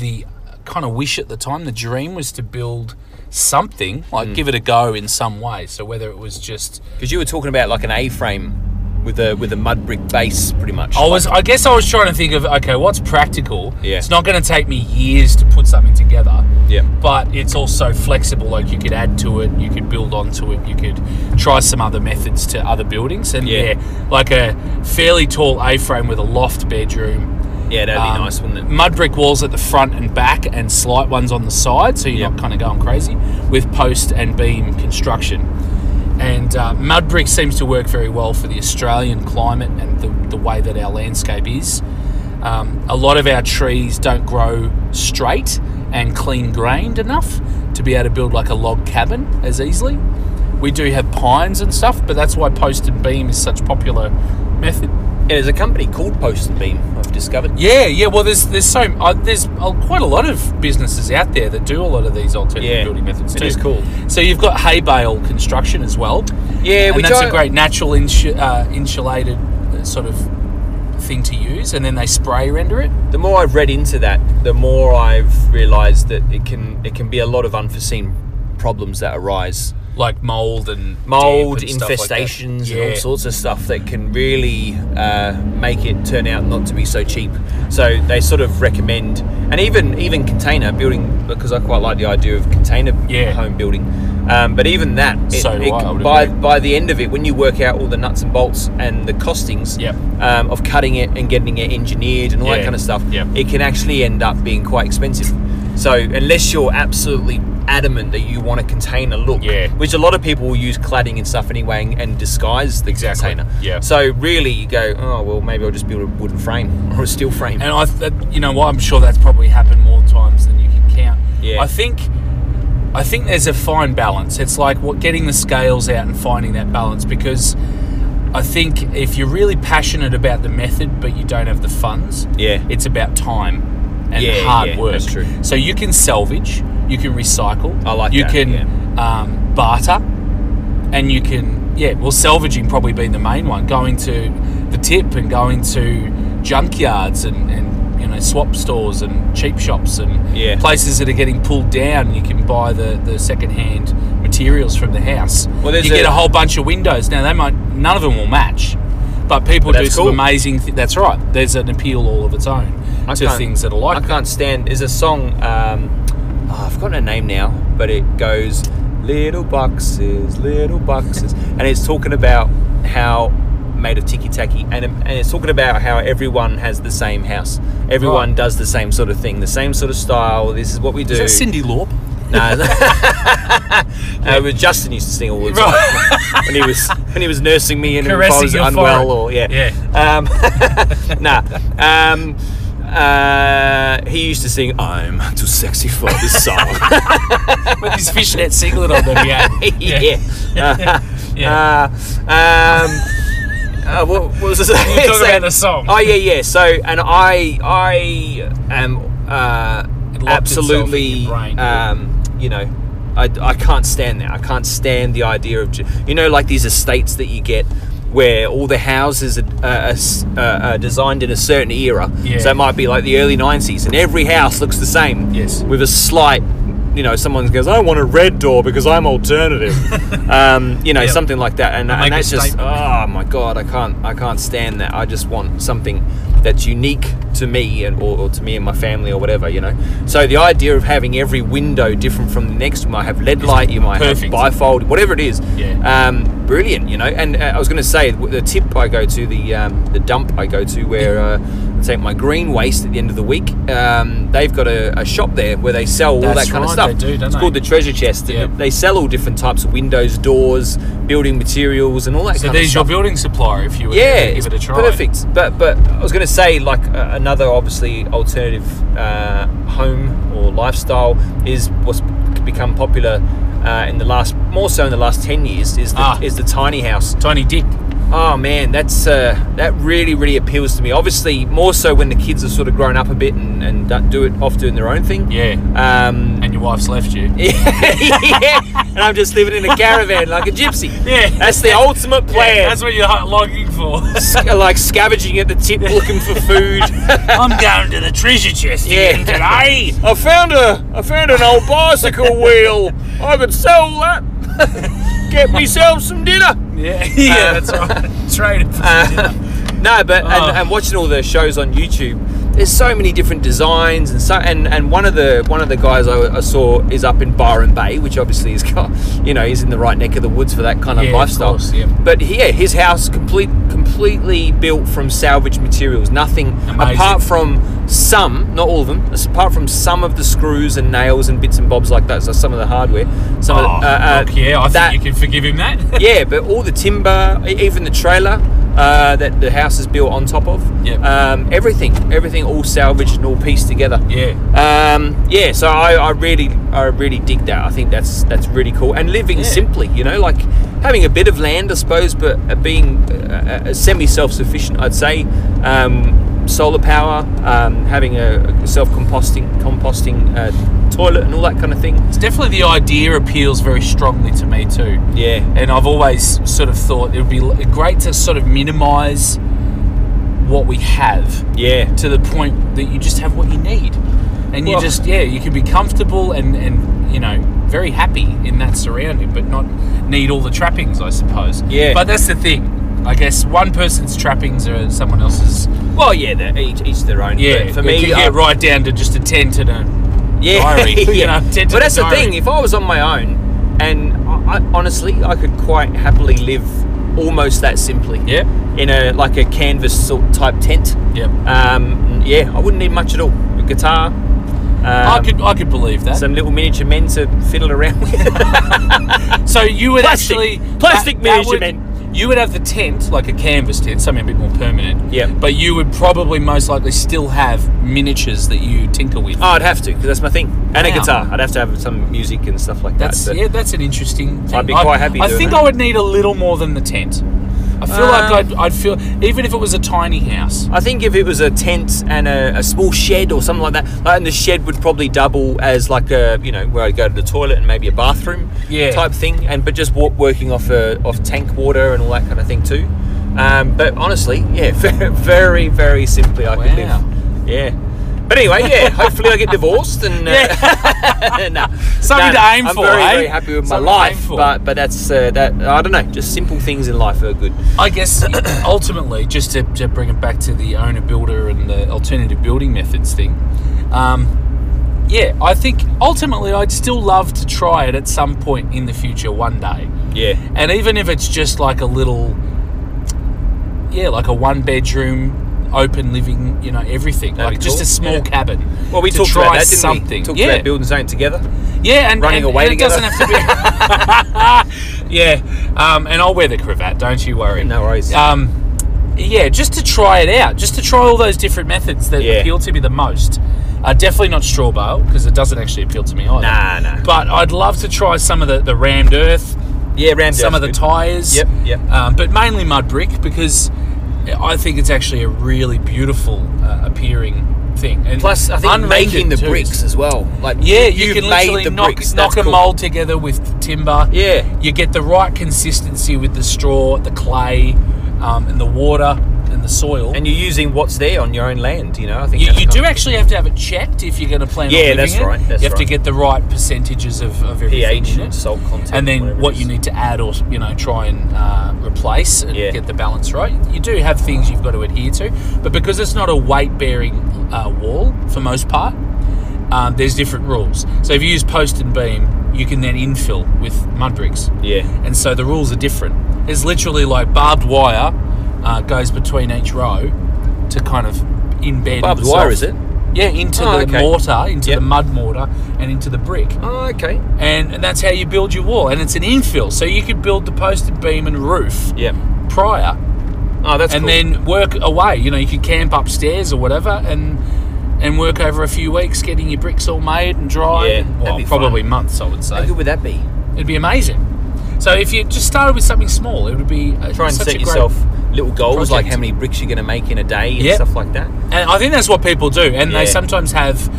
C: the kind of wish at the time, the dream was to build something
B: Mm.
C: like give it a go in some way. So whether it was just
B: Because you were talking about like an A-frame with a with a mud brick base, pretty much.
C: I was. I guess I was trying to think of okay, what's practical.
B: Yeah.
C: It's not going to take me years to put something together.
B: Yeah.
C: But it's also flexible. Like you could add to it, you could build onto it, you could try some other methods to other buildings. And
B: Yeah.
C: yeah, like a fairly tall A-frame with a loft bedroom.
B: yeah, that'd be
C: Um,
B: nice, wouldn't it?
C: Mud brick walls at the front and back, and slight ones on the side, so you're
B: Yeah.
C: not kind of going crazy with post and beam construction. And uh, mud brick seems to work very well for the Australian climate and the, the way that our landscape is. Um, a lot of our trees don't grow straight and clean grained enough to be able to build like a log cabin as easily. We do have pines and stuff, but that's why post and beam is such popular method.
B: Yeah, there's a company called Post and Beam. I've discovered.
C: Yeah, yeah. Well, there's there's so uh, there's uh, quite a lot of businesses out there that do a lot of these alternative
B: Yeah,
C: building methods
B: it
C: too.
B: is cool.
C: So you've got hay bale construction as well.
B: Yeah,
C: and
B: which
C: that's
B: I-
C: a great natural insu- uh, insulated uh, sort of thing to use, and then they spray render it.
B: The more I've read into that, the more I've realised that it can it can be a lot of unforeseen problems that arise.
C: Like mold and damp
B: Mold
C: and stuff like that.
B: infestations
C: yeah.
B: and all sorts of stuff that can really uh, make it turn out not to be so cheap. So they sort of recommend, and even even container building because I quite like the idea of container
C: Yeah.
B: home building. Um, but even that, it,
C: So do
B: it
C: I, I
B: can-
C: would
B: by
C: agree.
B: by the end of it, when you work out all the nuts and bolts and the costings
C: Yep.
B: um, of cutting it and getting it engineered and all that
C: Yeah.
B: kind of stuff,
C: Yep.
B: it can actually end up being quite expensive. So unless you're absolutely adamant that you want a container look,
C: Yeah.
B: which a lot of people will use cladding and stuff anyway and, and disguise the
C: Exactly,
B: container.
C: yeah.
B: So really, you go, oh well, maybe I'll just build a wooden frame or a steel frame.
C: And I, that, you know what, I'm sure that's probably happened more times than you can count.
B: Yeah.
C: I think, I think there's a fine balance. It's like what getting the scales out and finding that balance because I think if you're really passionate about the method but you don't have the funds,
B: Yeah.
C: it's about time and
B: Yeah,
C: hard
B: yeah,
C: work.
B: that's true.
C: So you can salvage, you can recycle,
B: I like
C: you
B: that,
C: can
B: yeah.
C: um, barter, and you can yeah well salvaging probably been the main one going to the tip and going to junkyards and, and you know swap stores and cheap shops and
B: Yeah.
C: places that are getting pulled down you can buy the the second hand materials from the house
B: Well, there's
C: you get
B: a-
C: a whole bunch of windows now they might none of them will match but people
B: But
C: do
B: that's
C: some
B: cool.
C: amazing thi- that's right there's an appeal all of its own
B: I
C: to
B: can't-
C: things that are
B: I
C: like that.
B: can't stand. There's a song. Um, oh, I've forgotten her name now, but it goes little boxes, little boxes, and it's talking about how made of ticky tacky, and, and it's talking about how everyone has the same house. Everyone
C: Right.
B: does the same sort of thing, the same sort of style. This is what we do.
C: Oh. is that Cindy Laup
B: No. Uh, but Justin used to sing all the time when he was when he was nursing me and if I
C: Caressing
B: was
C: your
B: unwell
C: forehead.
B: or yeah.
C: Yeah.
B: Um, nah. Um, uh, he used to sing I'm too sexy for this song.
C: with his fishnet singlet on them yeah
B: yeah.
C: Yeah.
B: Uh, um, uh, what, what was this?
C: You talk about the song.
B: Oh yeah, yeah. So and I I am uh,
C: It locked itself in
B: absolutely
C: your brain.
B: um, you know I, I can't stand that. I can't stand the idea of, ju- you know, like these estates that you get where all the houses are, uh, are, s- uh, are designed in a certain era.
C: Yeah.
B: So it might be like the early 90s and every house looks the same.
C: Yes.
B: With a slight, you know, someone goes, I want a red door because I'm alternative. um, you know,
C: Yep.
B: something like that. And,
C: I
B: and
C: make a
B: that's just,
C: statement.
B: oh my God, I can't, I can't stand that. I just want something that's unique to me and or, or to me and my family or whatever, you know. So the idea of having every window different from the next, you might have lead light, you might
C: perfect.
B: have bifold, whatever it is.
C: Yeah.
B: Um, brilliant, you know. And uh, I was going to say w- the tip I go to, the um, the dump I go to, where uh, I take my green waste at the end of the week. Um, they've got a, a shop there where they sell all
C: That's
B: that kind of
C: right,
B: stuff.
C: they do, don't
B: it's
C: they?
B: called the Treasure Chest.
C: Yeah.
B: They sell all different types of windows, doors, building materials, and all that.
C: So
B: kind of
C: there's
B: stuff
C: your building supplier if you were
B: yeah,
C: to give it a
B: it's
C: try.
B: Perfect. But but I was going to say like uh, another obviously alternative uh, home or lifestyle is what's become popular uh, in the last more so in the last ten years is the,
C: Ah.
B: is the tiny house.
C: Tiny dick.
B: Oh man, that's uh, that really really appeals to me. Obviously more so when the kids are sort of grown up a bit and, and do- do it off doing their own thing.
C: Yeah.
B: Um,
C: And your wife's left you.
B: yeah, and I'm just living in a caravan like a gypsy.
C: Yeah.
B: that's the ultimate plan.
C: Yeah, that's what you're longing for.
B: Sc- like scavenging at the tip looking for food.
C: I'm down to the treasure chest
B: Yeah.
C: again today.
B: I found a I found an old bicycle wheel. I could sell that. Get myself some dinner.
C: Yeah, yeah, that's
B: uh,
C: right. Trade it.
B: No, but
C: Oh.
B: and, and watching all the shows on YouTube, there's so many different designs and so and, and one of the one of the guys I, I saw is up in Byron Bay, which obviously is got you know he's in the right neck of the woods for that kind of
C: Yeah, of
B: lifestyle.
C: course, yeah.
B: But yeah, his house complete completely built from salvage materials. Nothing
C: Amazing.
B: apart from some, not all of them, just apart from some of the screws and nails and bits and bobs like that. So some of the hardware, some
C: Oh,
B: of the, uh, uh,
C: look, yeah, I
B: that-
C: think you can forgive him that.
B: yeah, but all the timber, e- even the trailer uh, that the house is built on top of,
C: Yep.
B: um, everything, everything all salvaged and all pieced together.
C: yeah.
B: Um, yeah, so I, I really, I really dig that. I think that's that's really cool. And living simply, you know, like having a bit of land, I suppose, but uh, being uh, uh, semi self sufficient, I'd say. Um, solar power, um, having a self composting composting uh, toilet, and all that kind of thing.
C: It's definitely the idea appeals very strongly to me too.
B: Yeah,
C: And I've always sort of thought it would be l- great to sort of minimise what we have
B: yeah,
C: to the point that you just have what you need. And you
B: Well-
C: just, yeah, you can be comfortable and, and, you know, very happy in that surrounding, but not need all the trappings, I suppose.
B: Yeah.
C: But that's the thing. I guess one person's trappings are someone else's.
B: Well, yeah, they're each, each their own.
C: Yeah.
B: but for
C: it
B: me,
C: can
B: I-
C: get right down to just a tent and a.
B: yeah,
C: diary, you
B: yeah.
C: know, tend to
B: but
C: the
B: that's the
C: diary.
B: thing. If I was on my own, and I, I, honestly, I could quite happily live almost that simply.
C: Yeah.
B: In a like a canvas sort type tent.
C: Yep.
B: Um, yeah, I wouldn't need much at all. A guitar. Um,
C: I could I could believe that.
B: some little miniature men to fiddle around with.
C: So you would
B: Plastic.
C: actually
B: Plastic miniature
C: would-
B: men.
C: You would have the tent, like a canvas tent, something a bit more permanent.
B: Yep.
C: But you would probably most likely still have miniatures that you tinker with.
B: oh, I'd have to because that's my thing. And a
C: Wow.
B: guitar. I'd have to have some music and stuff like
C: that's
B: that. but-
C: yeah, that's an interesting. Thing.
B: I'd be quite happy
C: I,
B: doing
C: think
B: that.
C: I would need a little more than the tent. I feel like
B: Um,
C: I'd, I'd feel even if it was a tiny house.
B: I think if it was a tent and a, a small shed or something like that, like, and the shed would probably double as like a you know where I go to the toilet and maybe a bathroom
C: Yeah.
B: type thing, and but just wa- working off a, off tank water and all that kind of thing too. Um, but honestly, yeah, very very, very simply I could
C: Wow.
B: live. Yeah. But anyway, yeah. Hopefully, I get divorced and uh, nah.
C: Something
B: No,
C: to aim
B: I'm
C: for,
B: very,
C: eh?
B: very happy with my
C: Something to aim
B: life,
C: for.
B: but but that's uh, that. I don't know. Just simple things in life are good.
C: I guess ultimately, just to, to bring it back to the owner builder and the alternative building methods thing, um, yeah, I think ultimately I'd still love to try it at some point in the future, one day.
B: Yeah.
C: And even if it's just like a little, yeah, like a one bedroom, open living, you know, everything,
B: That'd
C: like
B: be
C: just
B: cool,
C: a small
B: yeah.
C: cabin.
B: Well, we
C: to
B: talked
C: try
B: about that, didn't
C: something.
B: we? Talked
C: yeah.
B: about building something together.
C: Yeah, and
B: Running
C: and-
B: away
C: and
B: together.
C: It doesn't have to be. yeah, um, and I'll wear the cravat. Don't you worry.
B: No worries.
C: Um, yeah, just to try it out, just to try all those different methods that
B: Yeah.
C: appeal to me the most. Uh, definitely not straw bale because it doesn't actually appeal to me either.
B: Nah, nah.
C: But I'd love to try some of the, the rammed earth,
B: yeah, round
C: some of the tires.
B: Yep, yep.
C: Um, but mainly mud brick because I think it's actually a really beautiful uh, appearing thing. And
B: Plus, I think
C: unrendered
B: making the
C: too.
B: bricks as well. Like
C: Yeah,
B: you-
C: you,
B: you've
C: can literally knock,
B: bricks,
C: knock
B: that's
C: a
B: cool.
C: mold together with the timber.
B: Yeah.
C: You get the right consistency with the straw, the clay, um, and the water and the soil.
B: and you're using what's there on your own land. You know, I think
C: you,
B: that's
C: you
B: kind
C: do
B: of-
C: actually have to have it checked if you're going to plan
B: Yeah,
C: on living
B: that's
C: it.
B: right, that's
C: you have to
B: right.
C: get the right percentages of, of everything
B: pH
C: in
B: and
C: it.
B: salt content,
C: and
B: whatever
C: then
B: it
C: what
B: is.
C: you need to add or you know try and uh, replace and
B: Yeah.
C: get the balance right you do have things you've got to adhere to but because it's not a weight bearing uh, wall for most part um, there's different rules so if you use post and beam you can then infill with mud bricks
B: Yeah.
C: and so the rules are different there's literally like barbed wire uh, goes between each row to kind of embed
B: Barbed
C: itself.
B: wire, is it?
C: yeah into
B: Oh,
C: the
B: okay.
C: mortar into
B: Yep.
C: the mud mortar and into the brick
B: Oh, okay.
C: and, and that's how you build your wall. And it's an infill, so you could build the posted beam and roof
B: Yeah.
C: prior,
B: Oh, that's
C: and
B: cool.
C: then work away. You know, you could camp upstairs or whatever, and and work over a few weeks getting your bricks all made and dry.
B: Yeah,
C: and,
B: that'd
C: well,
B: be fun.
C: probably months, I would
B: how
C: say.
B: good would that be?
C: It'd be amazing. So if you just started with something small, it would be uh,
B: Try and
C: such a
B: set
C: great-
B: yourself little goals, like
C: project.
B: how many bricks you're going to make in a day and
C: Yep.
B: stuff like that.
C: And I think that's what people do, and
B: Yeah.
C: they sometimes have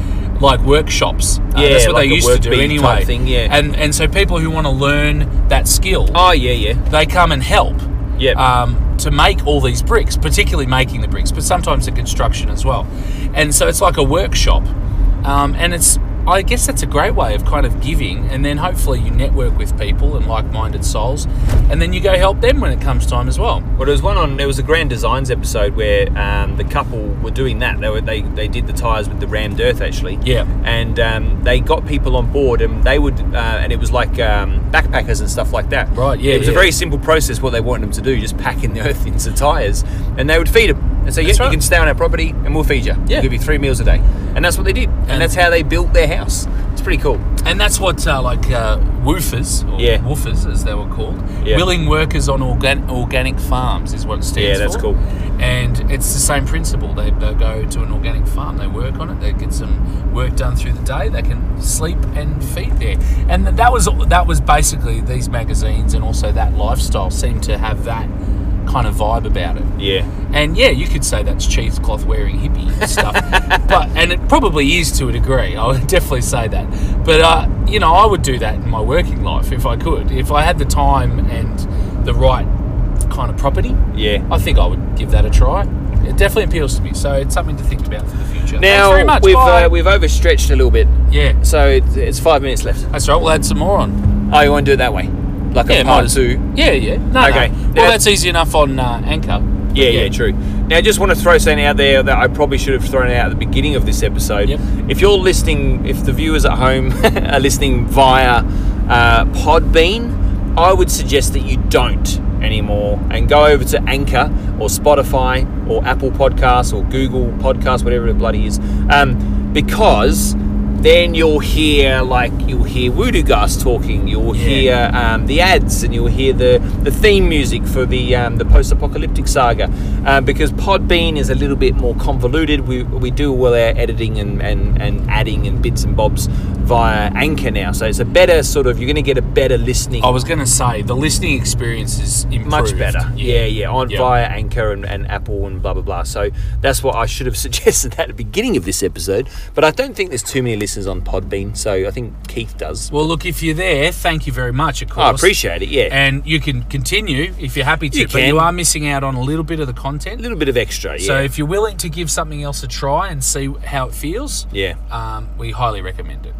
C: like workshops. Uh,
B: Yeah,
C: that's what
B: like a
C: they used to
B: work
C: do
B: bee type
C: anyway.
B: thing, yeah.
C: and and so people who want to learn that skill,
B: Oh, yeah, yeah.
C: they come and help
B: Yep.
C: um, to make all these bricks, particularly making the bricks, but sometimes the construction as well. And so it's like a workshop. Um, and it's, I guess that's a great way of kind of giving. And then hopefully you network with people and like minded souls. And then you go help them when it comes time as well.
B: Well, there was one on. There was a Grand Designs episode where um, the couple were doing that. They were they, they did the tires with the rammed earth actually.
C: Yeah.
B: And um, they got people on board, and they would, uh, and it was like um, backpackers and stuff like that.
C: Right, yeah,
B: It was a
C: yeah.
B: very simple process. What they wanted them to do, just packing the earth into tires, and they would feed them and say, "Yeah,
C: That's
B: you
C: right.
B: can stay on our property, and we'll feed you.
C: Yeah.
B: We'll give you three meals a day." And that's what they did, and,
C: And-
B: that's how they built their house. It's pretty cool.
C: And that's what uh, like uh, woofers, or
B: Yeah.
C: woofers as they were called,
B: Yeah.
C: willing workers on organ- organic farms is what it stands
B: Yeah, that's
C: for.
B: cool.
C: And it's the same principle. They, they go to an organic farm, they work on it, they get some work done through the day, they can sleep and feed there. And that was that was basically these magazines and also that lifestyle seemed to have that kind of vibe about it.
B: Yeah.
C: And yeah, you could say that's cheesecloth wearing hippie stuff, but and it probably is to a degree. I would definitely say that. But uh, you know, I would do that in my working life if I could, if I had the time and the right kind of property.
B: Yeah.
C: I think I would give that a try. It definitely appeals to me, so it's something to think about for the future. Thanks very
B: Now
C: much.
B: we've
C: Bye.
B: uh, we've overstretched a little bit,
C: yeah,
B: so it's, it's five minutes left.
C: that's right. We'll add some more on.
B: Oh, you want to do it that way? Like a
C: might
B: part
C: as-
B: two?
C: Yeah, yeah. No,
B: Okay.
C: no.
B: Now-
C: Well, that's easy enough on uh, Anchor.
B: Yeah, yeah, true. Now, I just want to throw something out there that I probably should have thrown out at the beginning of this episode.
C: Yep.
B: If you're listening, if the viewers at home are listening via uh, Podbean, I would suggest that you don't anymore and go over to Anchor or Spotify or Apple Podcasts or Google Podcasts, whatever the bloody is, um, because then you'll hear like you'll hear Voodoo Gas talking, you'll hear um, the ads, and you'll hear the, the theme music for the um, the post apocalyptic saga. Um, because Podbean is a little bit more convoluted. We, we do all our editing and, and, and adding and bits and bobs via Anchor now, so it's a better sort of you're going to get a better listening.
C: I was going to say the listening experience is improved.
B: Much better, yeah, yeah, on
C: Yeah.
B: via Anchor and, and Apple and blah blah blah. So that's what I should have suggested at the beginning of this episode. But I don't think there's too many listeners on Podbean, so I think Keith does.
C: Well, look, if you're there, thank you very much, of course.
B: I appreciate it, yeah.
C: And you can continue if you're happy to,
B: You
C: but
B: can.
C: you are missing out on a little bit of the
B: a
C: content.
B: little bit of extra, yeah.
C: So if you're willing to give something else a try and see how it feels,
B: yeah.
C: um, we highly recommend it.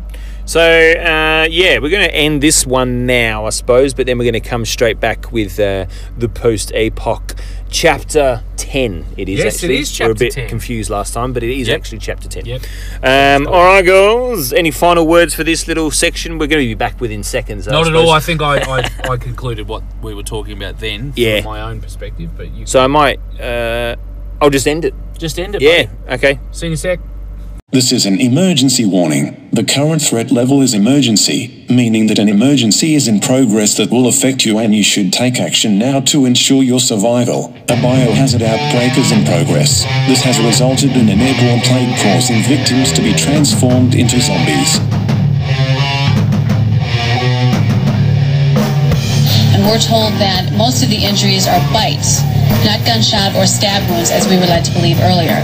B: So, uh, yeah, we're going to end this one now, I suppose, but then we're going to come straight back with uh, the post APOC chapter 10. It is
C: Yes, it
B: actually.
C: is
B: We were a
C: chapter
B: bit
C: 10.
B: confused last time, but it is
C: Yep.
B: actually chapter 10.
C: Yep.
B: Um, all right, girls, any final words for this little section? We're going to be back within seconds. I
C: Not at
B: suppose.
C: all. I think I, I, I concluded what we were talking about then
B: Yeah.
C: from my own perspective, but you
B: So I might. Uh, I'll just end it.
C: just end it.
B: Yeah, okay.
C: See you in a sec.
H: This is an emergency warning. The current threat level is emergency, meaning that an emergency is in progress that will affect you and you should take action now to ensure your survival. A biohazard outbreak is in progress. This has resulted in an airborne plague causing victims to be transformed into zombies.
I: and we're told that most of the injuries are bites, not gunshot or stab wounds as we were led to believe earlier.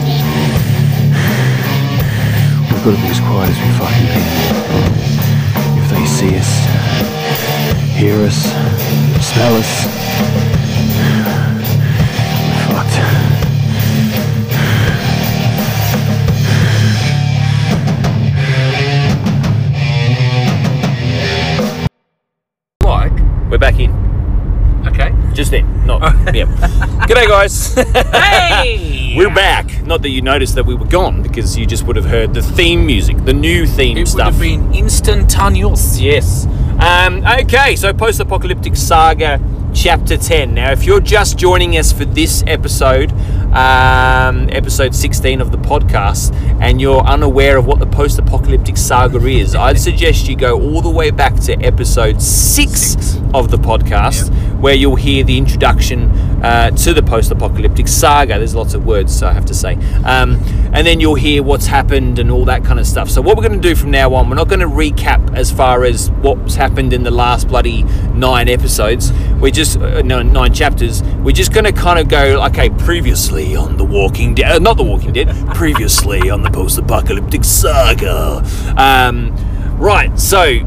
J: gotta be as quiet as we fucking can. If they see us, hear us, smell us, we're fucked.
B: Like, we're back in.
C: Okay.
B: Just then, not yeah. G'day, guys.
C: Hey!
B: we're back. Not that you noticed that we were gone, because you just would have heard the theme music, the new theme
C: It would
B: stuff.
C: have been instantaneous.
B: Yes. Um, okay, so post apocalyptic saga chapter 10. Now, if you're just joining us for this episode, um, episode 16 of the podcast, and you're unaware of what the post apocalyptic saga is, I'd suggest you go all the way back to episode 6, of the podcast, where you'll hear the introduction uh, to the post apocalyptic saga. There's lots of words, so I have to say. Um, and then you'll hear what's happened and all that kind of stuff. So, what we're going to do from now on, we're not going to recap as far as what's happened in the last bloody nine episodes. We're just, uh, no, nine chapters. We're just going to kind of go, okay, previously on The Walking Dead, uh, not The Walking Dead, previously on the post apocalyptic saga. Um, right, so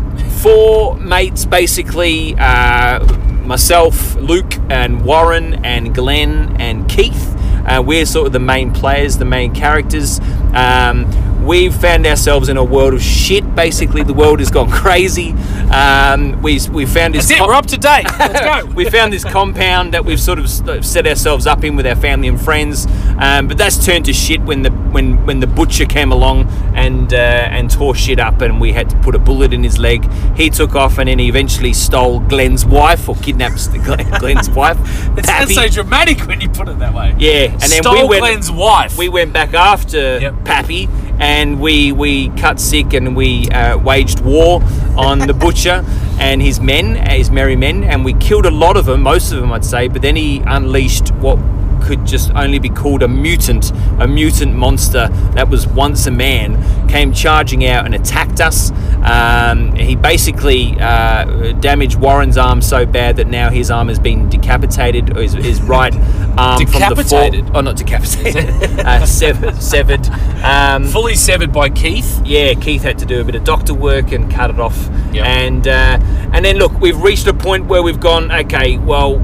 B: four mates basically. Uh, myself, Luke, and Warren, and Glenn, and Keith. Uh, we're sort of the main players, the main characters. Um, we've found ourselves in a world of shit. Basically, the world has gone crazy. Um, we we found this.
C: That's it.
B: co-
C: We're up to date. Let's go.
B: we found this compound that we've sort of s- uh, set ourselves up in with our family and friends, um, but that's turned to shit when the when when the butcher came along and uh, and tore shit up, and we had to put a bullet in his leg. He took off, and then he eventually stole Glenn's wife or kidnapped Glenn, Glenn's wife.
C: That's
B: Pappy.
C: so dramatic when you put it that way.
B: Yeah, and then
C: Stole
B: we went.
C: Glenn's wife.
B: We went back after
C: Yep.
B: Pappy, and we we cut sick and we uh, waged war on the butcher and his men, his merry men, and we killed a lot of them, most of them, I'd say. But then he unleashed what could just only be called a mutant, a mutant monster that was once a man, came charging out and attacked us. Um, he basically uh, damaged Warren's arm so bad that now his arm has been decapitated, or his, his right arm from the
C: Decapitated?
B: fork. Oh, not decapitated. uh, severed. severed. Um,
C: Fully severed by Keith.
B: yeah, Keith had to do a bit of doctor work and cut it off.
C: Yep.
B: And uh, and then look, we've reached a point where we've gone, okay, well,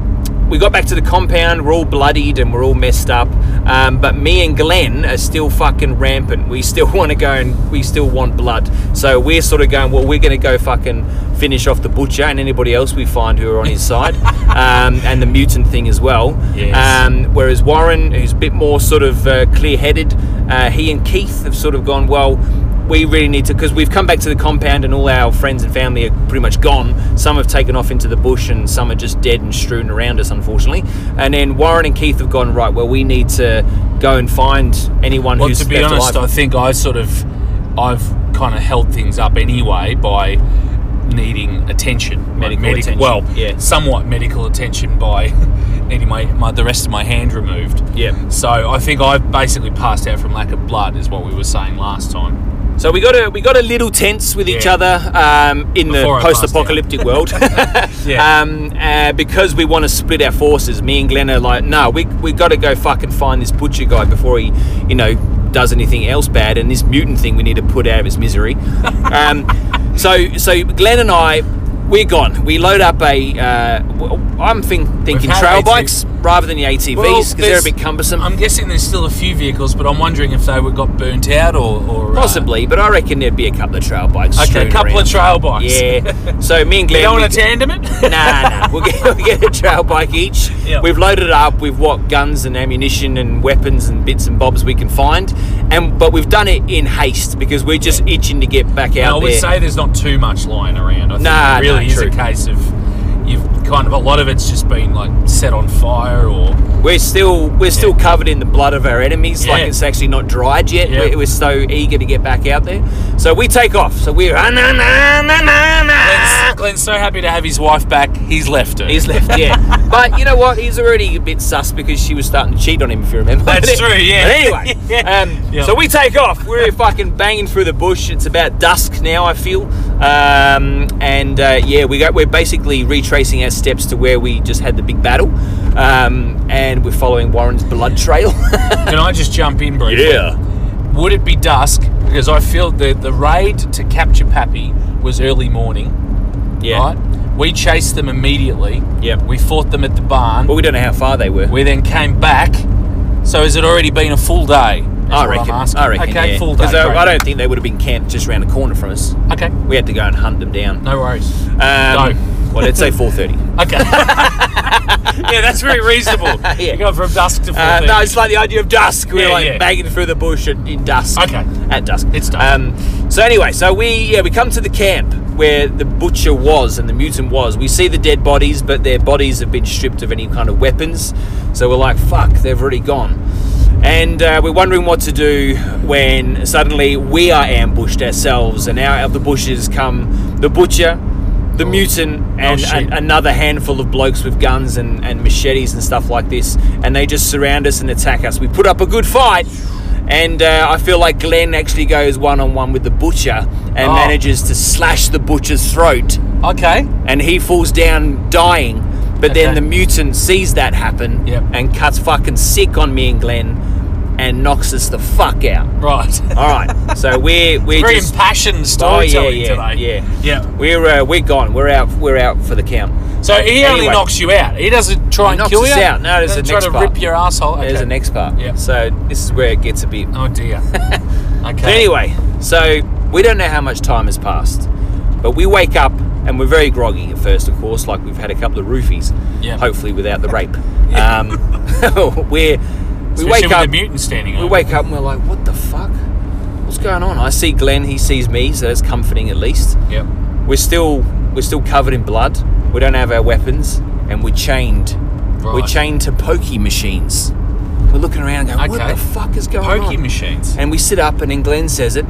B: we got back to the compound, we're all bloodied and we're all messed up. Um, but me and Glenn are still fucking rampant. We still want to go and we still want blood. So we're sort of going, well, we're going to go fucking finish off the butcher and anybody else we find who are on his side, um, and the mutant thing as well.
C: Yes.
B: Um, um, whereas Warren, who's a bit more sort of uh, clear-headed, uh, he and Keith have sort of gone well. We really need to because we've come back to the compound and all our friends and family are pretty much gone. Some have taken off into the bush and some are just dead and strewn around us, unfortunately. And then Warren and Keith have gone right. Well, we need to go and find anyone
C: Well,
B: who's
C: to be
B: left
C: honest,
B: alive.
C: I think I sort of, I've kind of held things up anyway by needing attention,
B: Medical attention,
C: Well,
B: yeah.
C: somewhat medical attention by needing my, my the rest of my hand removed.
B: yeah.
C: So I think I've basically passed out from lack of blood, is what we were saying last time.
B: So we got a we got a little tense with each
C: Yeah.
B: other um, in
C: Before
B: the
C: I passed
B: post-apocalyptic world.
C: Yeah.
B: um, uh, because we want to split our forces. Me and Glenn are like, no, we we got to go fucking find this butcher guy before he, you know, does anything else bad. And this mutant thing we need to put out of his misery. um, so so Glenn and I, we're gone. We load up a. Uh, w- I'm think, thinking
C: had
B: trail
C: ATVs.
B: bikes rather than the ATVs because they're a
C: there's-
B: bit cumbersome.
C: Um, I'm guessing there's still a few vehicles, but I'm wondering if they were got burnt out or, or uh,
B: Possibly, but I reckon there'd be a couple of trail bikes.
C: Okay,
B: strewn
C: a couple
B: around.
C: of trail bikes.
B: Yeah. So me and Glenn.
C: You don't
B: we
C: want
B: get-
C: to tandem it?
B: nah, nah. We'll get, we'll get a trail bike each.
C: Yeah.
B: We've loaded it up with what guns and ammunition and weapons and bits and bobs we can find, and but we've done it in haste because we're just itching to get back
C: And I
B: out
C: would
B: there.
C: say there's not too much lying around. I think
B: Nah,
C: it really
B: nah,
C: is
B: true.
C: a case of you've kind of a lot of it's just been like set on fire or
B: we're still we're still covered in the blood of our enemies. Like
C: Yeah.
B: it's actually not dried yet.
C: Yeah.
B: We're, we're so eager to get back out there. So we take off. So we're ah, nah, nah, nah, nah, nah.
C: Glenn's, Glenn's so happy to have his wife back. He's left her.
B: Ah! He's left, yeah. but you know what? He's already a bit sus because she was starting to cheat on him, if you remember.
C: That's
B: But-
C: true, yeah.
B: But anyway, um,
C: Yeah.
B: so we take off. We're fucking banging through the bush. It's about dusk now, I feel. Um, and uh, yeah, we go, we're basically retracing our steps to where we just had the big battle. Um, and we're following Warren's blood trail.
C: Can I just jump in briefly?
B: Yeah.
C: Would it be dusk? Because I feel the the raid to capture Pappy was early morning.
B: Yeah.
C: Right. We chased them immediately.
B: Yep.
C: We fought them at the barn.
B: But we don't know how far they were.
C: We then came back. So has it already been a full day? Is
B: I
C: what
B: reckon.
C: I'm asking.
B: I reckon.
C: Okay,
B: yeah.
C: full day.
B: 'Cause I,
C: great.
B: I don't think they would have been camped just around the corner from us.
C: Okay.
B: We had to go and hunt them down.
C: No worries.
B: Um, Well, let's say four thirty.
C: Okay. yeah, that's very reasonable. You go from dusk to four.
B: Uh, no, it's like the idea of dusk. We We're
C: Yeah,
B: like
C: yeah.
B: banging through the bush at, in dusk.
C: Okay.
B: At dusk. It's dusk. Um, so anyway, so we yeah we come to the camp where the butcher was and the mutant was. We see the dead bodies, but their bodies have been stripped of any kind of weapons. So we're like, fuck, they've already gone. And uh, we're wondering what to do when suddenly we are ambushed ourselves, and out of the bushes come the butcher, the mutant, and
C: Oh. shit.
B: an- another handful of blokes with guns and, and machetes and stuff like this, and they just surround us and attack us. We put up a good fight, and uh, I feel like Glenn actually goes one on one with the butcher and
C: Oh.
B: manages to slash the butcher's throat,
C: Okay.
B: and he falls down dying. But then
C: Okay.
B: the mutant sees that happen
C: Yep.
B: and cuts fucking sick on me and Glenn and knocks us the fuck out.
C: Right.
B: All right, so we're we're
C: very
B: just
C: impassioned
B: Oh, yeah,
C: storytelling
B: yeah,
C: today.
B: yeah.
C: Yeah.
B: We're uh, we're gone. We're out. We're out for the count.
C: So he only
B: Anyway.
C: knocks you out. He doesn't try
B: He
C: and
B: knocks
C: kill
B: us
C: you.
B: out. No, there's
C: Doesn't
B: the
C: try
B: next
C: to
B: part.
C: rip your asshole.
B: There's the next part.
C: Yeah.
B: So this is where it gets a bit.
C: Oh dear.
B: But
C: Okay.
B: anyway, so we don't know how much time has passed, but we wake up and we're very groggy at first, of course, like we've had a couple of roofies.
C: Yeah.
B: Hopefully without the rape. Um, we're we
C: Especially
B: wake
C: with
B: up.
C: the mutant standing
B: We
C: over.
B: wake up and we're like, what the fuck? What's going on? I see Glenn. He sees me, so that's comforting at least.
C: Yep.
B: We're still we're still covered in blood. We don't have our weapons, and we're chained. We're
C: Right.
B: chained to pokey machines. We're looking around, going, "What
C: Okay.
B: the fuck is going
C: Pokey
B: on?"
C: machines.
B: and we sit up, and then Glenn says it.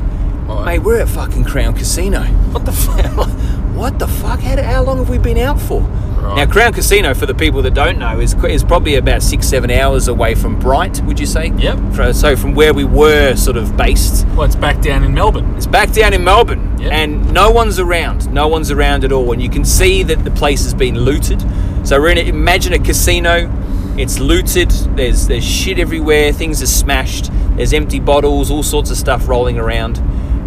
C: Right.
B: Mate, we're at fucking Crown Casino. What the fuck? what the fuck? How, how long have we been out for? Now, Crown Casino, for the people that don't know, is, qu- is probably about six, seven hours away from Bright, would you say?
C: Yep.
B: Fro- So, from where we were sort of based,
C: Well, it's back down in Melbourne.
B: it's back down in Melbourne,
C: Yep.
B: and no one's around. No one's around at all, and you can see that the place has been looted. So we're in. A, imagine a casino. It's looted. There's there's shit everywhere. Things are smashed. There's empty bottles, all sorts of stuff rolling around,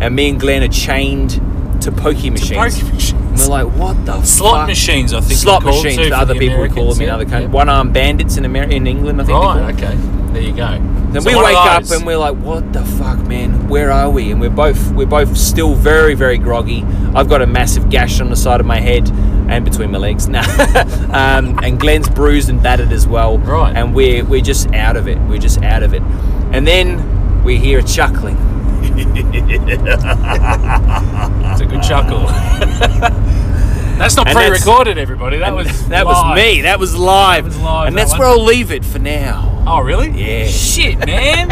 B: and me and Glenn are chained to pokey machines.
C: Pokey
B: And
C: machines.
B: we're like, what the
C: Slot
B: fuck?
C: machines, I think. they're
B: Slot
C: called,
B: machines.
C: too, for
B: other
C: the
B: people would call them in other
C: Americans,
B: countries.
C: yeah.
B: One armed bandits in America, in England, I think. they're called.
C: Right. Okay. There you go.
B: Then
C: So
B: we
C: one of
B: wake up
C: those.
B: and we're like, "What the fuck, man? Where are we?" And we're both we're both still very very groggy. I've got a massive gash on the side of my head and between my legs. Nah. um, and Glenn's bruised and battered as well.
C: Right.
B: And we're we're just out of it. We're just out of it. And then we hear a chuckling.
C: It's a good chuckle. that's not
B: And that's-
C: pre-recorded, everybody. That was live.
B: That was me. That was live.
C: That was live,
B: and
C: that
B: that's
C: one.
B: where I'll leave it for now.
C: Oh, really?
B: Yeah.
C: Shit, man.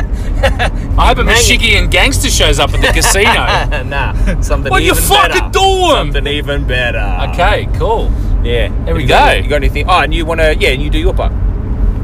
C: I hope a Michigan gangster shows up at the casino.
B: nah, something
C: What you fucking doing?
B: even better.
C: Okay, cool.
B: Yeah. There
C: we
B: you
C: go.
B: Got, you got anything? Oh, and you want to? Yeah, you do your part.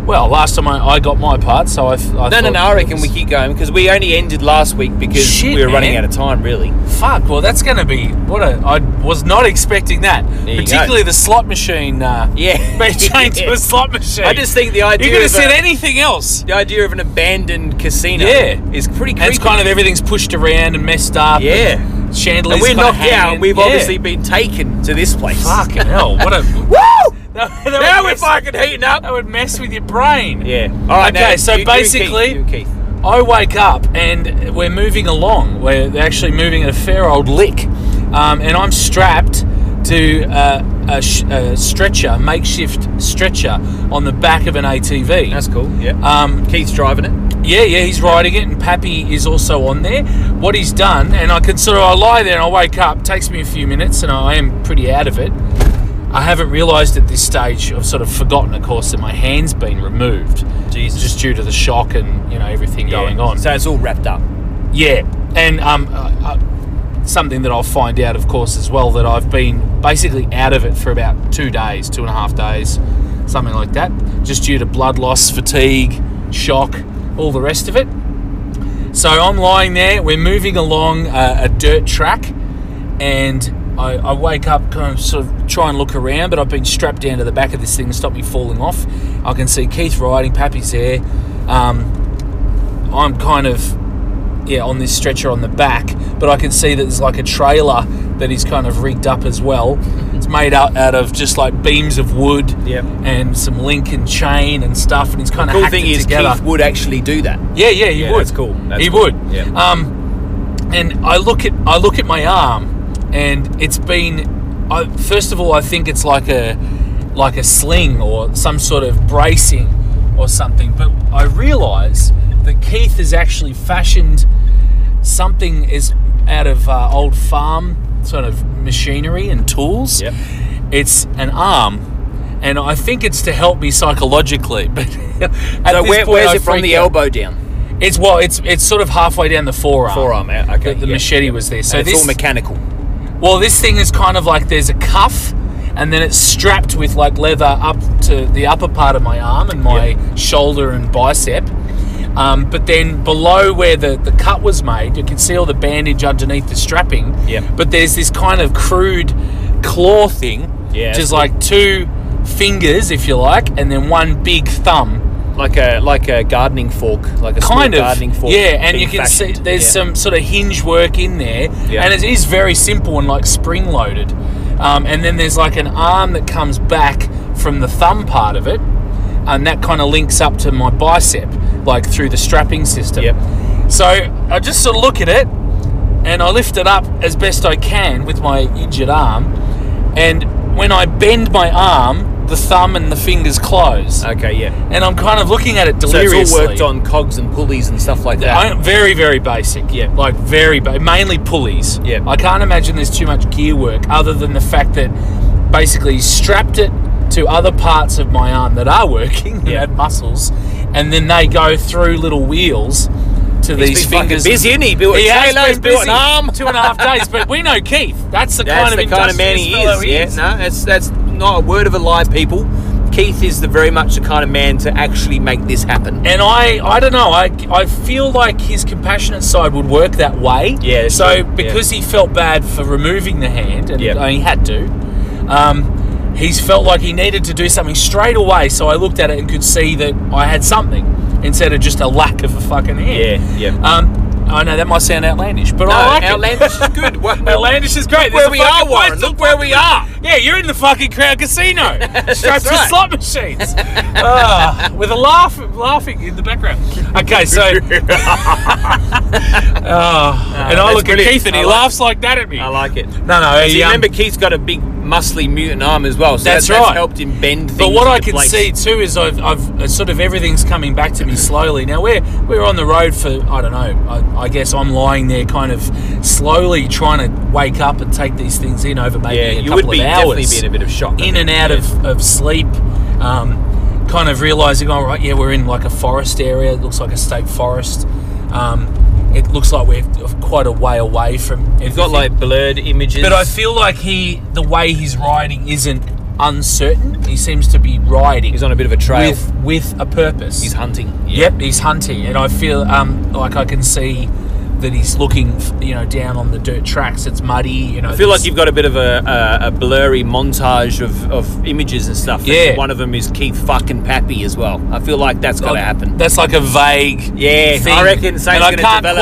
C: Well, last time I, I got my part, so I. f- I
B: No, no,
C: thought
B: no. I
C: it
B: reckon
C: was-
B: we keep going because we only ended last week because
C: Shit,
B: we were running
C: man.
B: out of time, really.
C: Fuck. Well, that's going to be what a. I was not expecting that.
B: you go.
C: Particularly the slot machine. Uh,
B: Yeah.
C: Being chained to a slot machine.
B: I just think the idea
C: you could
B: of
C: have said
B: a-
C: anything else.
B: The idea of an abandoned casino
C: Yeah.
B: is pretty creepy.
C: And it's kind of everything's pushed around and messed up.
B: Yeah.
C: And chandeliers.
B: And we're
C: kinda
B: knocked out.
C: hanging.
B: and We've
C: Yeah.
B: obviously been taken to this place.
C: Fucking hell! What a.
B: Woo!
C: That would
B: now we're
C: mess-
B: fucking heating up.
C: That would mess with your brain.
B: Yeah. All right.
C: Okay,
B: now,
C: so
B: you- you and Keith,
C: basically-
B: you and Keith.
C: I wake up and we're moving along. We're actually moving at a fair old lick, um, and I'm strapped to uh, a, sh- a stretcher, makeshift stretcher, on the back of an ATV.
B: That's cool. Yeah.
C: Um,
B: Keith's driving it.
C: yeah, yeah, he's riding it, and Pappy is also on there. What he's done, and I can sort of I lie there and I wake up. Takes me a few minutes, and I am pretty out of it. I haven't realised at this stage. I've sort of forgotten, of course, that my hand's been removed.
B: Jesus.
C: just due to the shock and you know everything going on.
B: So it's all wrapped up.
C: Yeah, and um, uh, uh, something that I'll find out, of course, as well, that I've been basically out of it for about two days, two and a half days, something like that, just due to blood loss, fatigue, shock, all the rest of it. So I'm lying there, we're moving along uh, a, a dirt track, and I, I wake up, kind of sort of try and look around, but I've been strapped down to the back of this thing to stop me falling off. I can see Keith riding, Pappy's there. Um, I'm kind of yeah, on this stretcher on the back. But I can see that there's like a trailer that he's kind of rigged up as well.
B: Mm-hmm.
C: It's made out out of just like beams of wood
K: Yep.
C: and some link and chain and stuff. And he's kind of
B: Cool
C: hacked
B: thing
C: it
B: is
C: together.
B: Keith would actually do that.
C: Yeah, yeah, he
B: Yeah,
C: would.
B: that's cool. That's
C: he
B: cool.
C: would.
B: Yeah.
C: Um, and I look at I look at my arm, and it's been. I, first of all, I think it's like a like a sling or some sort of bracing or something. But I realise that Keith has actually fashioned something is out of uh, old farm sort of machinery and tools.
B: Yep.
C: It's an arm. And I think it's to help me psychologically, but at
B: So
C: this
B: where,
C: point
B: where's
C: I
B: it from
C: freak
B: the
C: out.
B: elbow down?
C: It's well, it's it's sort of halfway down the forearm.
B: Forearm, yeah, okay,
C: That the
B: yeah,
C: machete was there. So
B: So it's
C: this,
B: all mechanical.
C: well, this thing is kind of like there's a cuff, and then it's strapped with like leather up to the upper part of my arm and my shoulder and bicep. Um, but then below where the, the cut was made, you can see all the bandage underneath the strapping.
B: Yep.
C: But there's this kind of crude claw thing,
B: Yeah,
C: which
B: that's
C: is like two fingers, if you like, and then one big thumb
B: Like a like a gardening fork, like a small
C: kind of
B: gardening fork.
C: yeah and you
B: being
C: can see
B: fashioned.
C: there's
B: Yeah.
C: some sort of hinge work in there
B: Yeah.
C: and it is very simple and like spring loaded um, and then there's like an arm that comes back from the thumb part of it and that kind of links up to my bicep like through the strapping system
B: Yep.
C: so i just sort of look at it and i lift it up as best i can with my injured arm and when i bend my arm the thumb and the fingers close
B: Okay, yeah.
C: and i'm kind of looking at it
B: So
C: deliriously
B: it's all worked on cogs and pulleys and stuff like that.
C: I, very, very basic.
B: Yeah.
C: Like very, ba- mainly pulleys.
B: Yeah.
C: I can't imagine there's too much gear work other than the fact that basically he strapped it to other parts of my arm that are working, that
B: Yeah.
C: had muscles, and then they go through little wheels to these
B: He's been fucking
C: fingers.
B: busy, isn't he? Built a
C: He has
B: trailer, he's
C: been
B: built an
C: busy.
B: arm.
C: Two and a half days, but we know Keith. That's the
K: That's
C: kind
K: the
C: of
K: kind of man he
C: industrious
K: is.
C: fellow
K: Yeah, no,
C: he is.
K: that's that's not a word of a lie, people. Keith is the very much the kind of man to actually make this happen.
C: And I, I don't know. I, I feel like his compassionate side would work that way.
K: Yeah, that's
C: So
K: true. Yeah.
C: because he felt bad for removing the hand, and
K: Yeah.
C: uh, he had to, um, he's felt like he needed to do something straight away. So I looked at it and could see that I had something instead of just a lack of a fucking hand.
K: Yeah, yeah.
C: Um, I know that might sound outlandish, but
K: No,
C: I like it.
K: outlandish is good. Well,
C: Outlandish is great.
K: where
C: There's a
K: we are,
C: fucking
K: Warren.
C: place.
K: Look
C: Look where we are. Yeah, you're in the fucking Crown Casino, strapped to
K: right.
C: slot machines, Ah, with a laugh, laughing in the background. Okay, so, Ah, and I
K: that's
C: look at
K: brilliant.
C: Keith and he
K: I like
C: laughs like that at me.
K: I like it.
C: No, no,
K: So
C: he,
K: you
C: um,
K: remember, Keith's got a big, muscly mutant arm as well. So
C: That's
K: that-
C: right.
K: helped him bend things.
C: But what I
K: into
C: can
K: place.
C: see too is I've, I've uh, sort of everything's coming back to me slowly. Now we're we're on the road for I don't know. I, I guess I'm lying there, kind of slowly trying to wake up and take these things in over maybe
K: Yeah,
C: a
K: you
C: couple
K: would
C: of
K: be
C: hours.
K: definitely be in a bit of shock. I
C: in
K: think.
C: and out of, of sleep, um, kind of realizing, all right, yeah, we're in like a forest area. It looks like a state forest. Um, it looks like we're quite a way away from.
K: You've got like blurred images.
C: But I feel like he, the way he's riding isn't uncertain. He seems to be riding
K: he's on a bit of a trail.
C: with with a purpose.
K: he's hunting.
C: Yep, he's hunting, and I feel um, like I can see that he's looking, you know, down on the dirt tracks. It's muddy, you know.
K: I feel like you've got a bit of a, a, a blurry montage of, of images and stuff. and
C: Yeah.
K: one of them is Keith fucking Pappy as well. I feel like that's got to happen.
C: That's like a vague.
K: Yeah,
C: thing,
K: I reckon Saints
C: and I
K: going to
C: can't
K: develop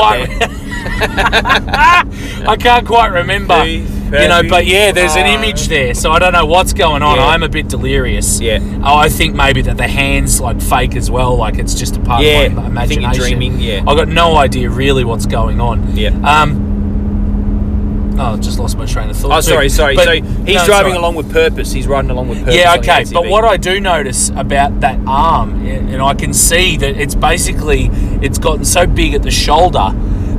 C: quite.
K: there.
C: I can't quite remember,
K: Three,
C: you know. But yeah, there's an
K: thirty-five.
C: image there, so I don't know what's going on.
K: Yeah.
C: I'm a bit delirious.
K: Yeah.
C: Oh, I think maybe that the hands like fake as well. Like it's just a part
K: Yeah,
C: of my
K: I think
C: imagination.
K: you're dreaming, yeah.
C: I got no idea really what's going on.
K: Yeah.
C: Um. Oh, I just lost my train of thought.
K: Oh, sorry,
C: But-
K: sorry.
C: but-
K: so
C: no,
K: he's
C: it's
K: driving
C: alright.
K: along with purpose. He's riding along with purpose.
C: Yeah,
K: on the
C: okay. But
K: ATV.
C: what I do notice about that arm, a- and I can see that it's basically it's gotten so big at the shoulder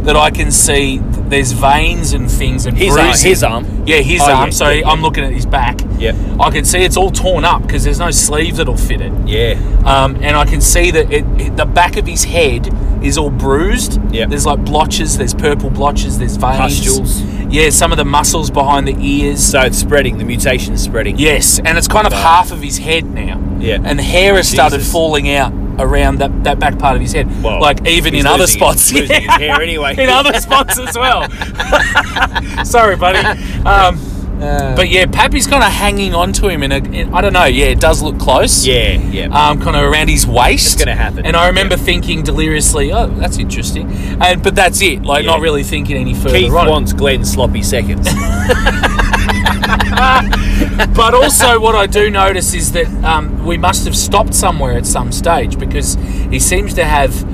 C: that I can see th- there's veins and things and
K: his arm,
C: bruising.
K: his arm.
C: Yeah, his
K: Oh, yeah,
C: arm. so
K: yeah, yeah.
C: I'm looking at his back.
K: Yeah.
C: I can see it's all torn up because there's no sleeve that'll fit it.
K: Yeah,
C: Um, and I can see that it, it, the back of his head is all bruised.
K: Yeah.
C: There's like blotches, there's purple blotches, there's veins.
K: Pustules.
C: Yeah, some of the muscles behind the ears.
K: so it's spreading. The mutation's spreading.
C: Yes, and it's kind of
K: Right.
C: half of his head now.
K: Yeah.
C: And the hair has started
K: Jesus.
C: falling out around that, that back part of his head.
K: Well,
C: like even
K: he's
C: in other
K: losing-
C: spots.
K: he's losing his hair anyway.
C: in other spots as well. Sorry, buddy. Um,
B: Uh,
C: but yeah, Pappy's kind of hanging on to him, and I don't know. Yeah, it does look close.
B: Yeah, yeah.
C: Um, kind of around his waist.
B: It's gonna happen.
C: And I remember thinking deliriously, "Oh, that's interesting," and but that's it. Like not really thinking any further.
B: Keith
C: on.
B: wants Glenn sloppy seconds.
C: but also, what I do notice is that um, we must have stopped somewhere at some stage because he seems to have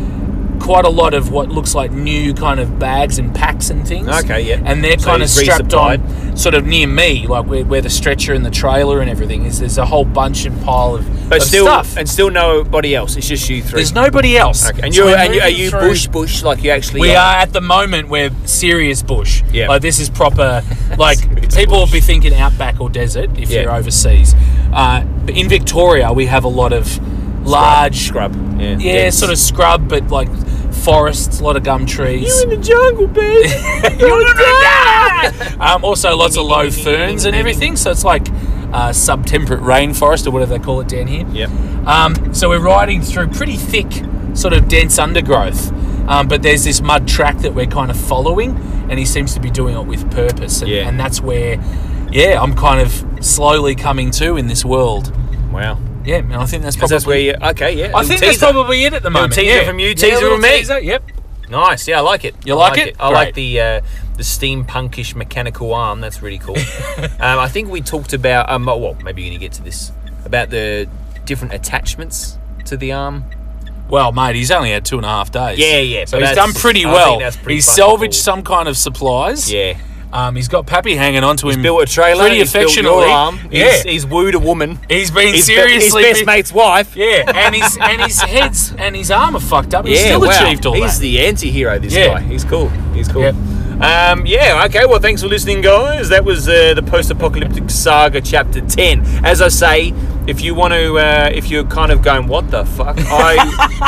C: quite a lot of what looks like new kind of bags and packs and things.
B: Okay, yeah.
C: And they're
B: So
C: kind of
B: he's
C: strapped
B: resupplied.
C: on, sort of near me, like where, where the stretcher and the trailer and everything is. There's a whole bunch and pile of,
B: But
C: of
B: still,
C: stuff.
B: and still nobody else. It's just you three.
C: There's nobody else.
B: Okay. And
C: So
B: you
C: we're
B: and you, are
C: moving
B: you
C: through-
B: bush bush like you actually?
C: We are at the moment we're serious bush.
B: Yeah.
C: Like this is proper. Like people will be thinking outback or desert if
B: Yeah.
C: you're overseas. Uh, but in Victoria, we have a lot of large
B: scrub. Yeah.
C: Yeah, sort of scrub, but like forests, a lot of gum trees.
B: You in the jungle, baby. You're gonna die.
C: Um, also, lots of low ferns and everything. So it's like uh, subtemperate rainforest or whatever they call it down here.
B: Yep.
C: Um, so we're riding through pretty thick, sort of dense undergrowth. Um, but there's this mud track that we're kind of following, and he seems to be doing it with purpose. And,
B: Yeah.
C: and that's where, yeah, I'm kind of slowly coming to in this world.
B: Wow.
C: Yeah, and I think that's probably.
B: Because that's where you. Okay, yeah.
C: I
B: little
C: think that's
B: teaser.
C: probably it at the
B: Little
C: moment.
B: teaser
C: yeah.
B: from you,
C: Yeah,
B: teaser
C: little
B: from me.
C: teaser, Yep.
B: Nice. Yeah, I like it.
C: You
B: I
C: like it?
B: I
C: Great.
B: like the uh, the steampunkish mechanical arm. That's really cool. um, I think we talked about um, oh, well, maybe you're gonna get to this about the different attachments to the arm.
C: Well, mate, he's only had two and a half days.
B: Yeah, yeah,
C: So
B: but
C: he's
B: that's-
C: done pretty
B: I
C: well.
B: think that's pretty
C: he's
B: fucking
C: salvaged
B: cool.
C: some kind of supplies.
B: Yeah.
C: Um, he's got Pappy hanging on to him.
B: Mm. Built a trailer.
C: Pretty
B: he's built your
C: affectionately.
B: arm.
C: Yeah.
B: He's, he's wooed a woman.
C: he's been
B: His be-
C: seriously.
B: his best mate's wife.
C: yeah. And his and his heads and his arm are fucked up. He's
B: yeah,
C: still
B: wow.
C: achieved all
B: He's
C: that.
B: the anti-hero. This
C: Yeah.
B: guy. He's cool. He's cool.
C: Yep.
B: Um, yeah. Okay. Well, thanks for listening, guys. That was uh, the post-apocalyptic saga chapter ten. As I say, if you want to, uh, if you're kind of going, what the fuck? I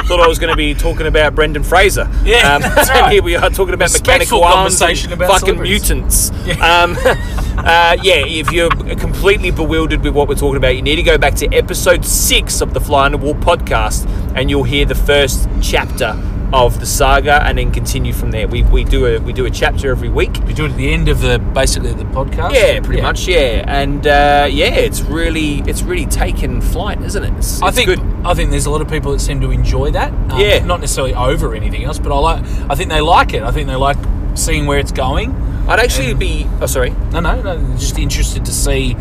B: thought I was going to be talking about Brendan Fraser.
C: Yeah,
B: Um,
C: that's
B: so
C: right.
B: here we are talking about
C: Respectful
B: mechanical arms
C: conversation
B: and
C: about
B: fucking
C: celebrities.
B: mutants. Um, uh, yeah, if you're completely bewildered with what we're talking about, you need to go back to episode six of the Fly on the Wall podcast and you'll hear the first chapter of the saga and then continue from there. We, we do a we do a chapter every week.
C: We do it at the end of the basically the podcast.
B: Yeah, pretty much. Yeah, and uh, yeah, it's really it's really taken flight, isn't it? It's,
C: I
B: it's
C: think
B: good.
C: I think there's a lot of people that seem to enjoy that. Um,
B: Yeah.
C: Not necessarily over anything else, but I like. I think they like it. I think they like seeing where it's going.
B: I'd actually be. Oh, sorry.
C: No, no, no. Just interested to see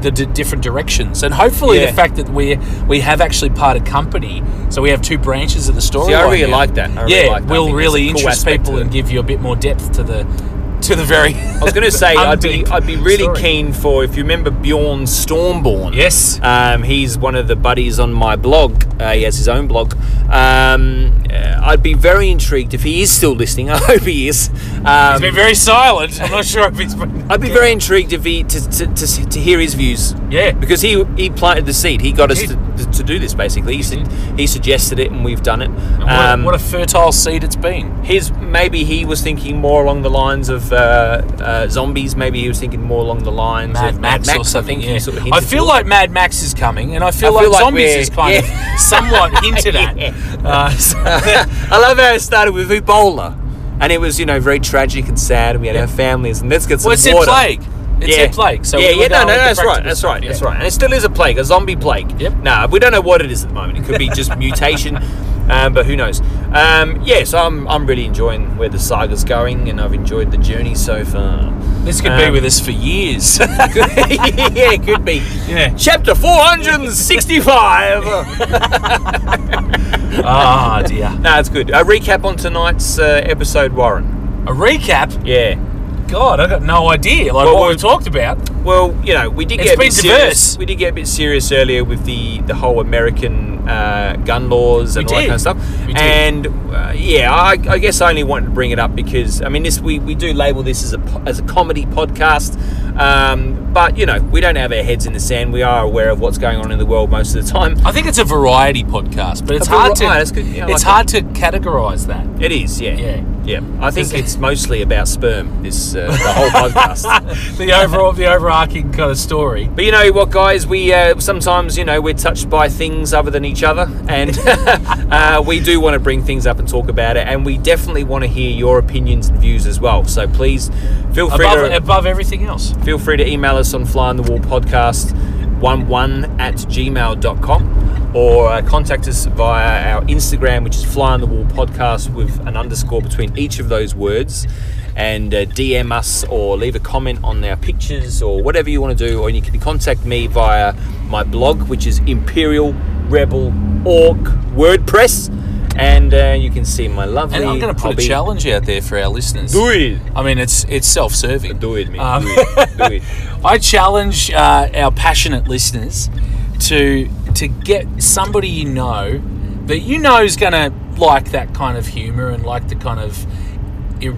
C: the d- different directions, and hopefully
B: Yeah.
C: the fact that we we have actually parted company, so we have two branches of the story.
B: See, I really like that. I really
C: yeah,
B: like that. I
C: will
B: think
C: really
B: that's a cool
C: interest
B: aspect
C: people
B: to it.
C: and give you a bit more depth to the to the very.
B: I was going to say I'd be I'd be really keen for if you remember Bjorn Stormborn.
C: Yes.
B: Um, he's one of the buddies on my blog. Uh, he has his own blog. Um, uh, I'd be very intrigued if he is still listening. I hope he is. Um,
C: He's been very silent. I'm not sure if he's been.
B: I'd be very intrigued if he to, to, to, see- to hear his views.
C: Yeah.
B: because he he planted the seed. He got us
C: He
B: to, to do this basically. He, su- he suggested it, and we've done it. Um,
C: What, a, what a fertile seed it's been.
B: his maybe he was thinking more along the lines of uh, uh, zombies. Maybe he was thinking more along the lines
C: Mad
B: of
C: Max, or something.
B: he
C: yeah.
B: sort of
C: I
B: hinted
C: feel
B: towards.
C: like Mad Max is coming, and I feel,
B: I feel
C: like,
B: like
C: zombies
B: we're-
C: is kind
B: yeah.
C: of somewhat hinted at.
B: Yeah.
C: Uh, so-
B: I love how it started with Ebola, and it was you know very tragic and sad, and we had our families, and let's get some
C: well, it's a
B: water.
C: plague. It's a plague. So
B: yeah,
C: we were
B: yeah, no,
C: going
B: no,
C: with the
B: that's right,
C: practical
B: that's
C: stuff,
B: right,
C: yeah.
B: that's right, and it still is a plague, a zombie plague.
C: Yep.
B: Nah, we don't know what it is at the moment. It could be just mutation, um, but who knows? Um, yeah, so I'm I'm really enjoying where the saga's going, and I've enjoyed the journey so far.
C: This could be
B: Um,
C: with us for years.
B: yeah, it could be.
C: yeah.
B: Chapter 465.
C: Ah, dear.
B: No, it's good. A recap on tonight's uh, episode, Warren.
C: A recap.
B: Yeah.
C: God, I got no idea. Like
B: Well,
C: what
B: we-
C: we've talked about.
B: Well, you know, we did
C: It's
B: get a
C: been
B: bit serious.
C: diverse.
B: We did get a bit serious earlier with the the whole American uh, gun laws and
C: We
B: all
C: did.
B: that kind of stuff.
C: We did.
B: And uh, yeah, I, I guess I only wanted to bring it up because I mean, this we, we do label this as a po- as a comedy podcast, um, but you know, we don't have our heads in the sand. We are aware of what's going on in the world most of the time.
C: I think it's a variety podcast, but it's
B: A
C: hard to
B: vari- that's good. Yeah, I
C: it's
B: like
C: hard to categorize that.
B: It is, yeah,
C: Yeah.
B: yeah. I think
C: Does it-
B: it's mostly about sperm. This uh, the whole podcast.
C: The overall, the overarching kind of story.
B: But you know what, guys? We uh, sometimes, you know, we're touched by things other than each other, and uh, we do want to bring things up and talk about it. And we definitely want to hear your opinions and views as well. So please feel free
C: Above,
B: to
C: above everything else.
B: feel free to email us on fly on the wall podcast 11 at gmail.com or uh, contact us via our Instagram, which is fly on the wall podcast with an underscore between each of those words. And uh, DM us or leave a comment on our pictures or whatever you want to do. Or you can contact me via my blog, which is Imperial Rebel Orc WordPress. And uh, you can see my lovely.
C: And I'm going to put
B: hobby.
C: a challenge out there for our listeners.
B: Do it.
C: I mean, it's it's self-serving.
B: Do it, man.
C: Um,
B: do it. Do it.
C: I challenge uh, our passionate listeners to to get somebody you know that you know is going to like that kind of humour and like the kind of ir-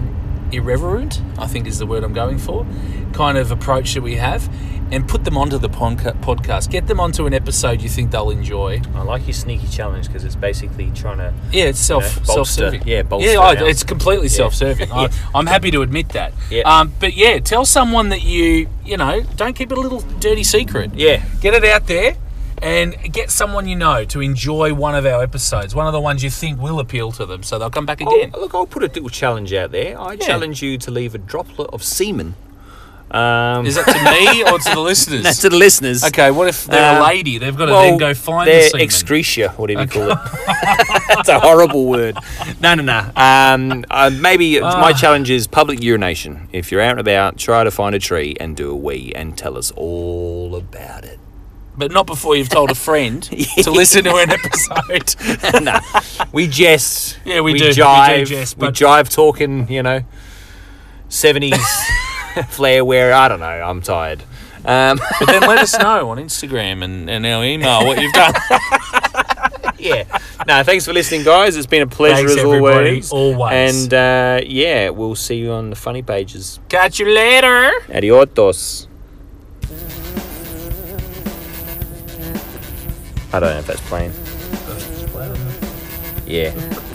C: irreverent, I think is the word I'm going for, kind of approach that we have, and put them onto the podca- podcast. Get them onto an episode you think they'll enjoy.
B: I like your sneaky challenge because it's basically trying to.
C: Yeah, it's self
B: You know, bolster-
C: self-serving.
B: yeah, bolster
C: Yeah, I-
B: it out.
C: it's completely
B: Yeah.
C: self-serving. I,
B: Yeah.
C: I'm happy to admit that.
B: Yeah.
C: Um, but yeah, tell someone that you you know don't keep it a little dirty secret.
B: Yeah.
C: Get it out there, and get someone you know to enjoy one of our episodes, one of the ones you think will appeal to them, so they'll come back again.
B: I'll- look, I'll put a little challenge out there. I
C: Yeah.
B: challenge you to leave a droplet of semen. Um,
C: Is that to me or to the listeners?
B: That's to the listeners.
C: Okay, what if they're
B: Um,
C: a lady? They've got to
B: well,
C: then go find the
B: their
C: semen.
B: excretia, whatever you call it. That's a horrible word. No, no, no. Um, uh, maybe
C: Ah.
B: my challenge is public urination. If you're out and about, try to find a tree and do a wee and tell us all about it.
C: but not before you've told a friend to listen to an episode.
B: no, we jest.
C: Yeah, we
B: we
C: do. We do
B: Jive,
C: jest,
B: we
C: but-
B: jive talking, you know, 70s flair wear. I don't know. I'm tired. Um,
C: But then let us know on Instagram and, and our email what you've done.
B: yeah. No, thanks for listening, guys. It's been a pleasure
C: Thanks,
B: as
C: everybody,
B: always.
C: always.
B: And uh, yeah, we'll see you on the funny pages.
C: Catch you later.
B: Adios. I don't know if that's playing. Yeah.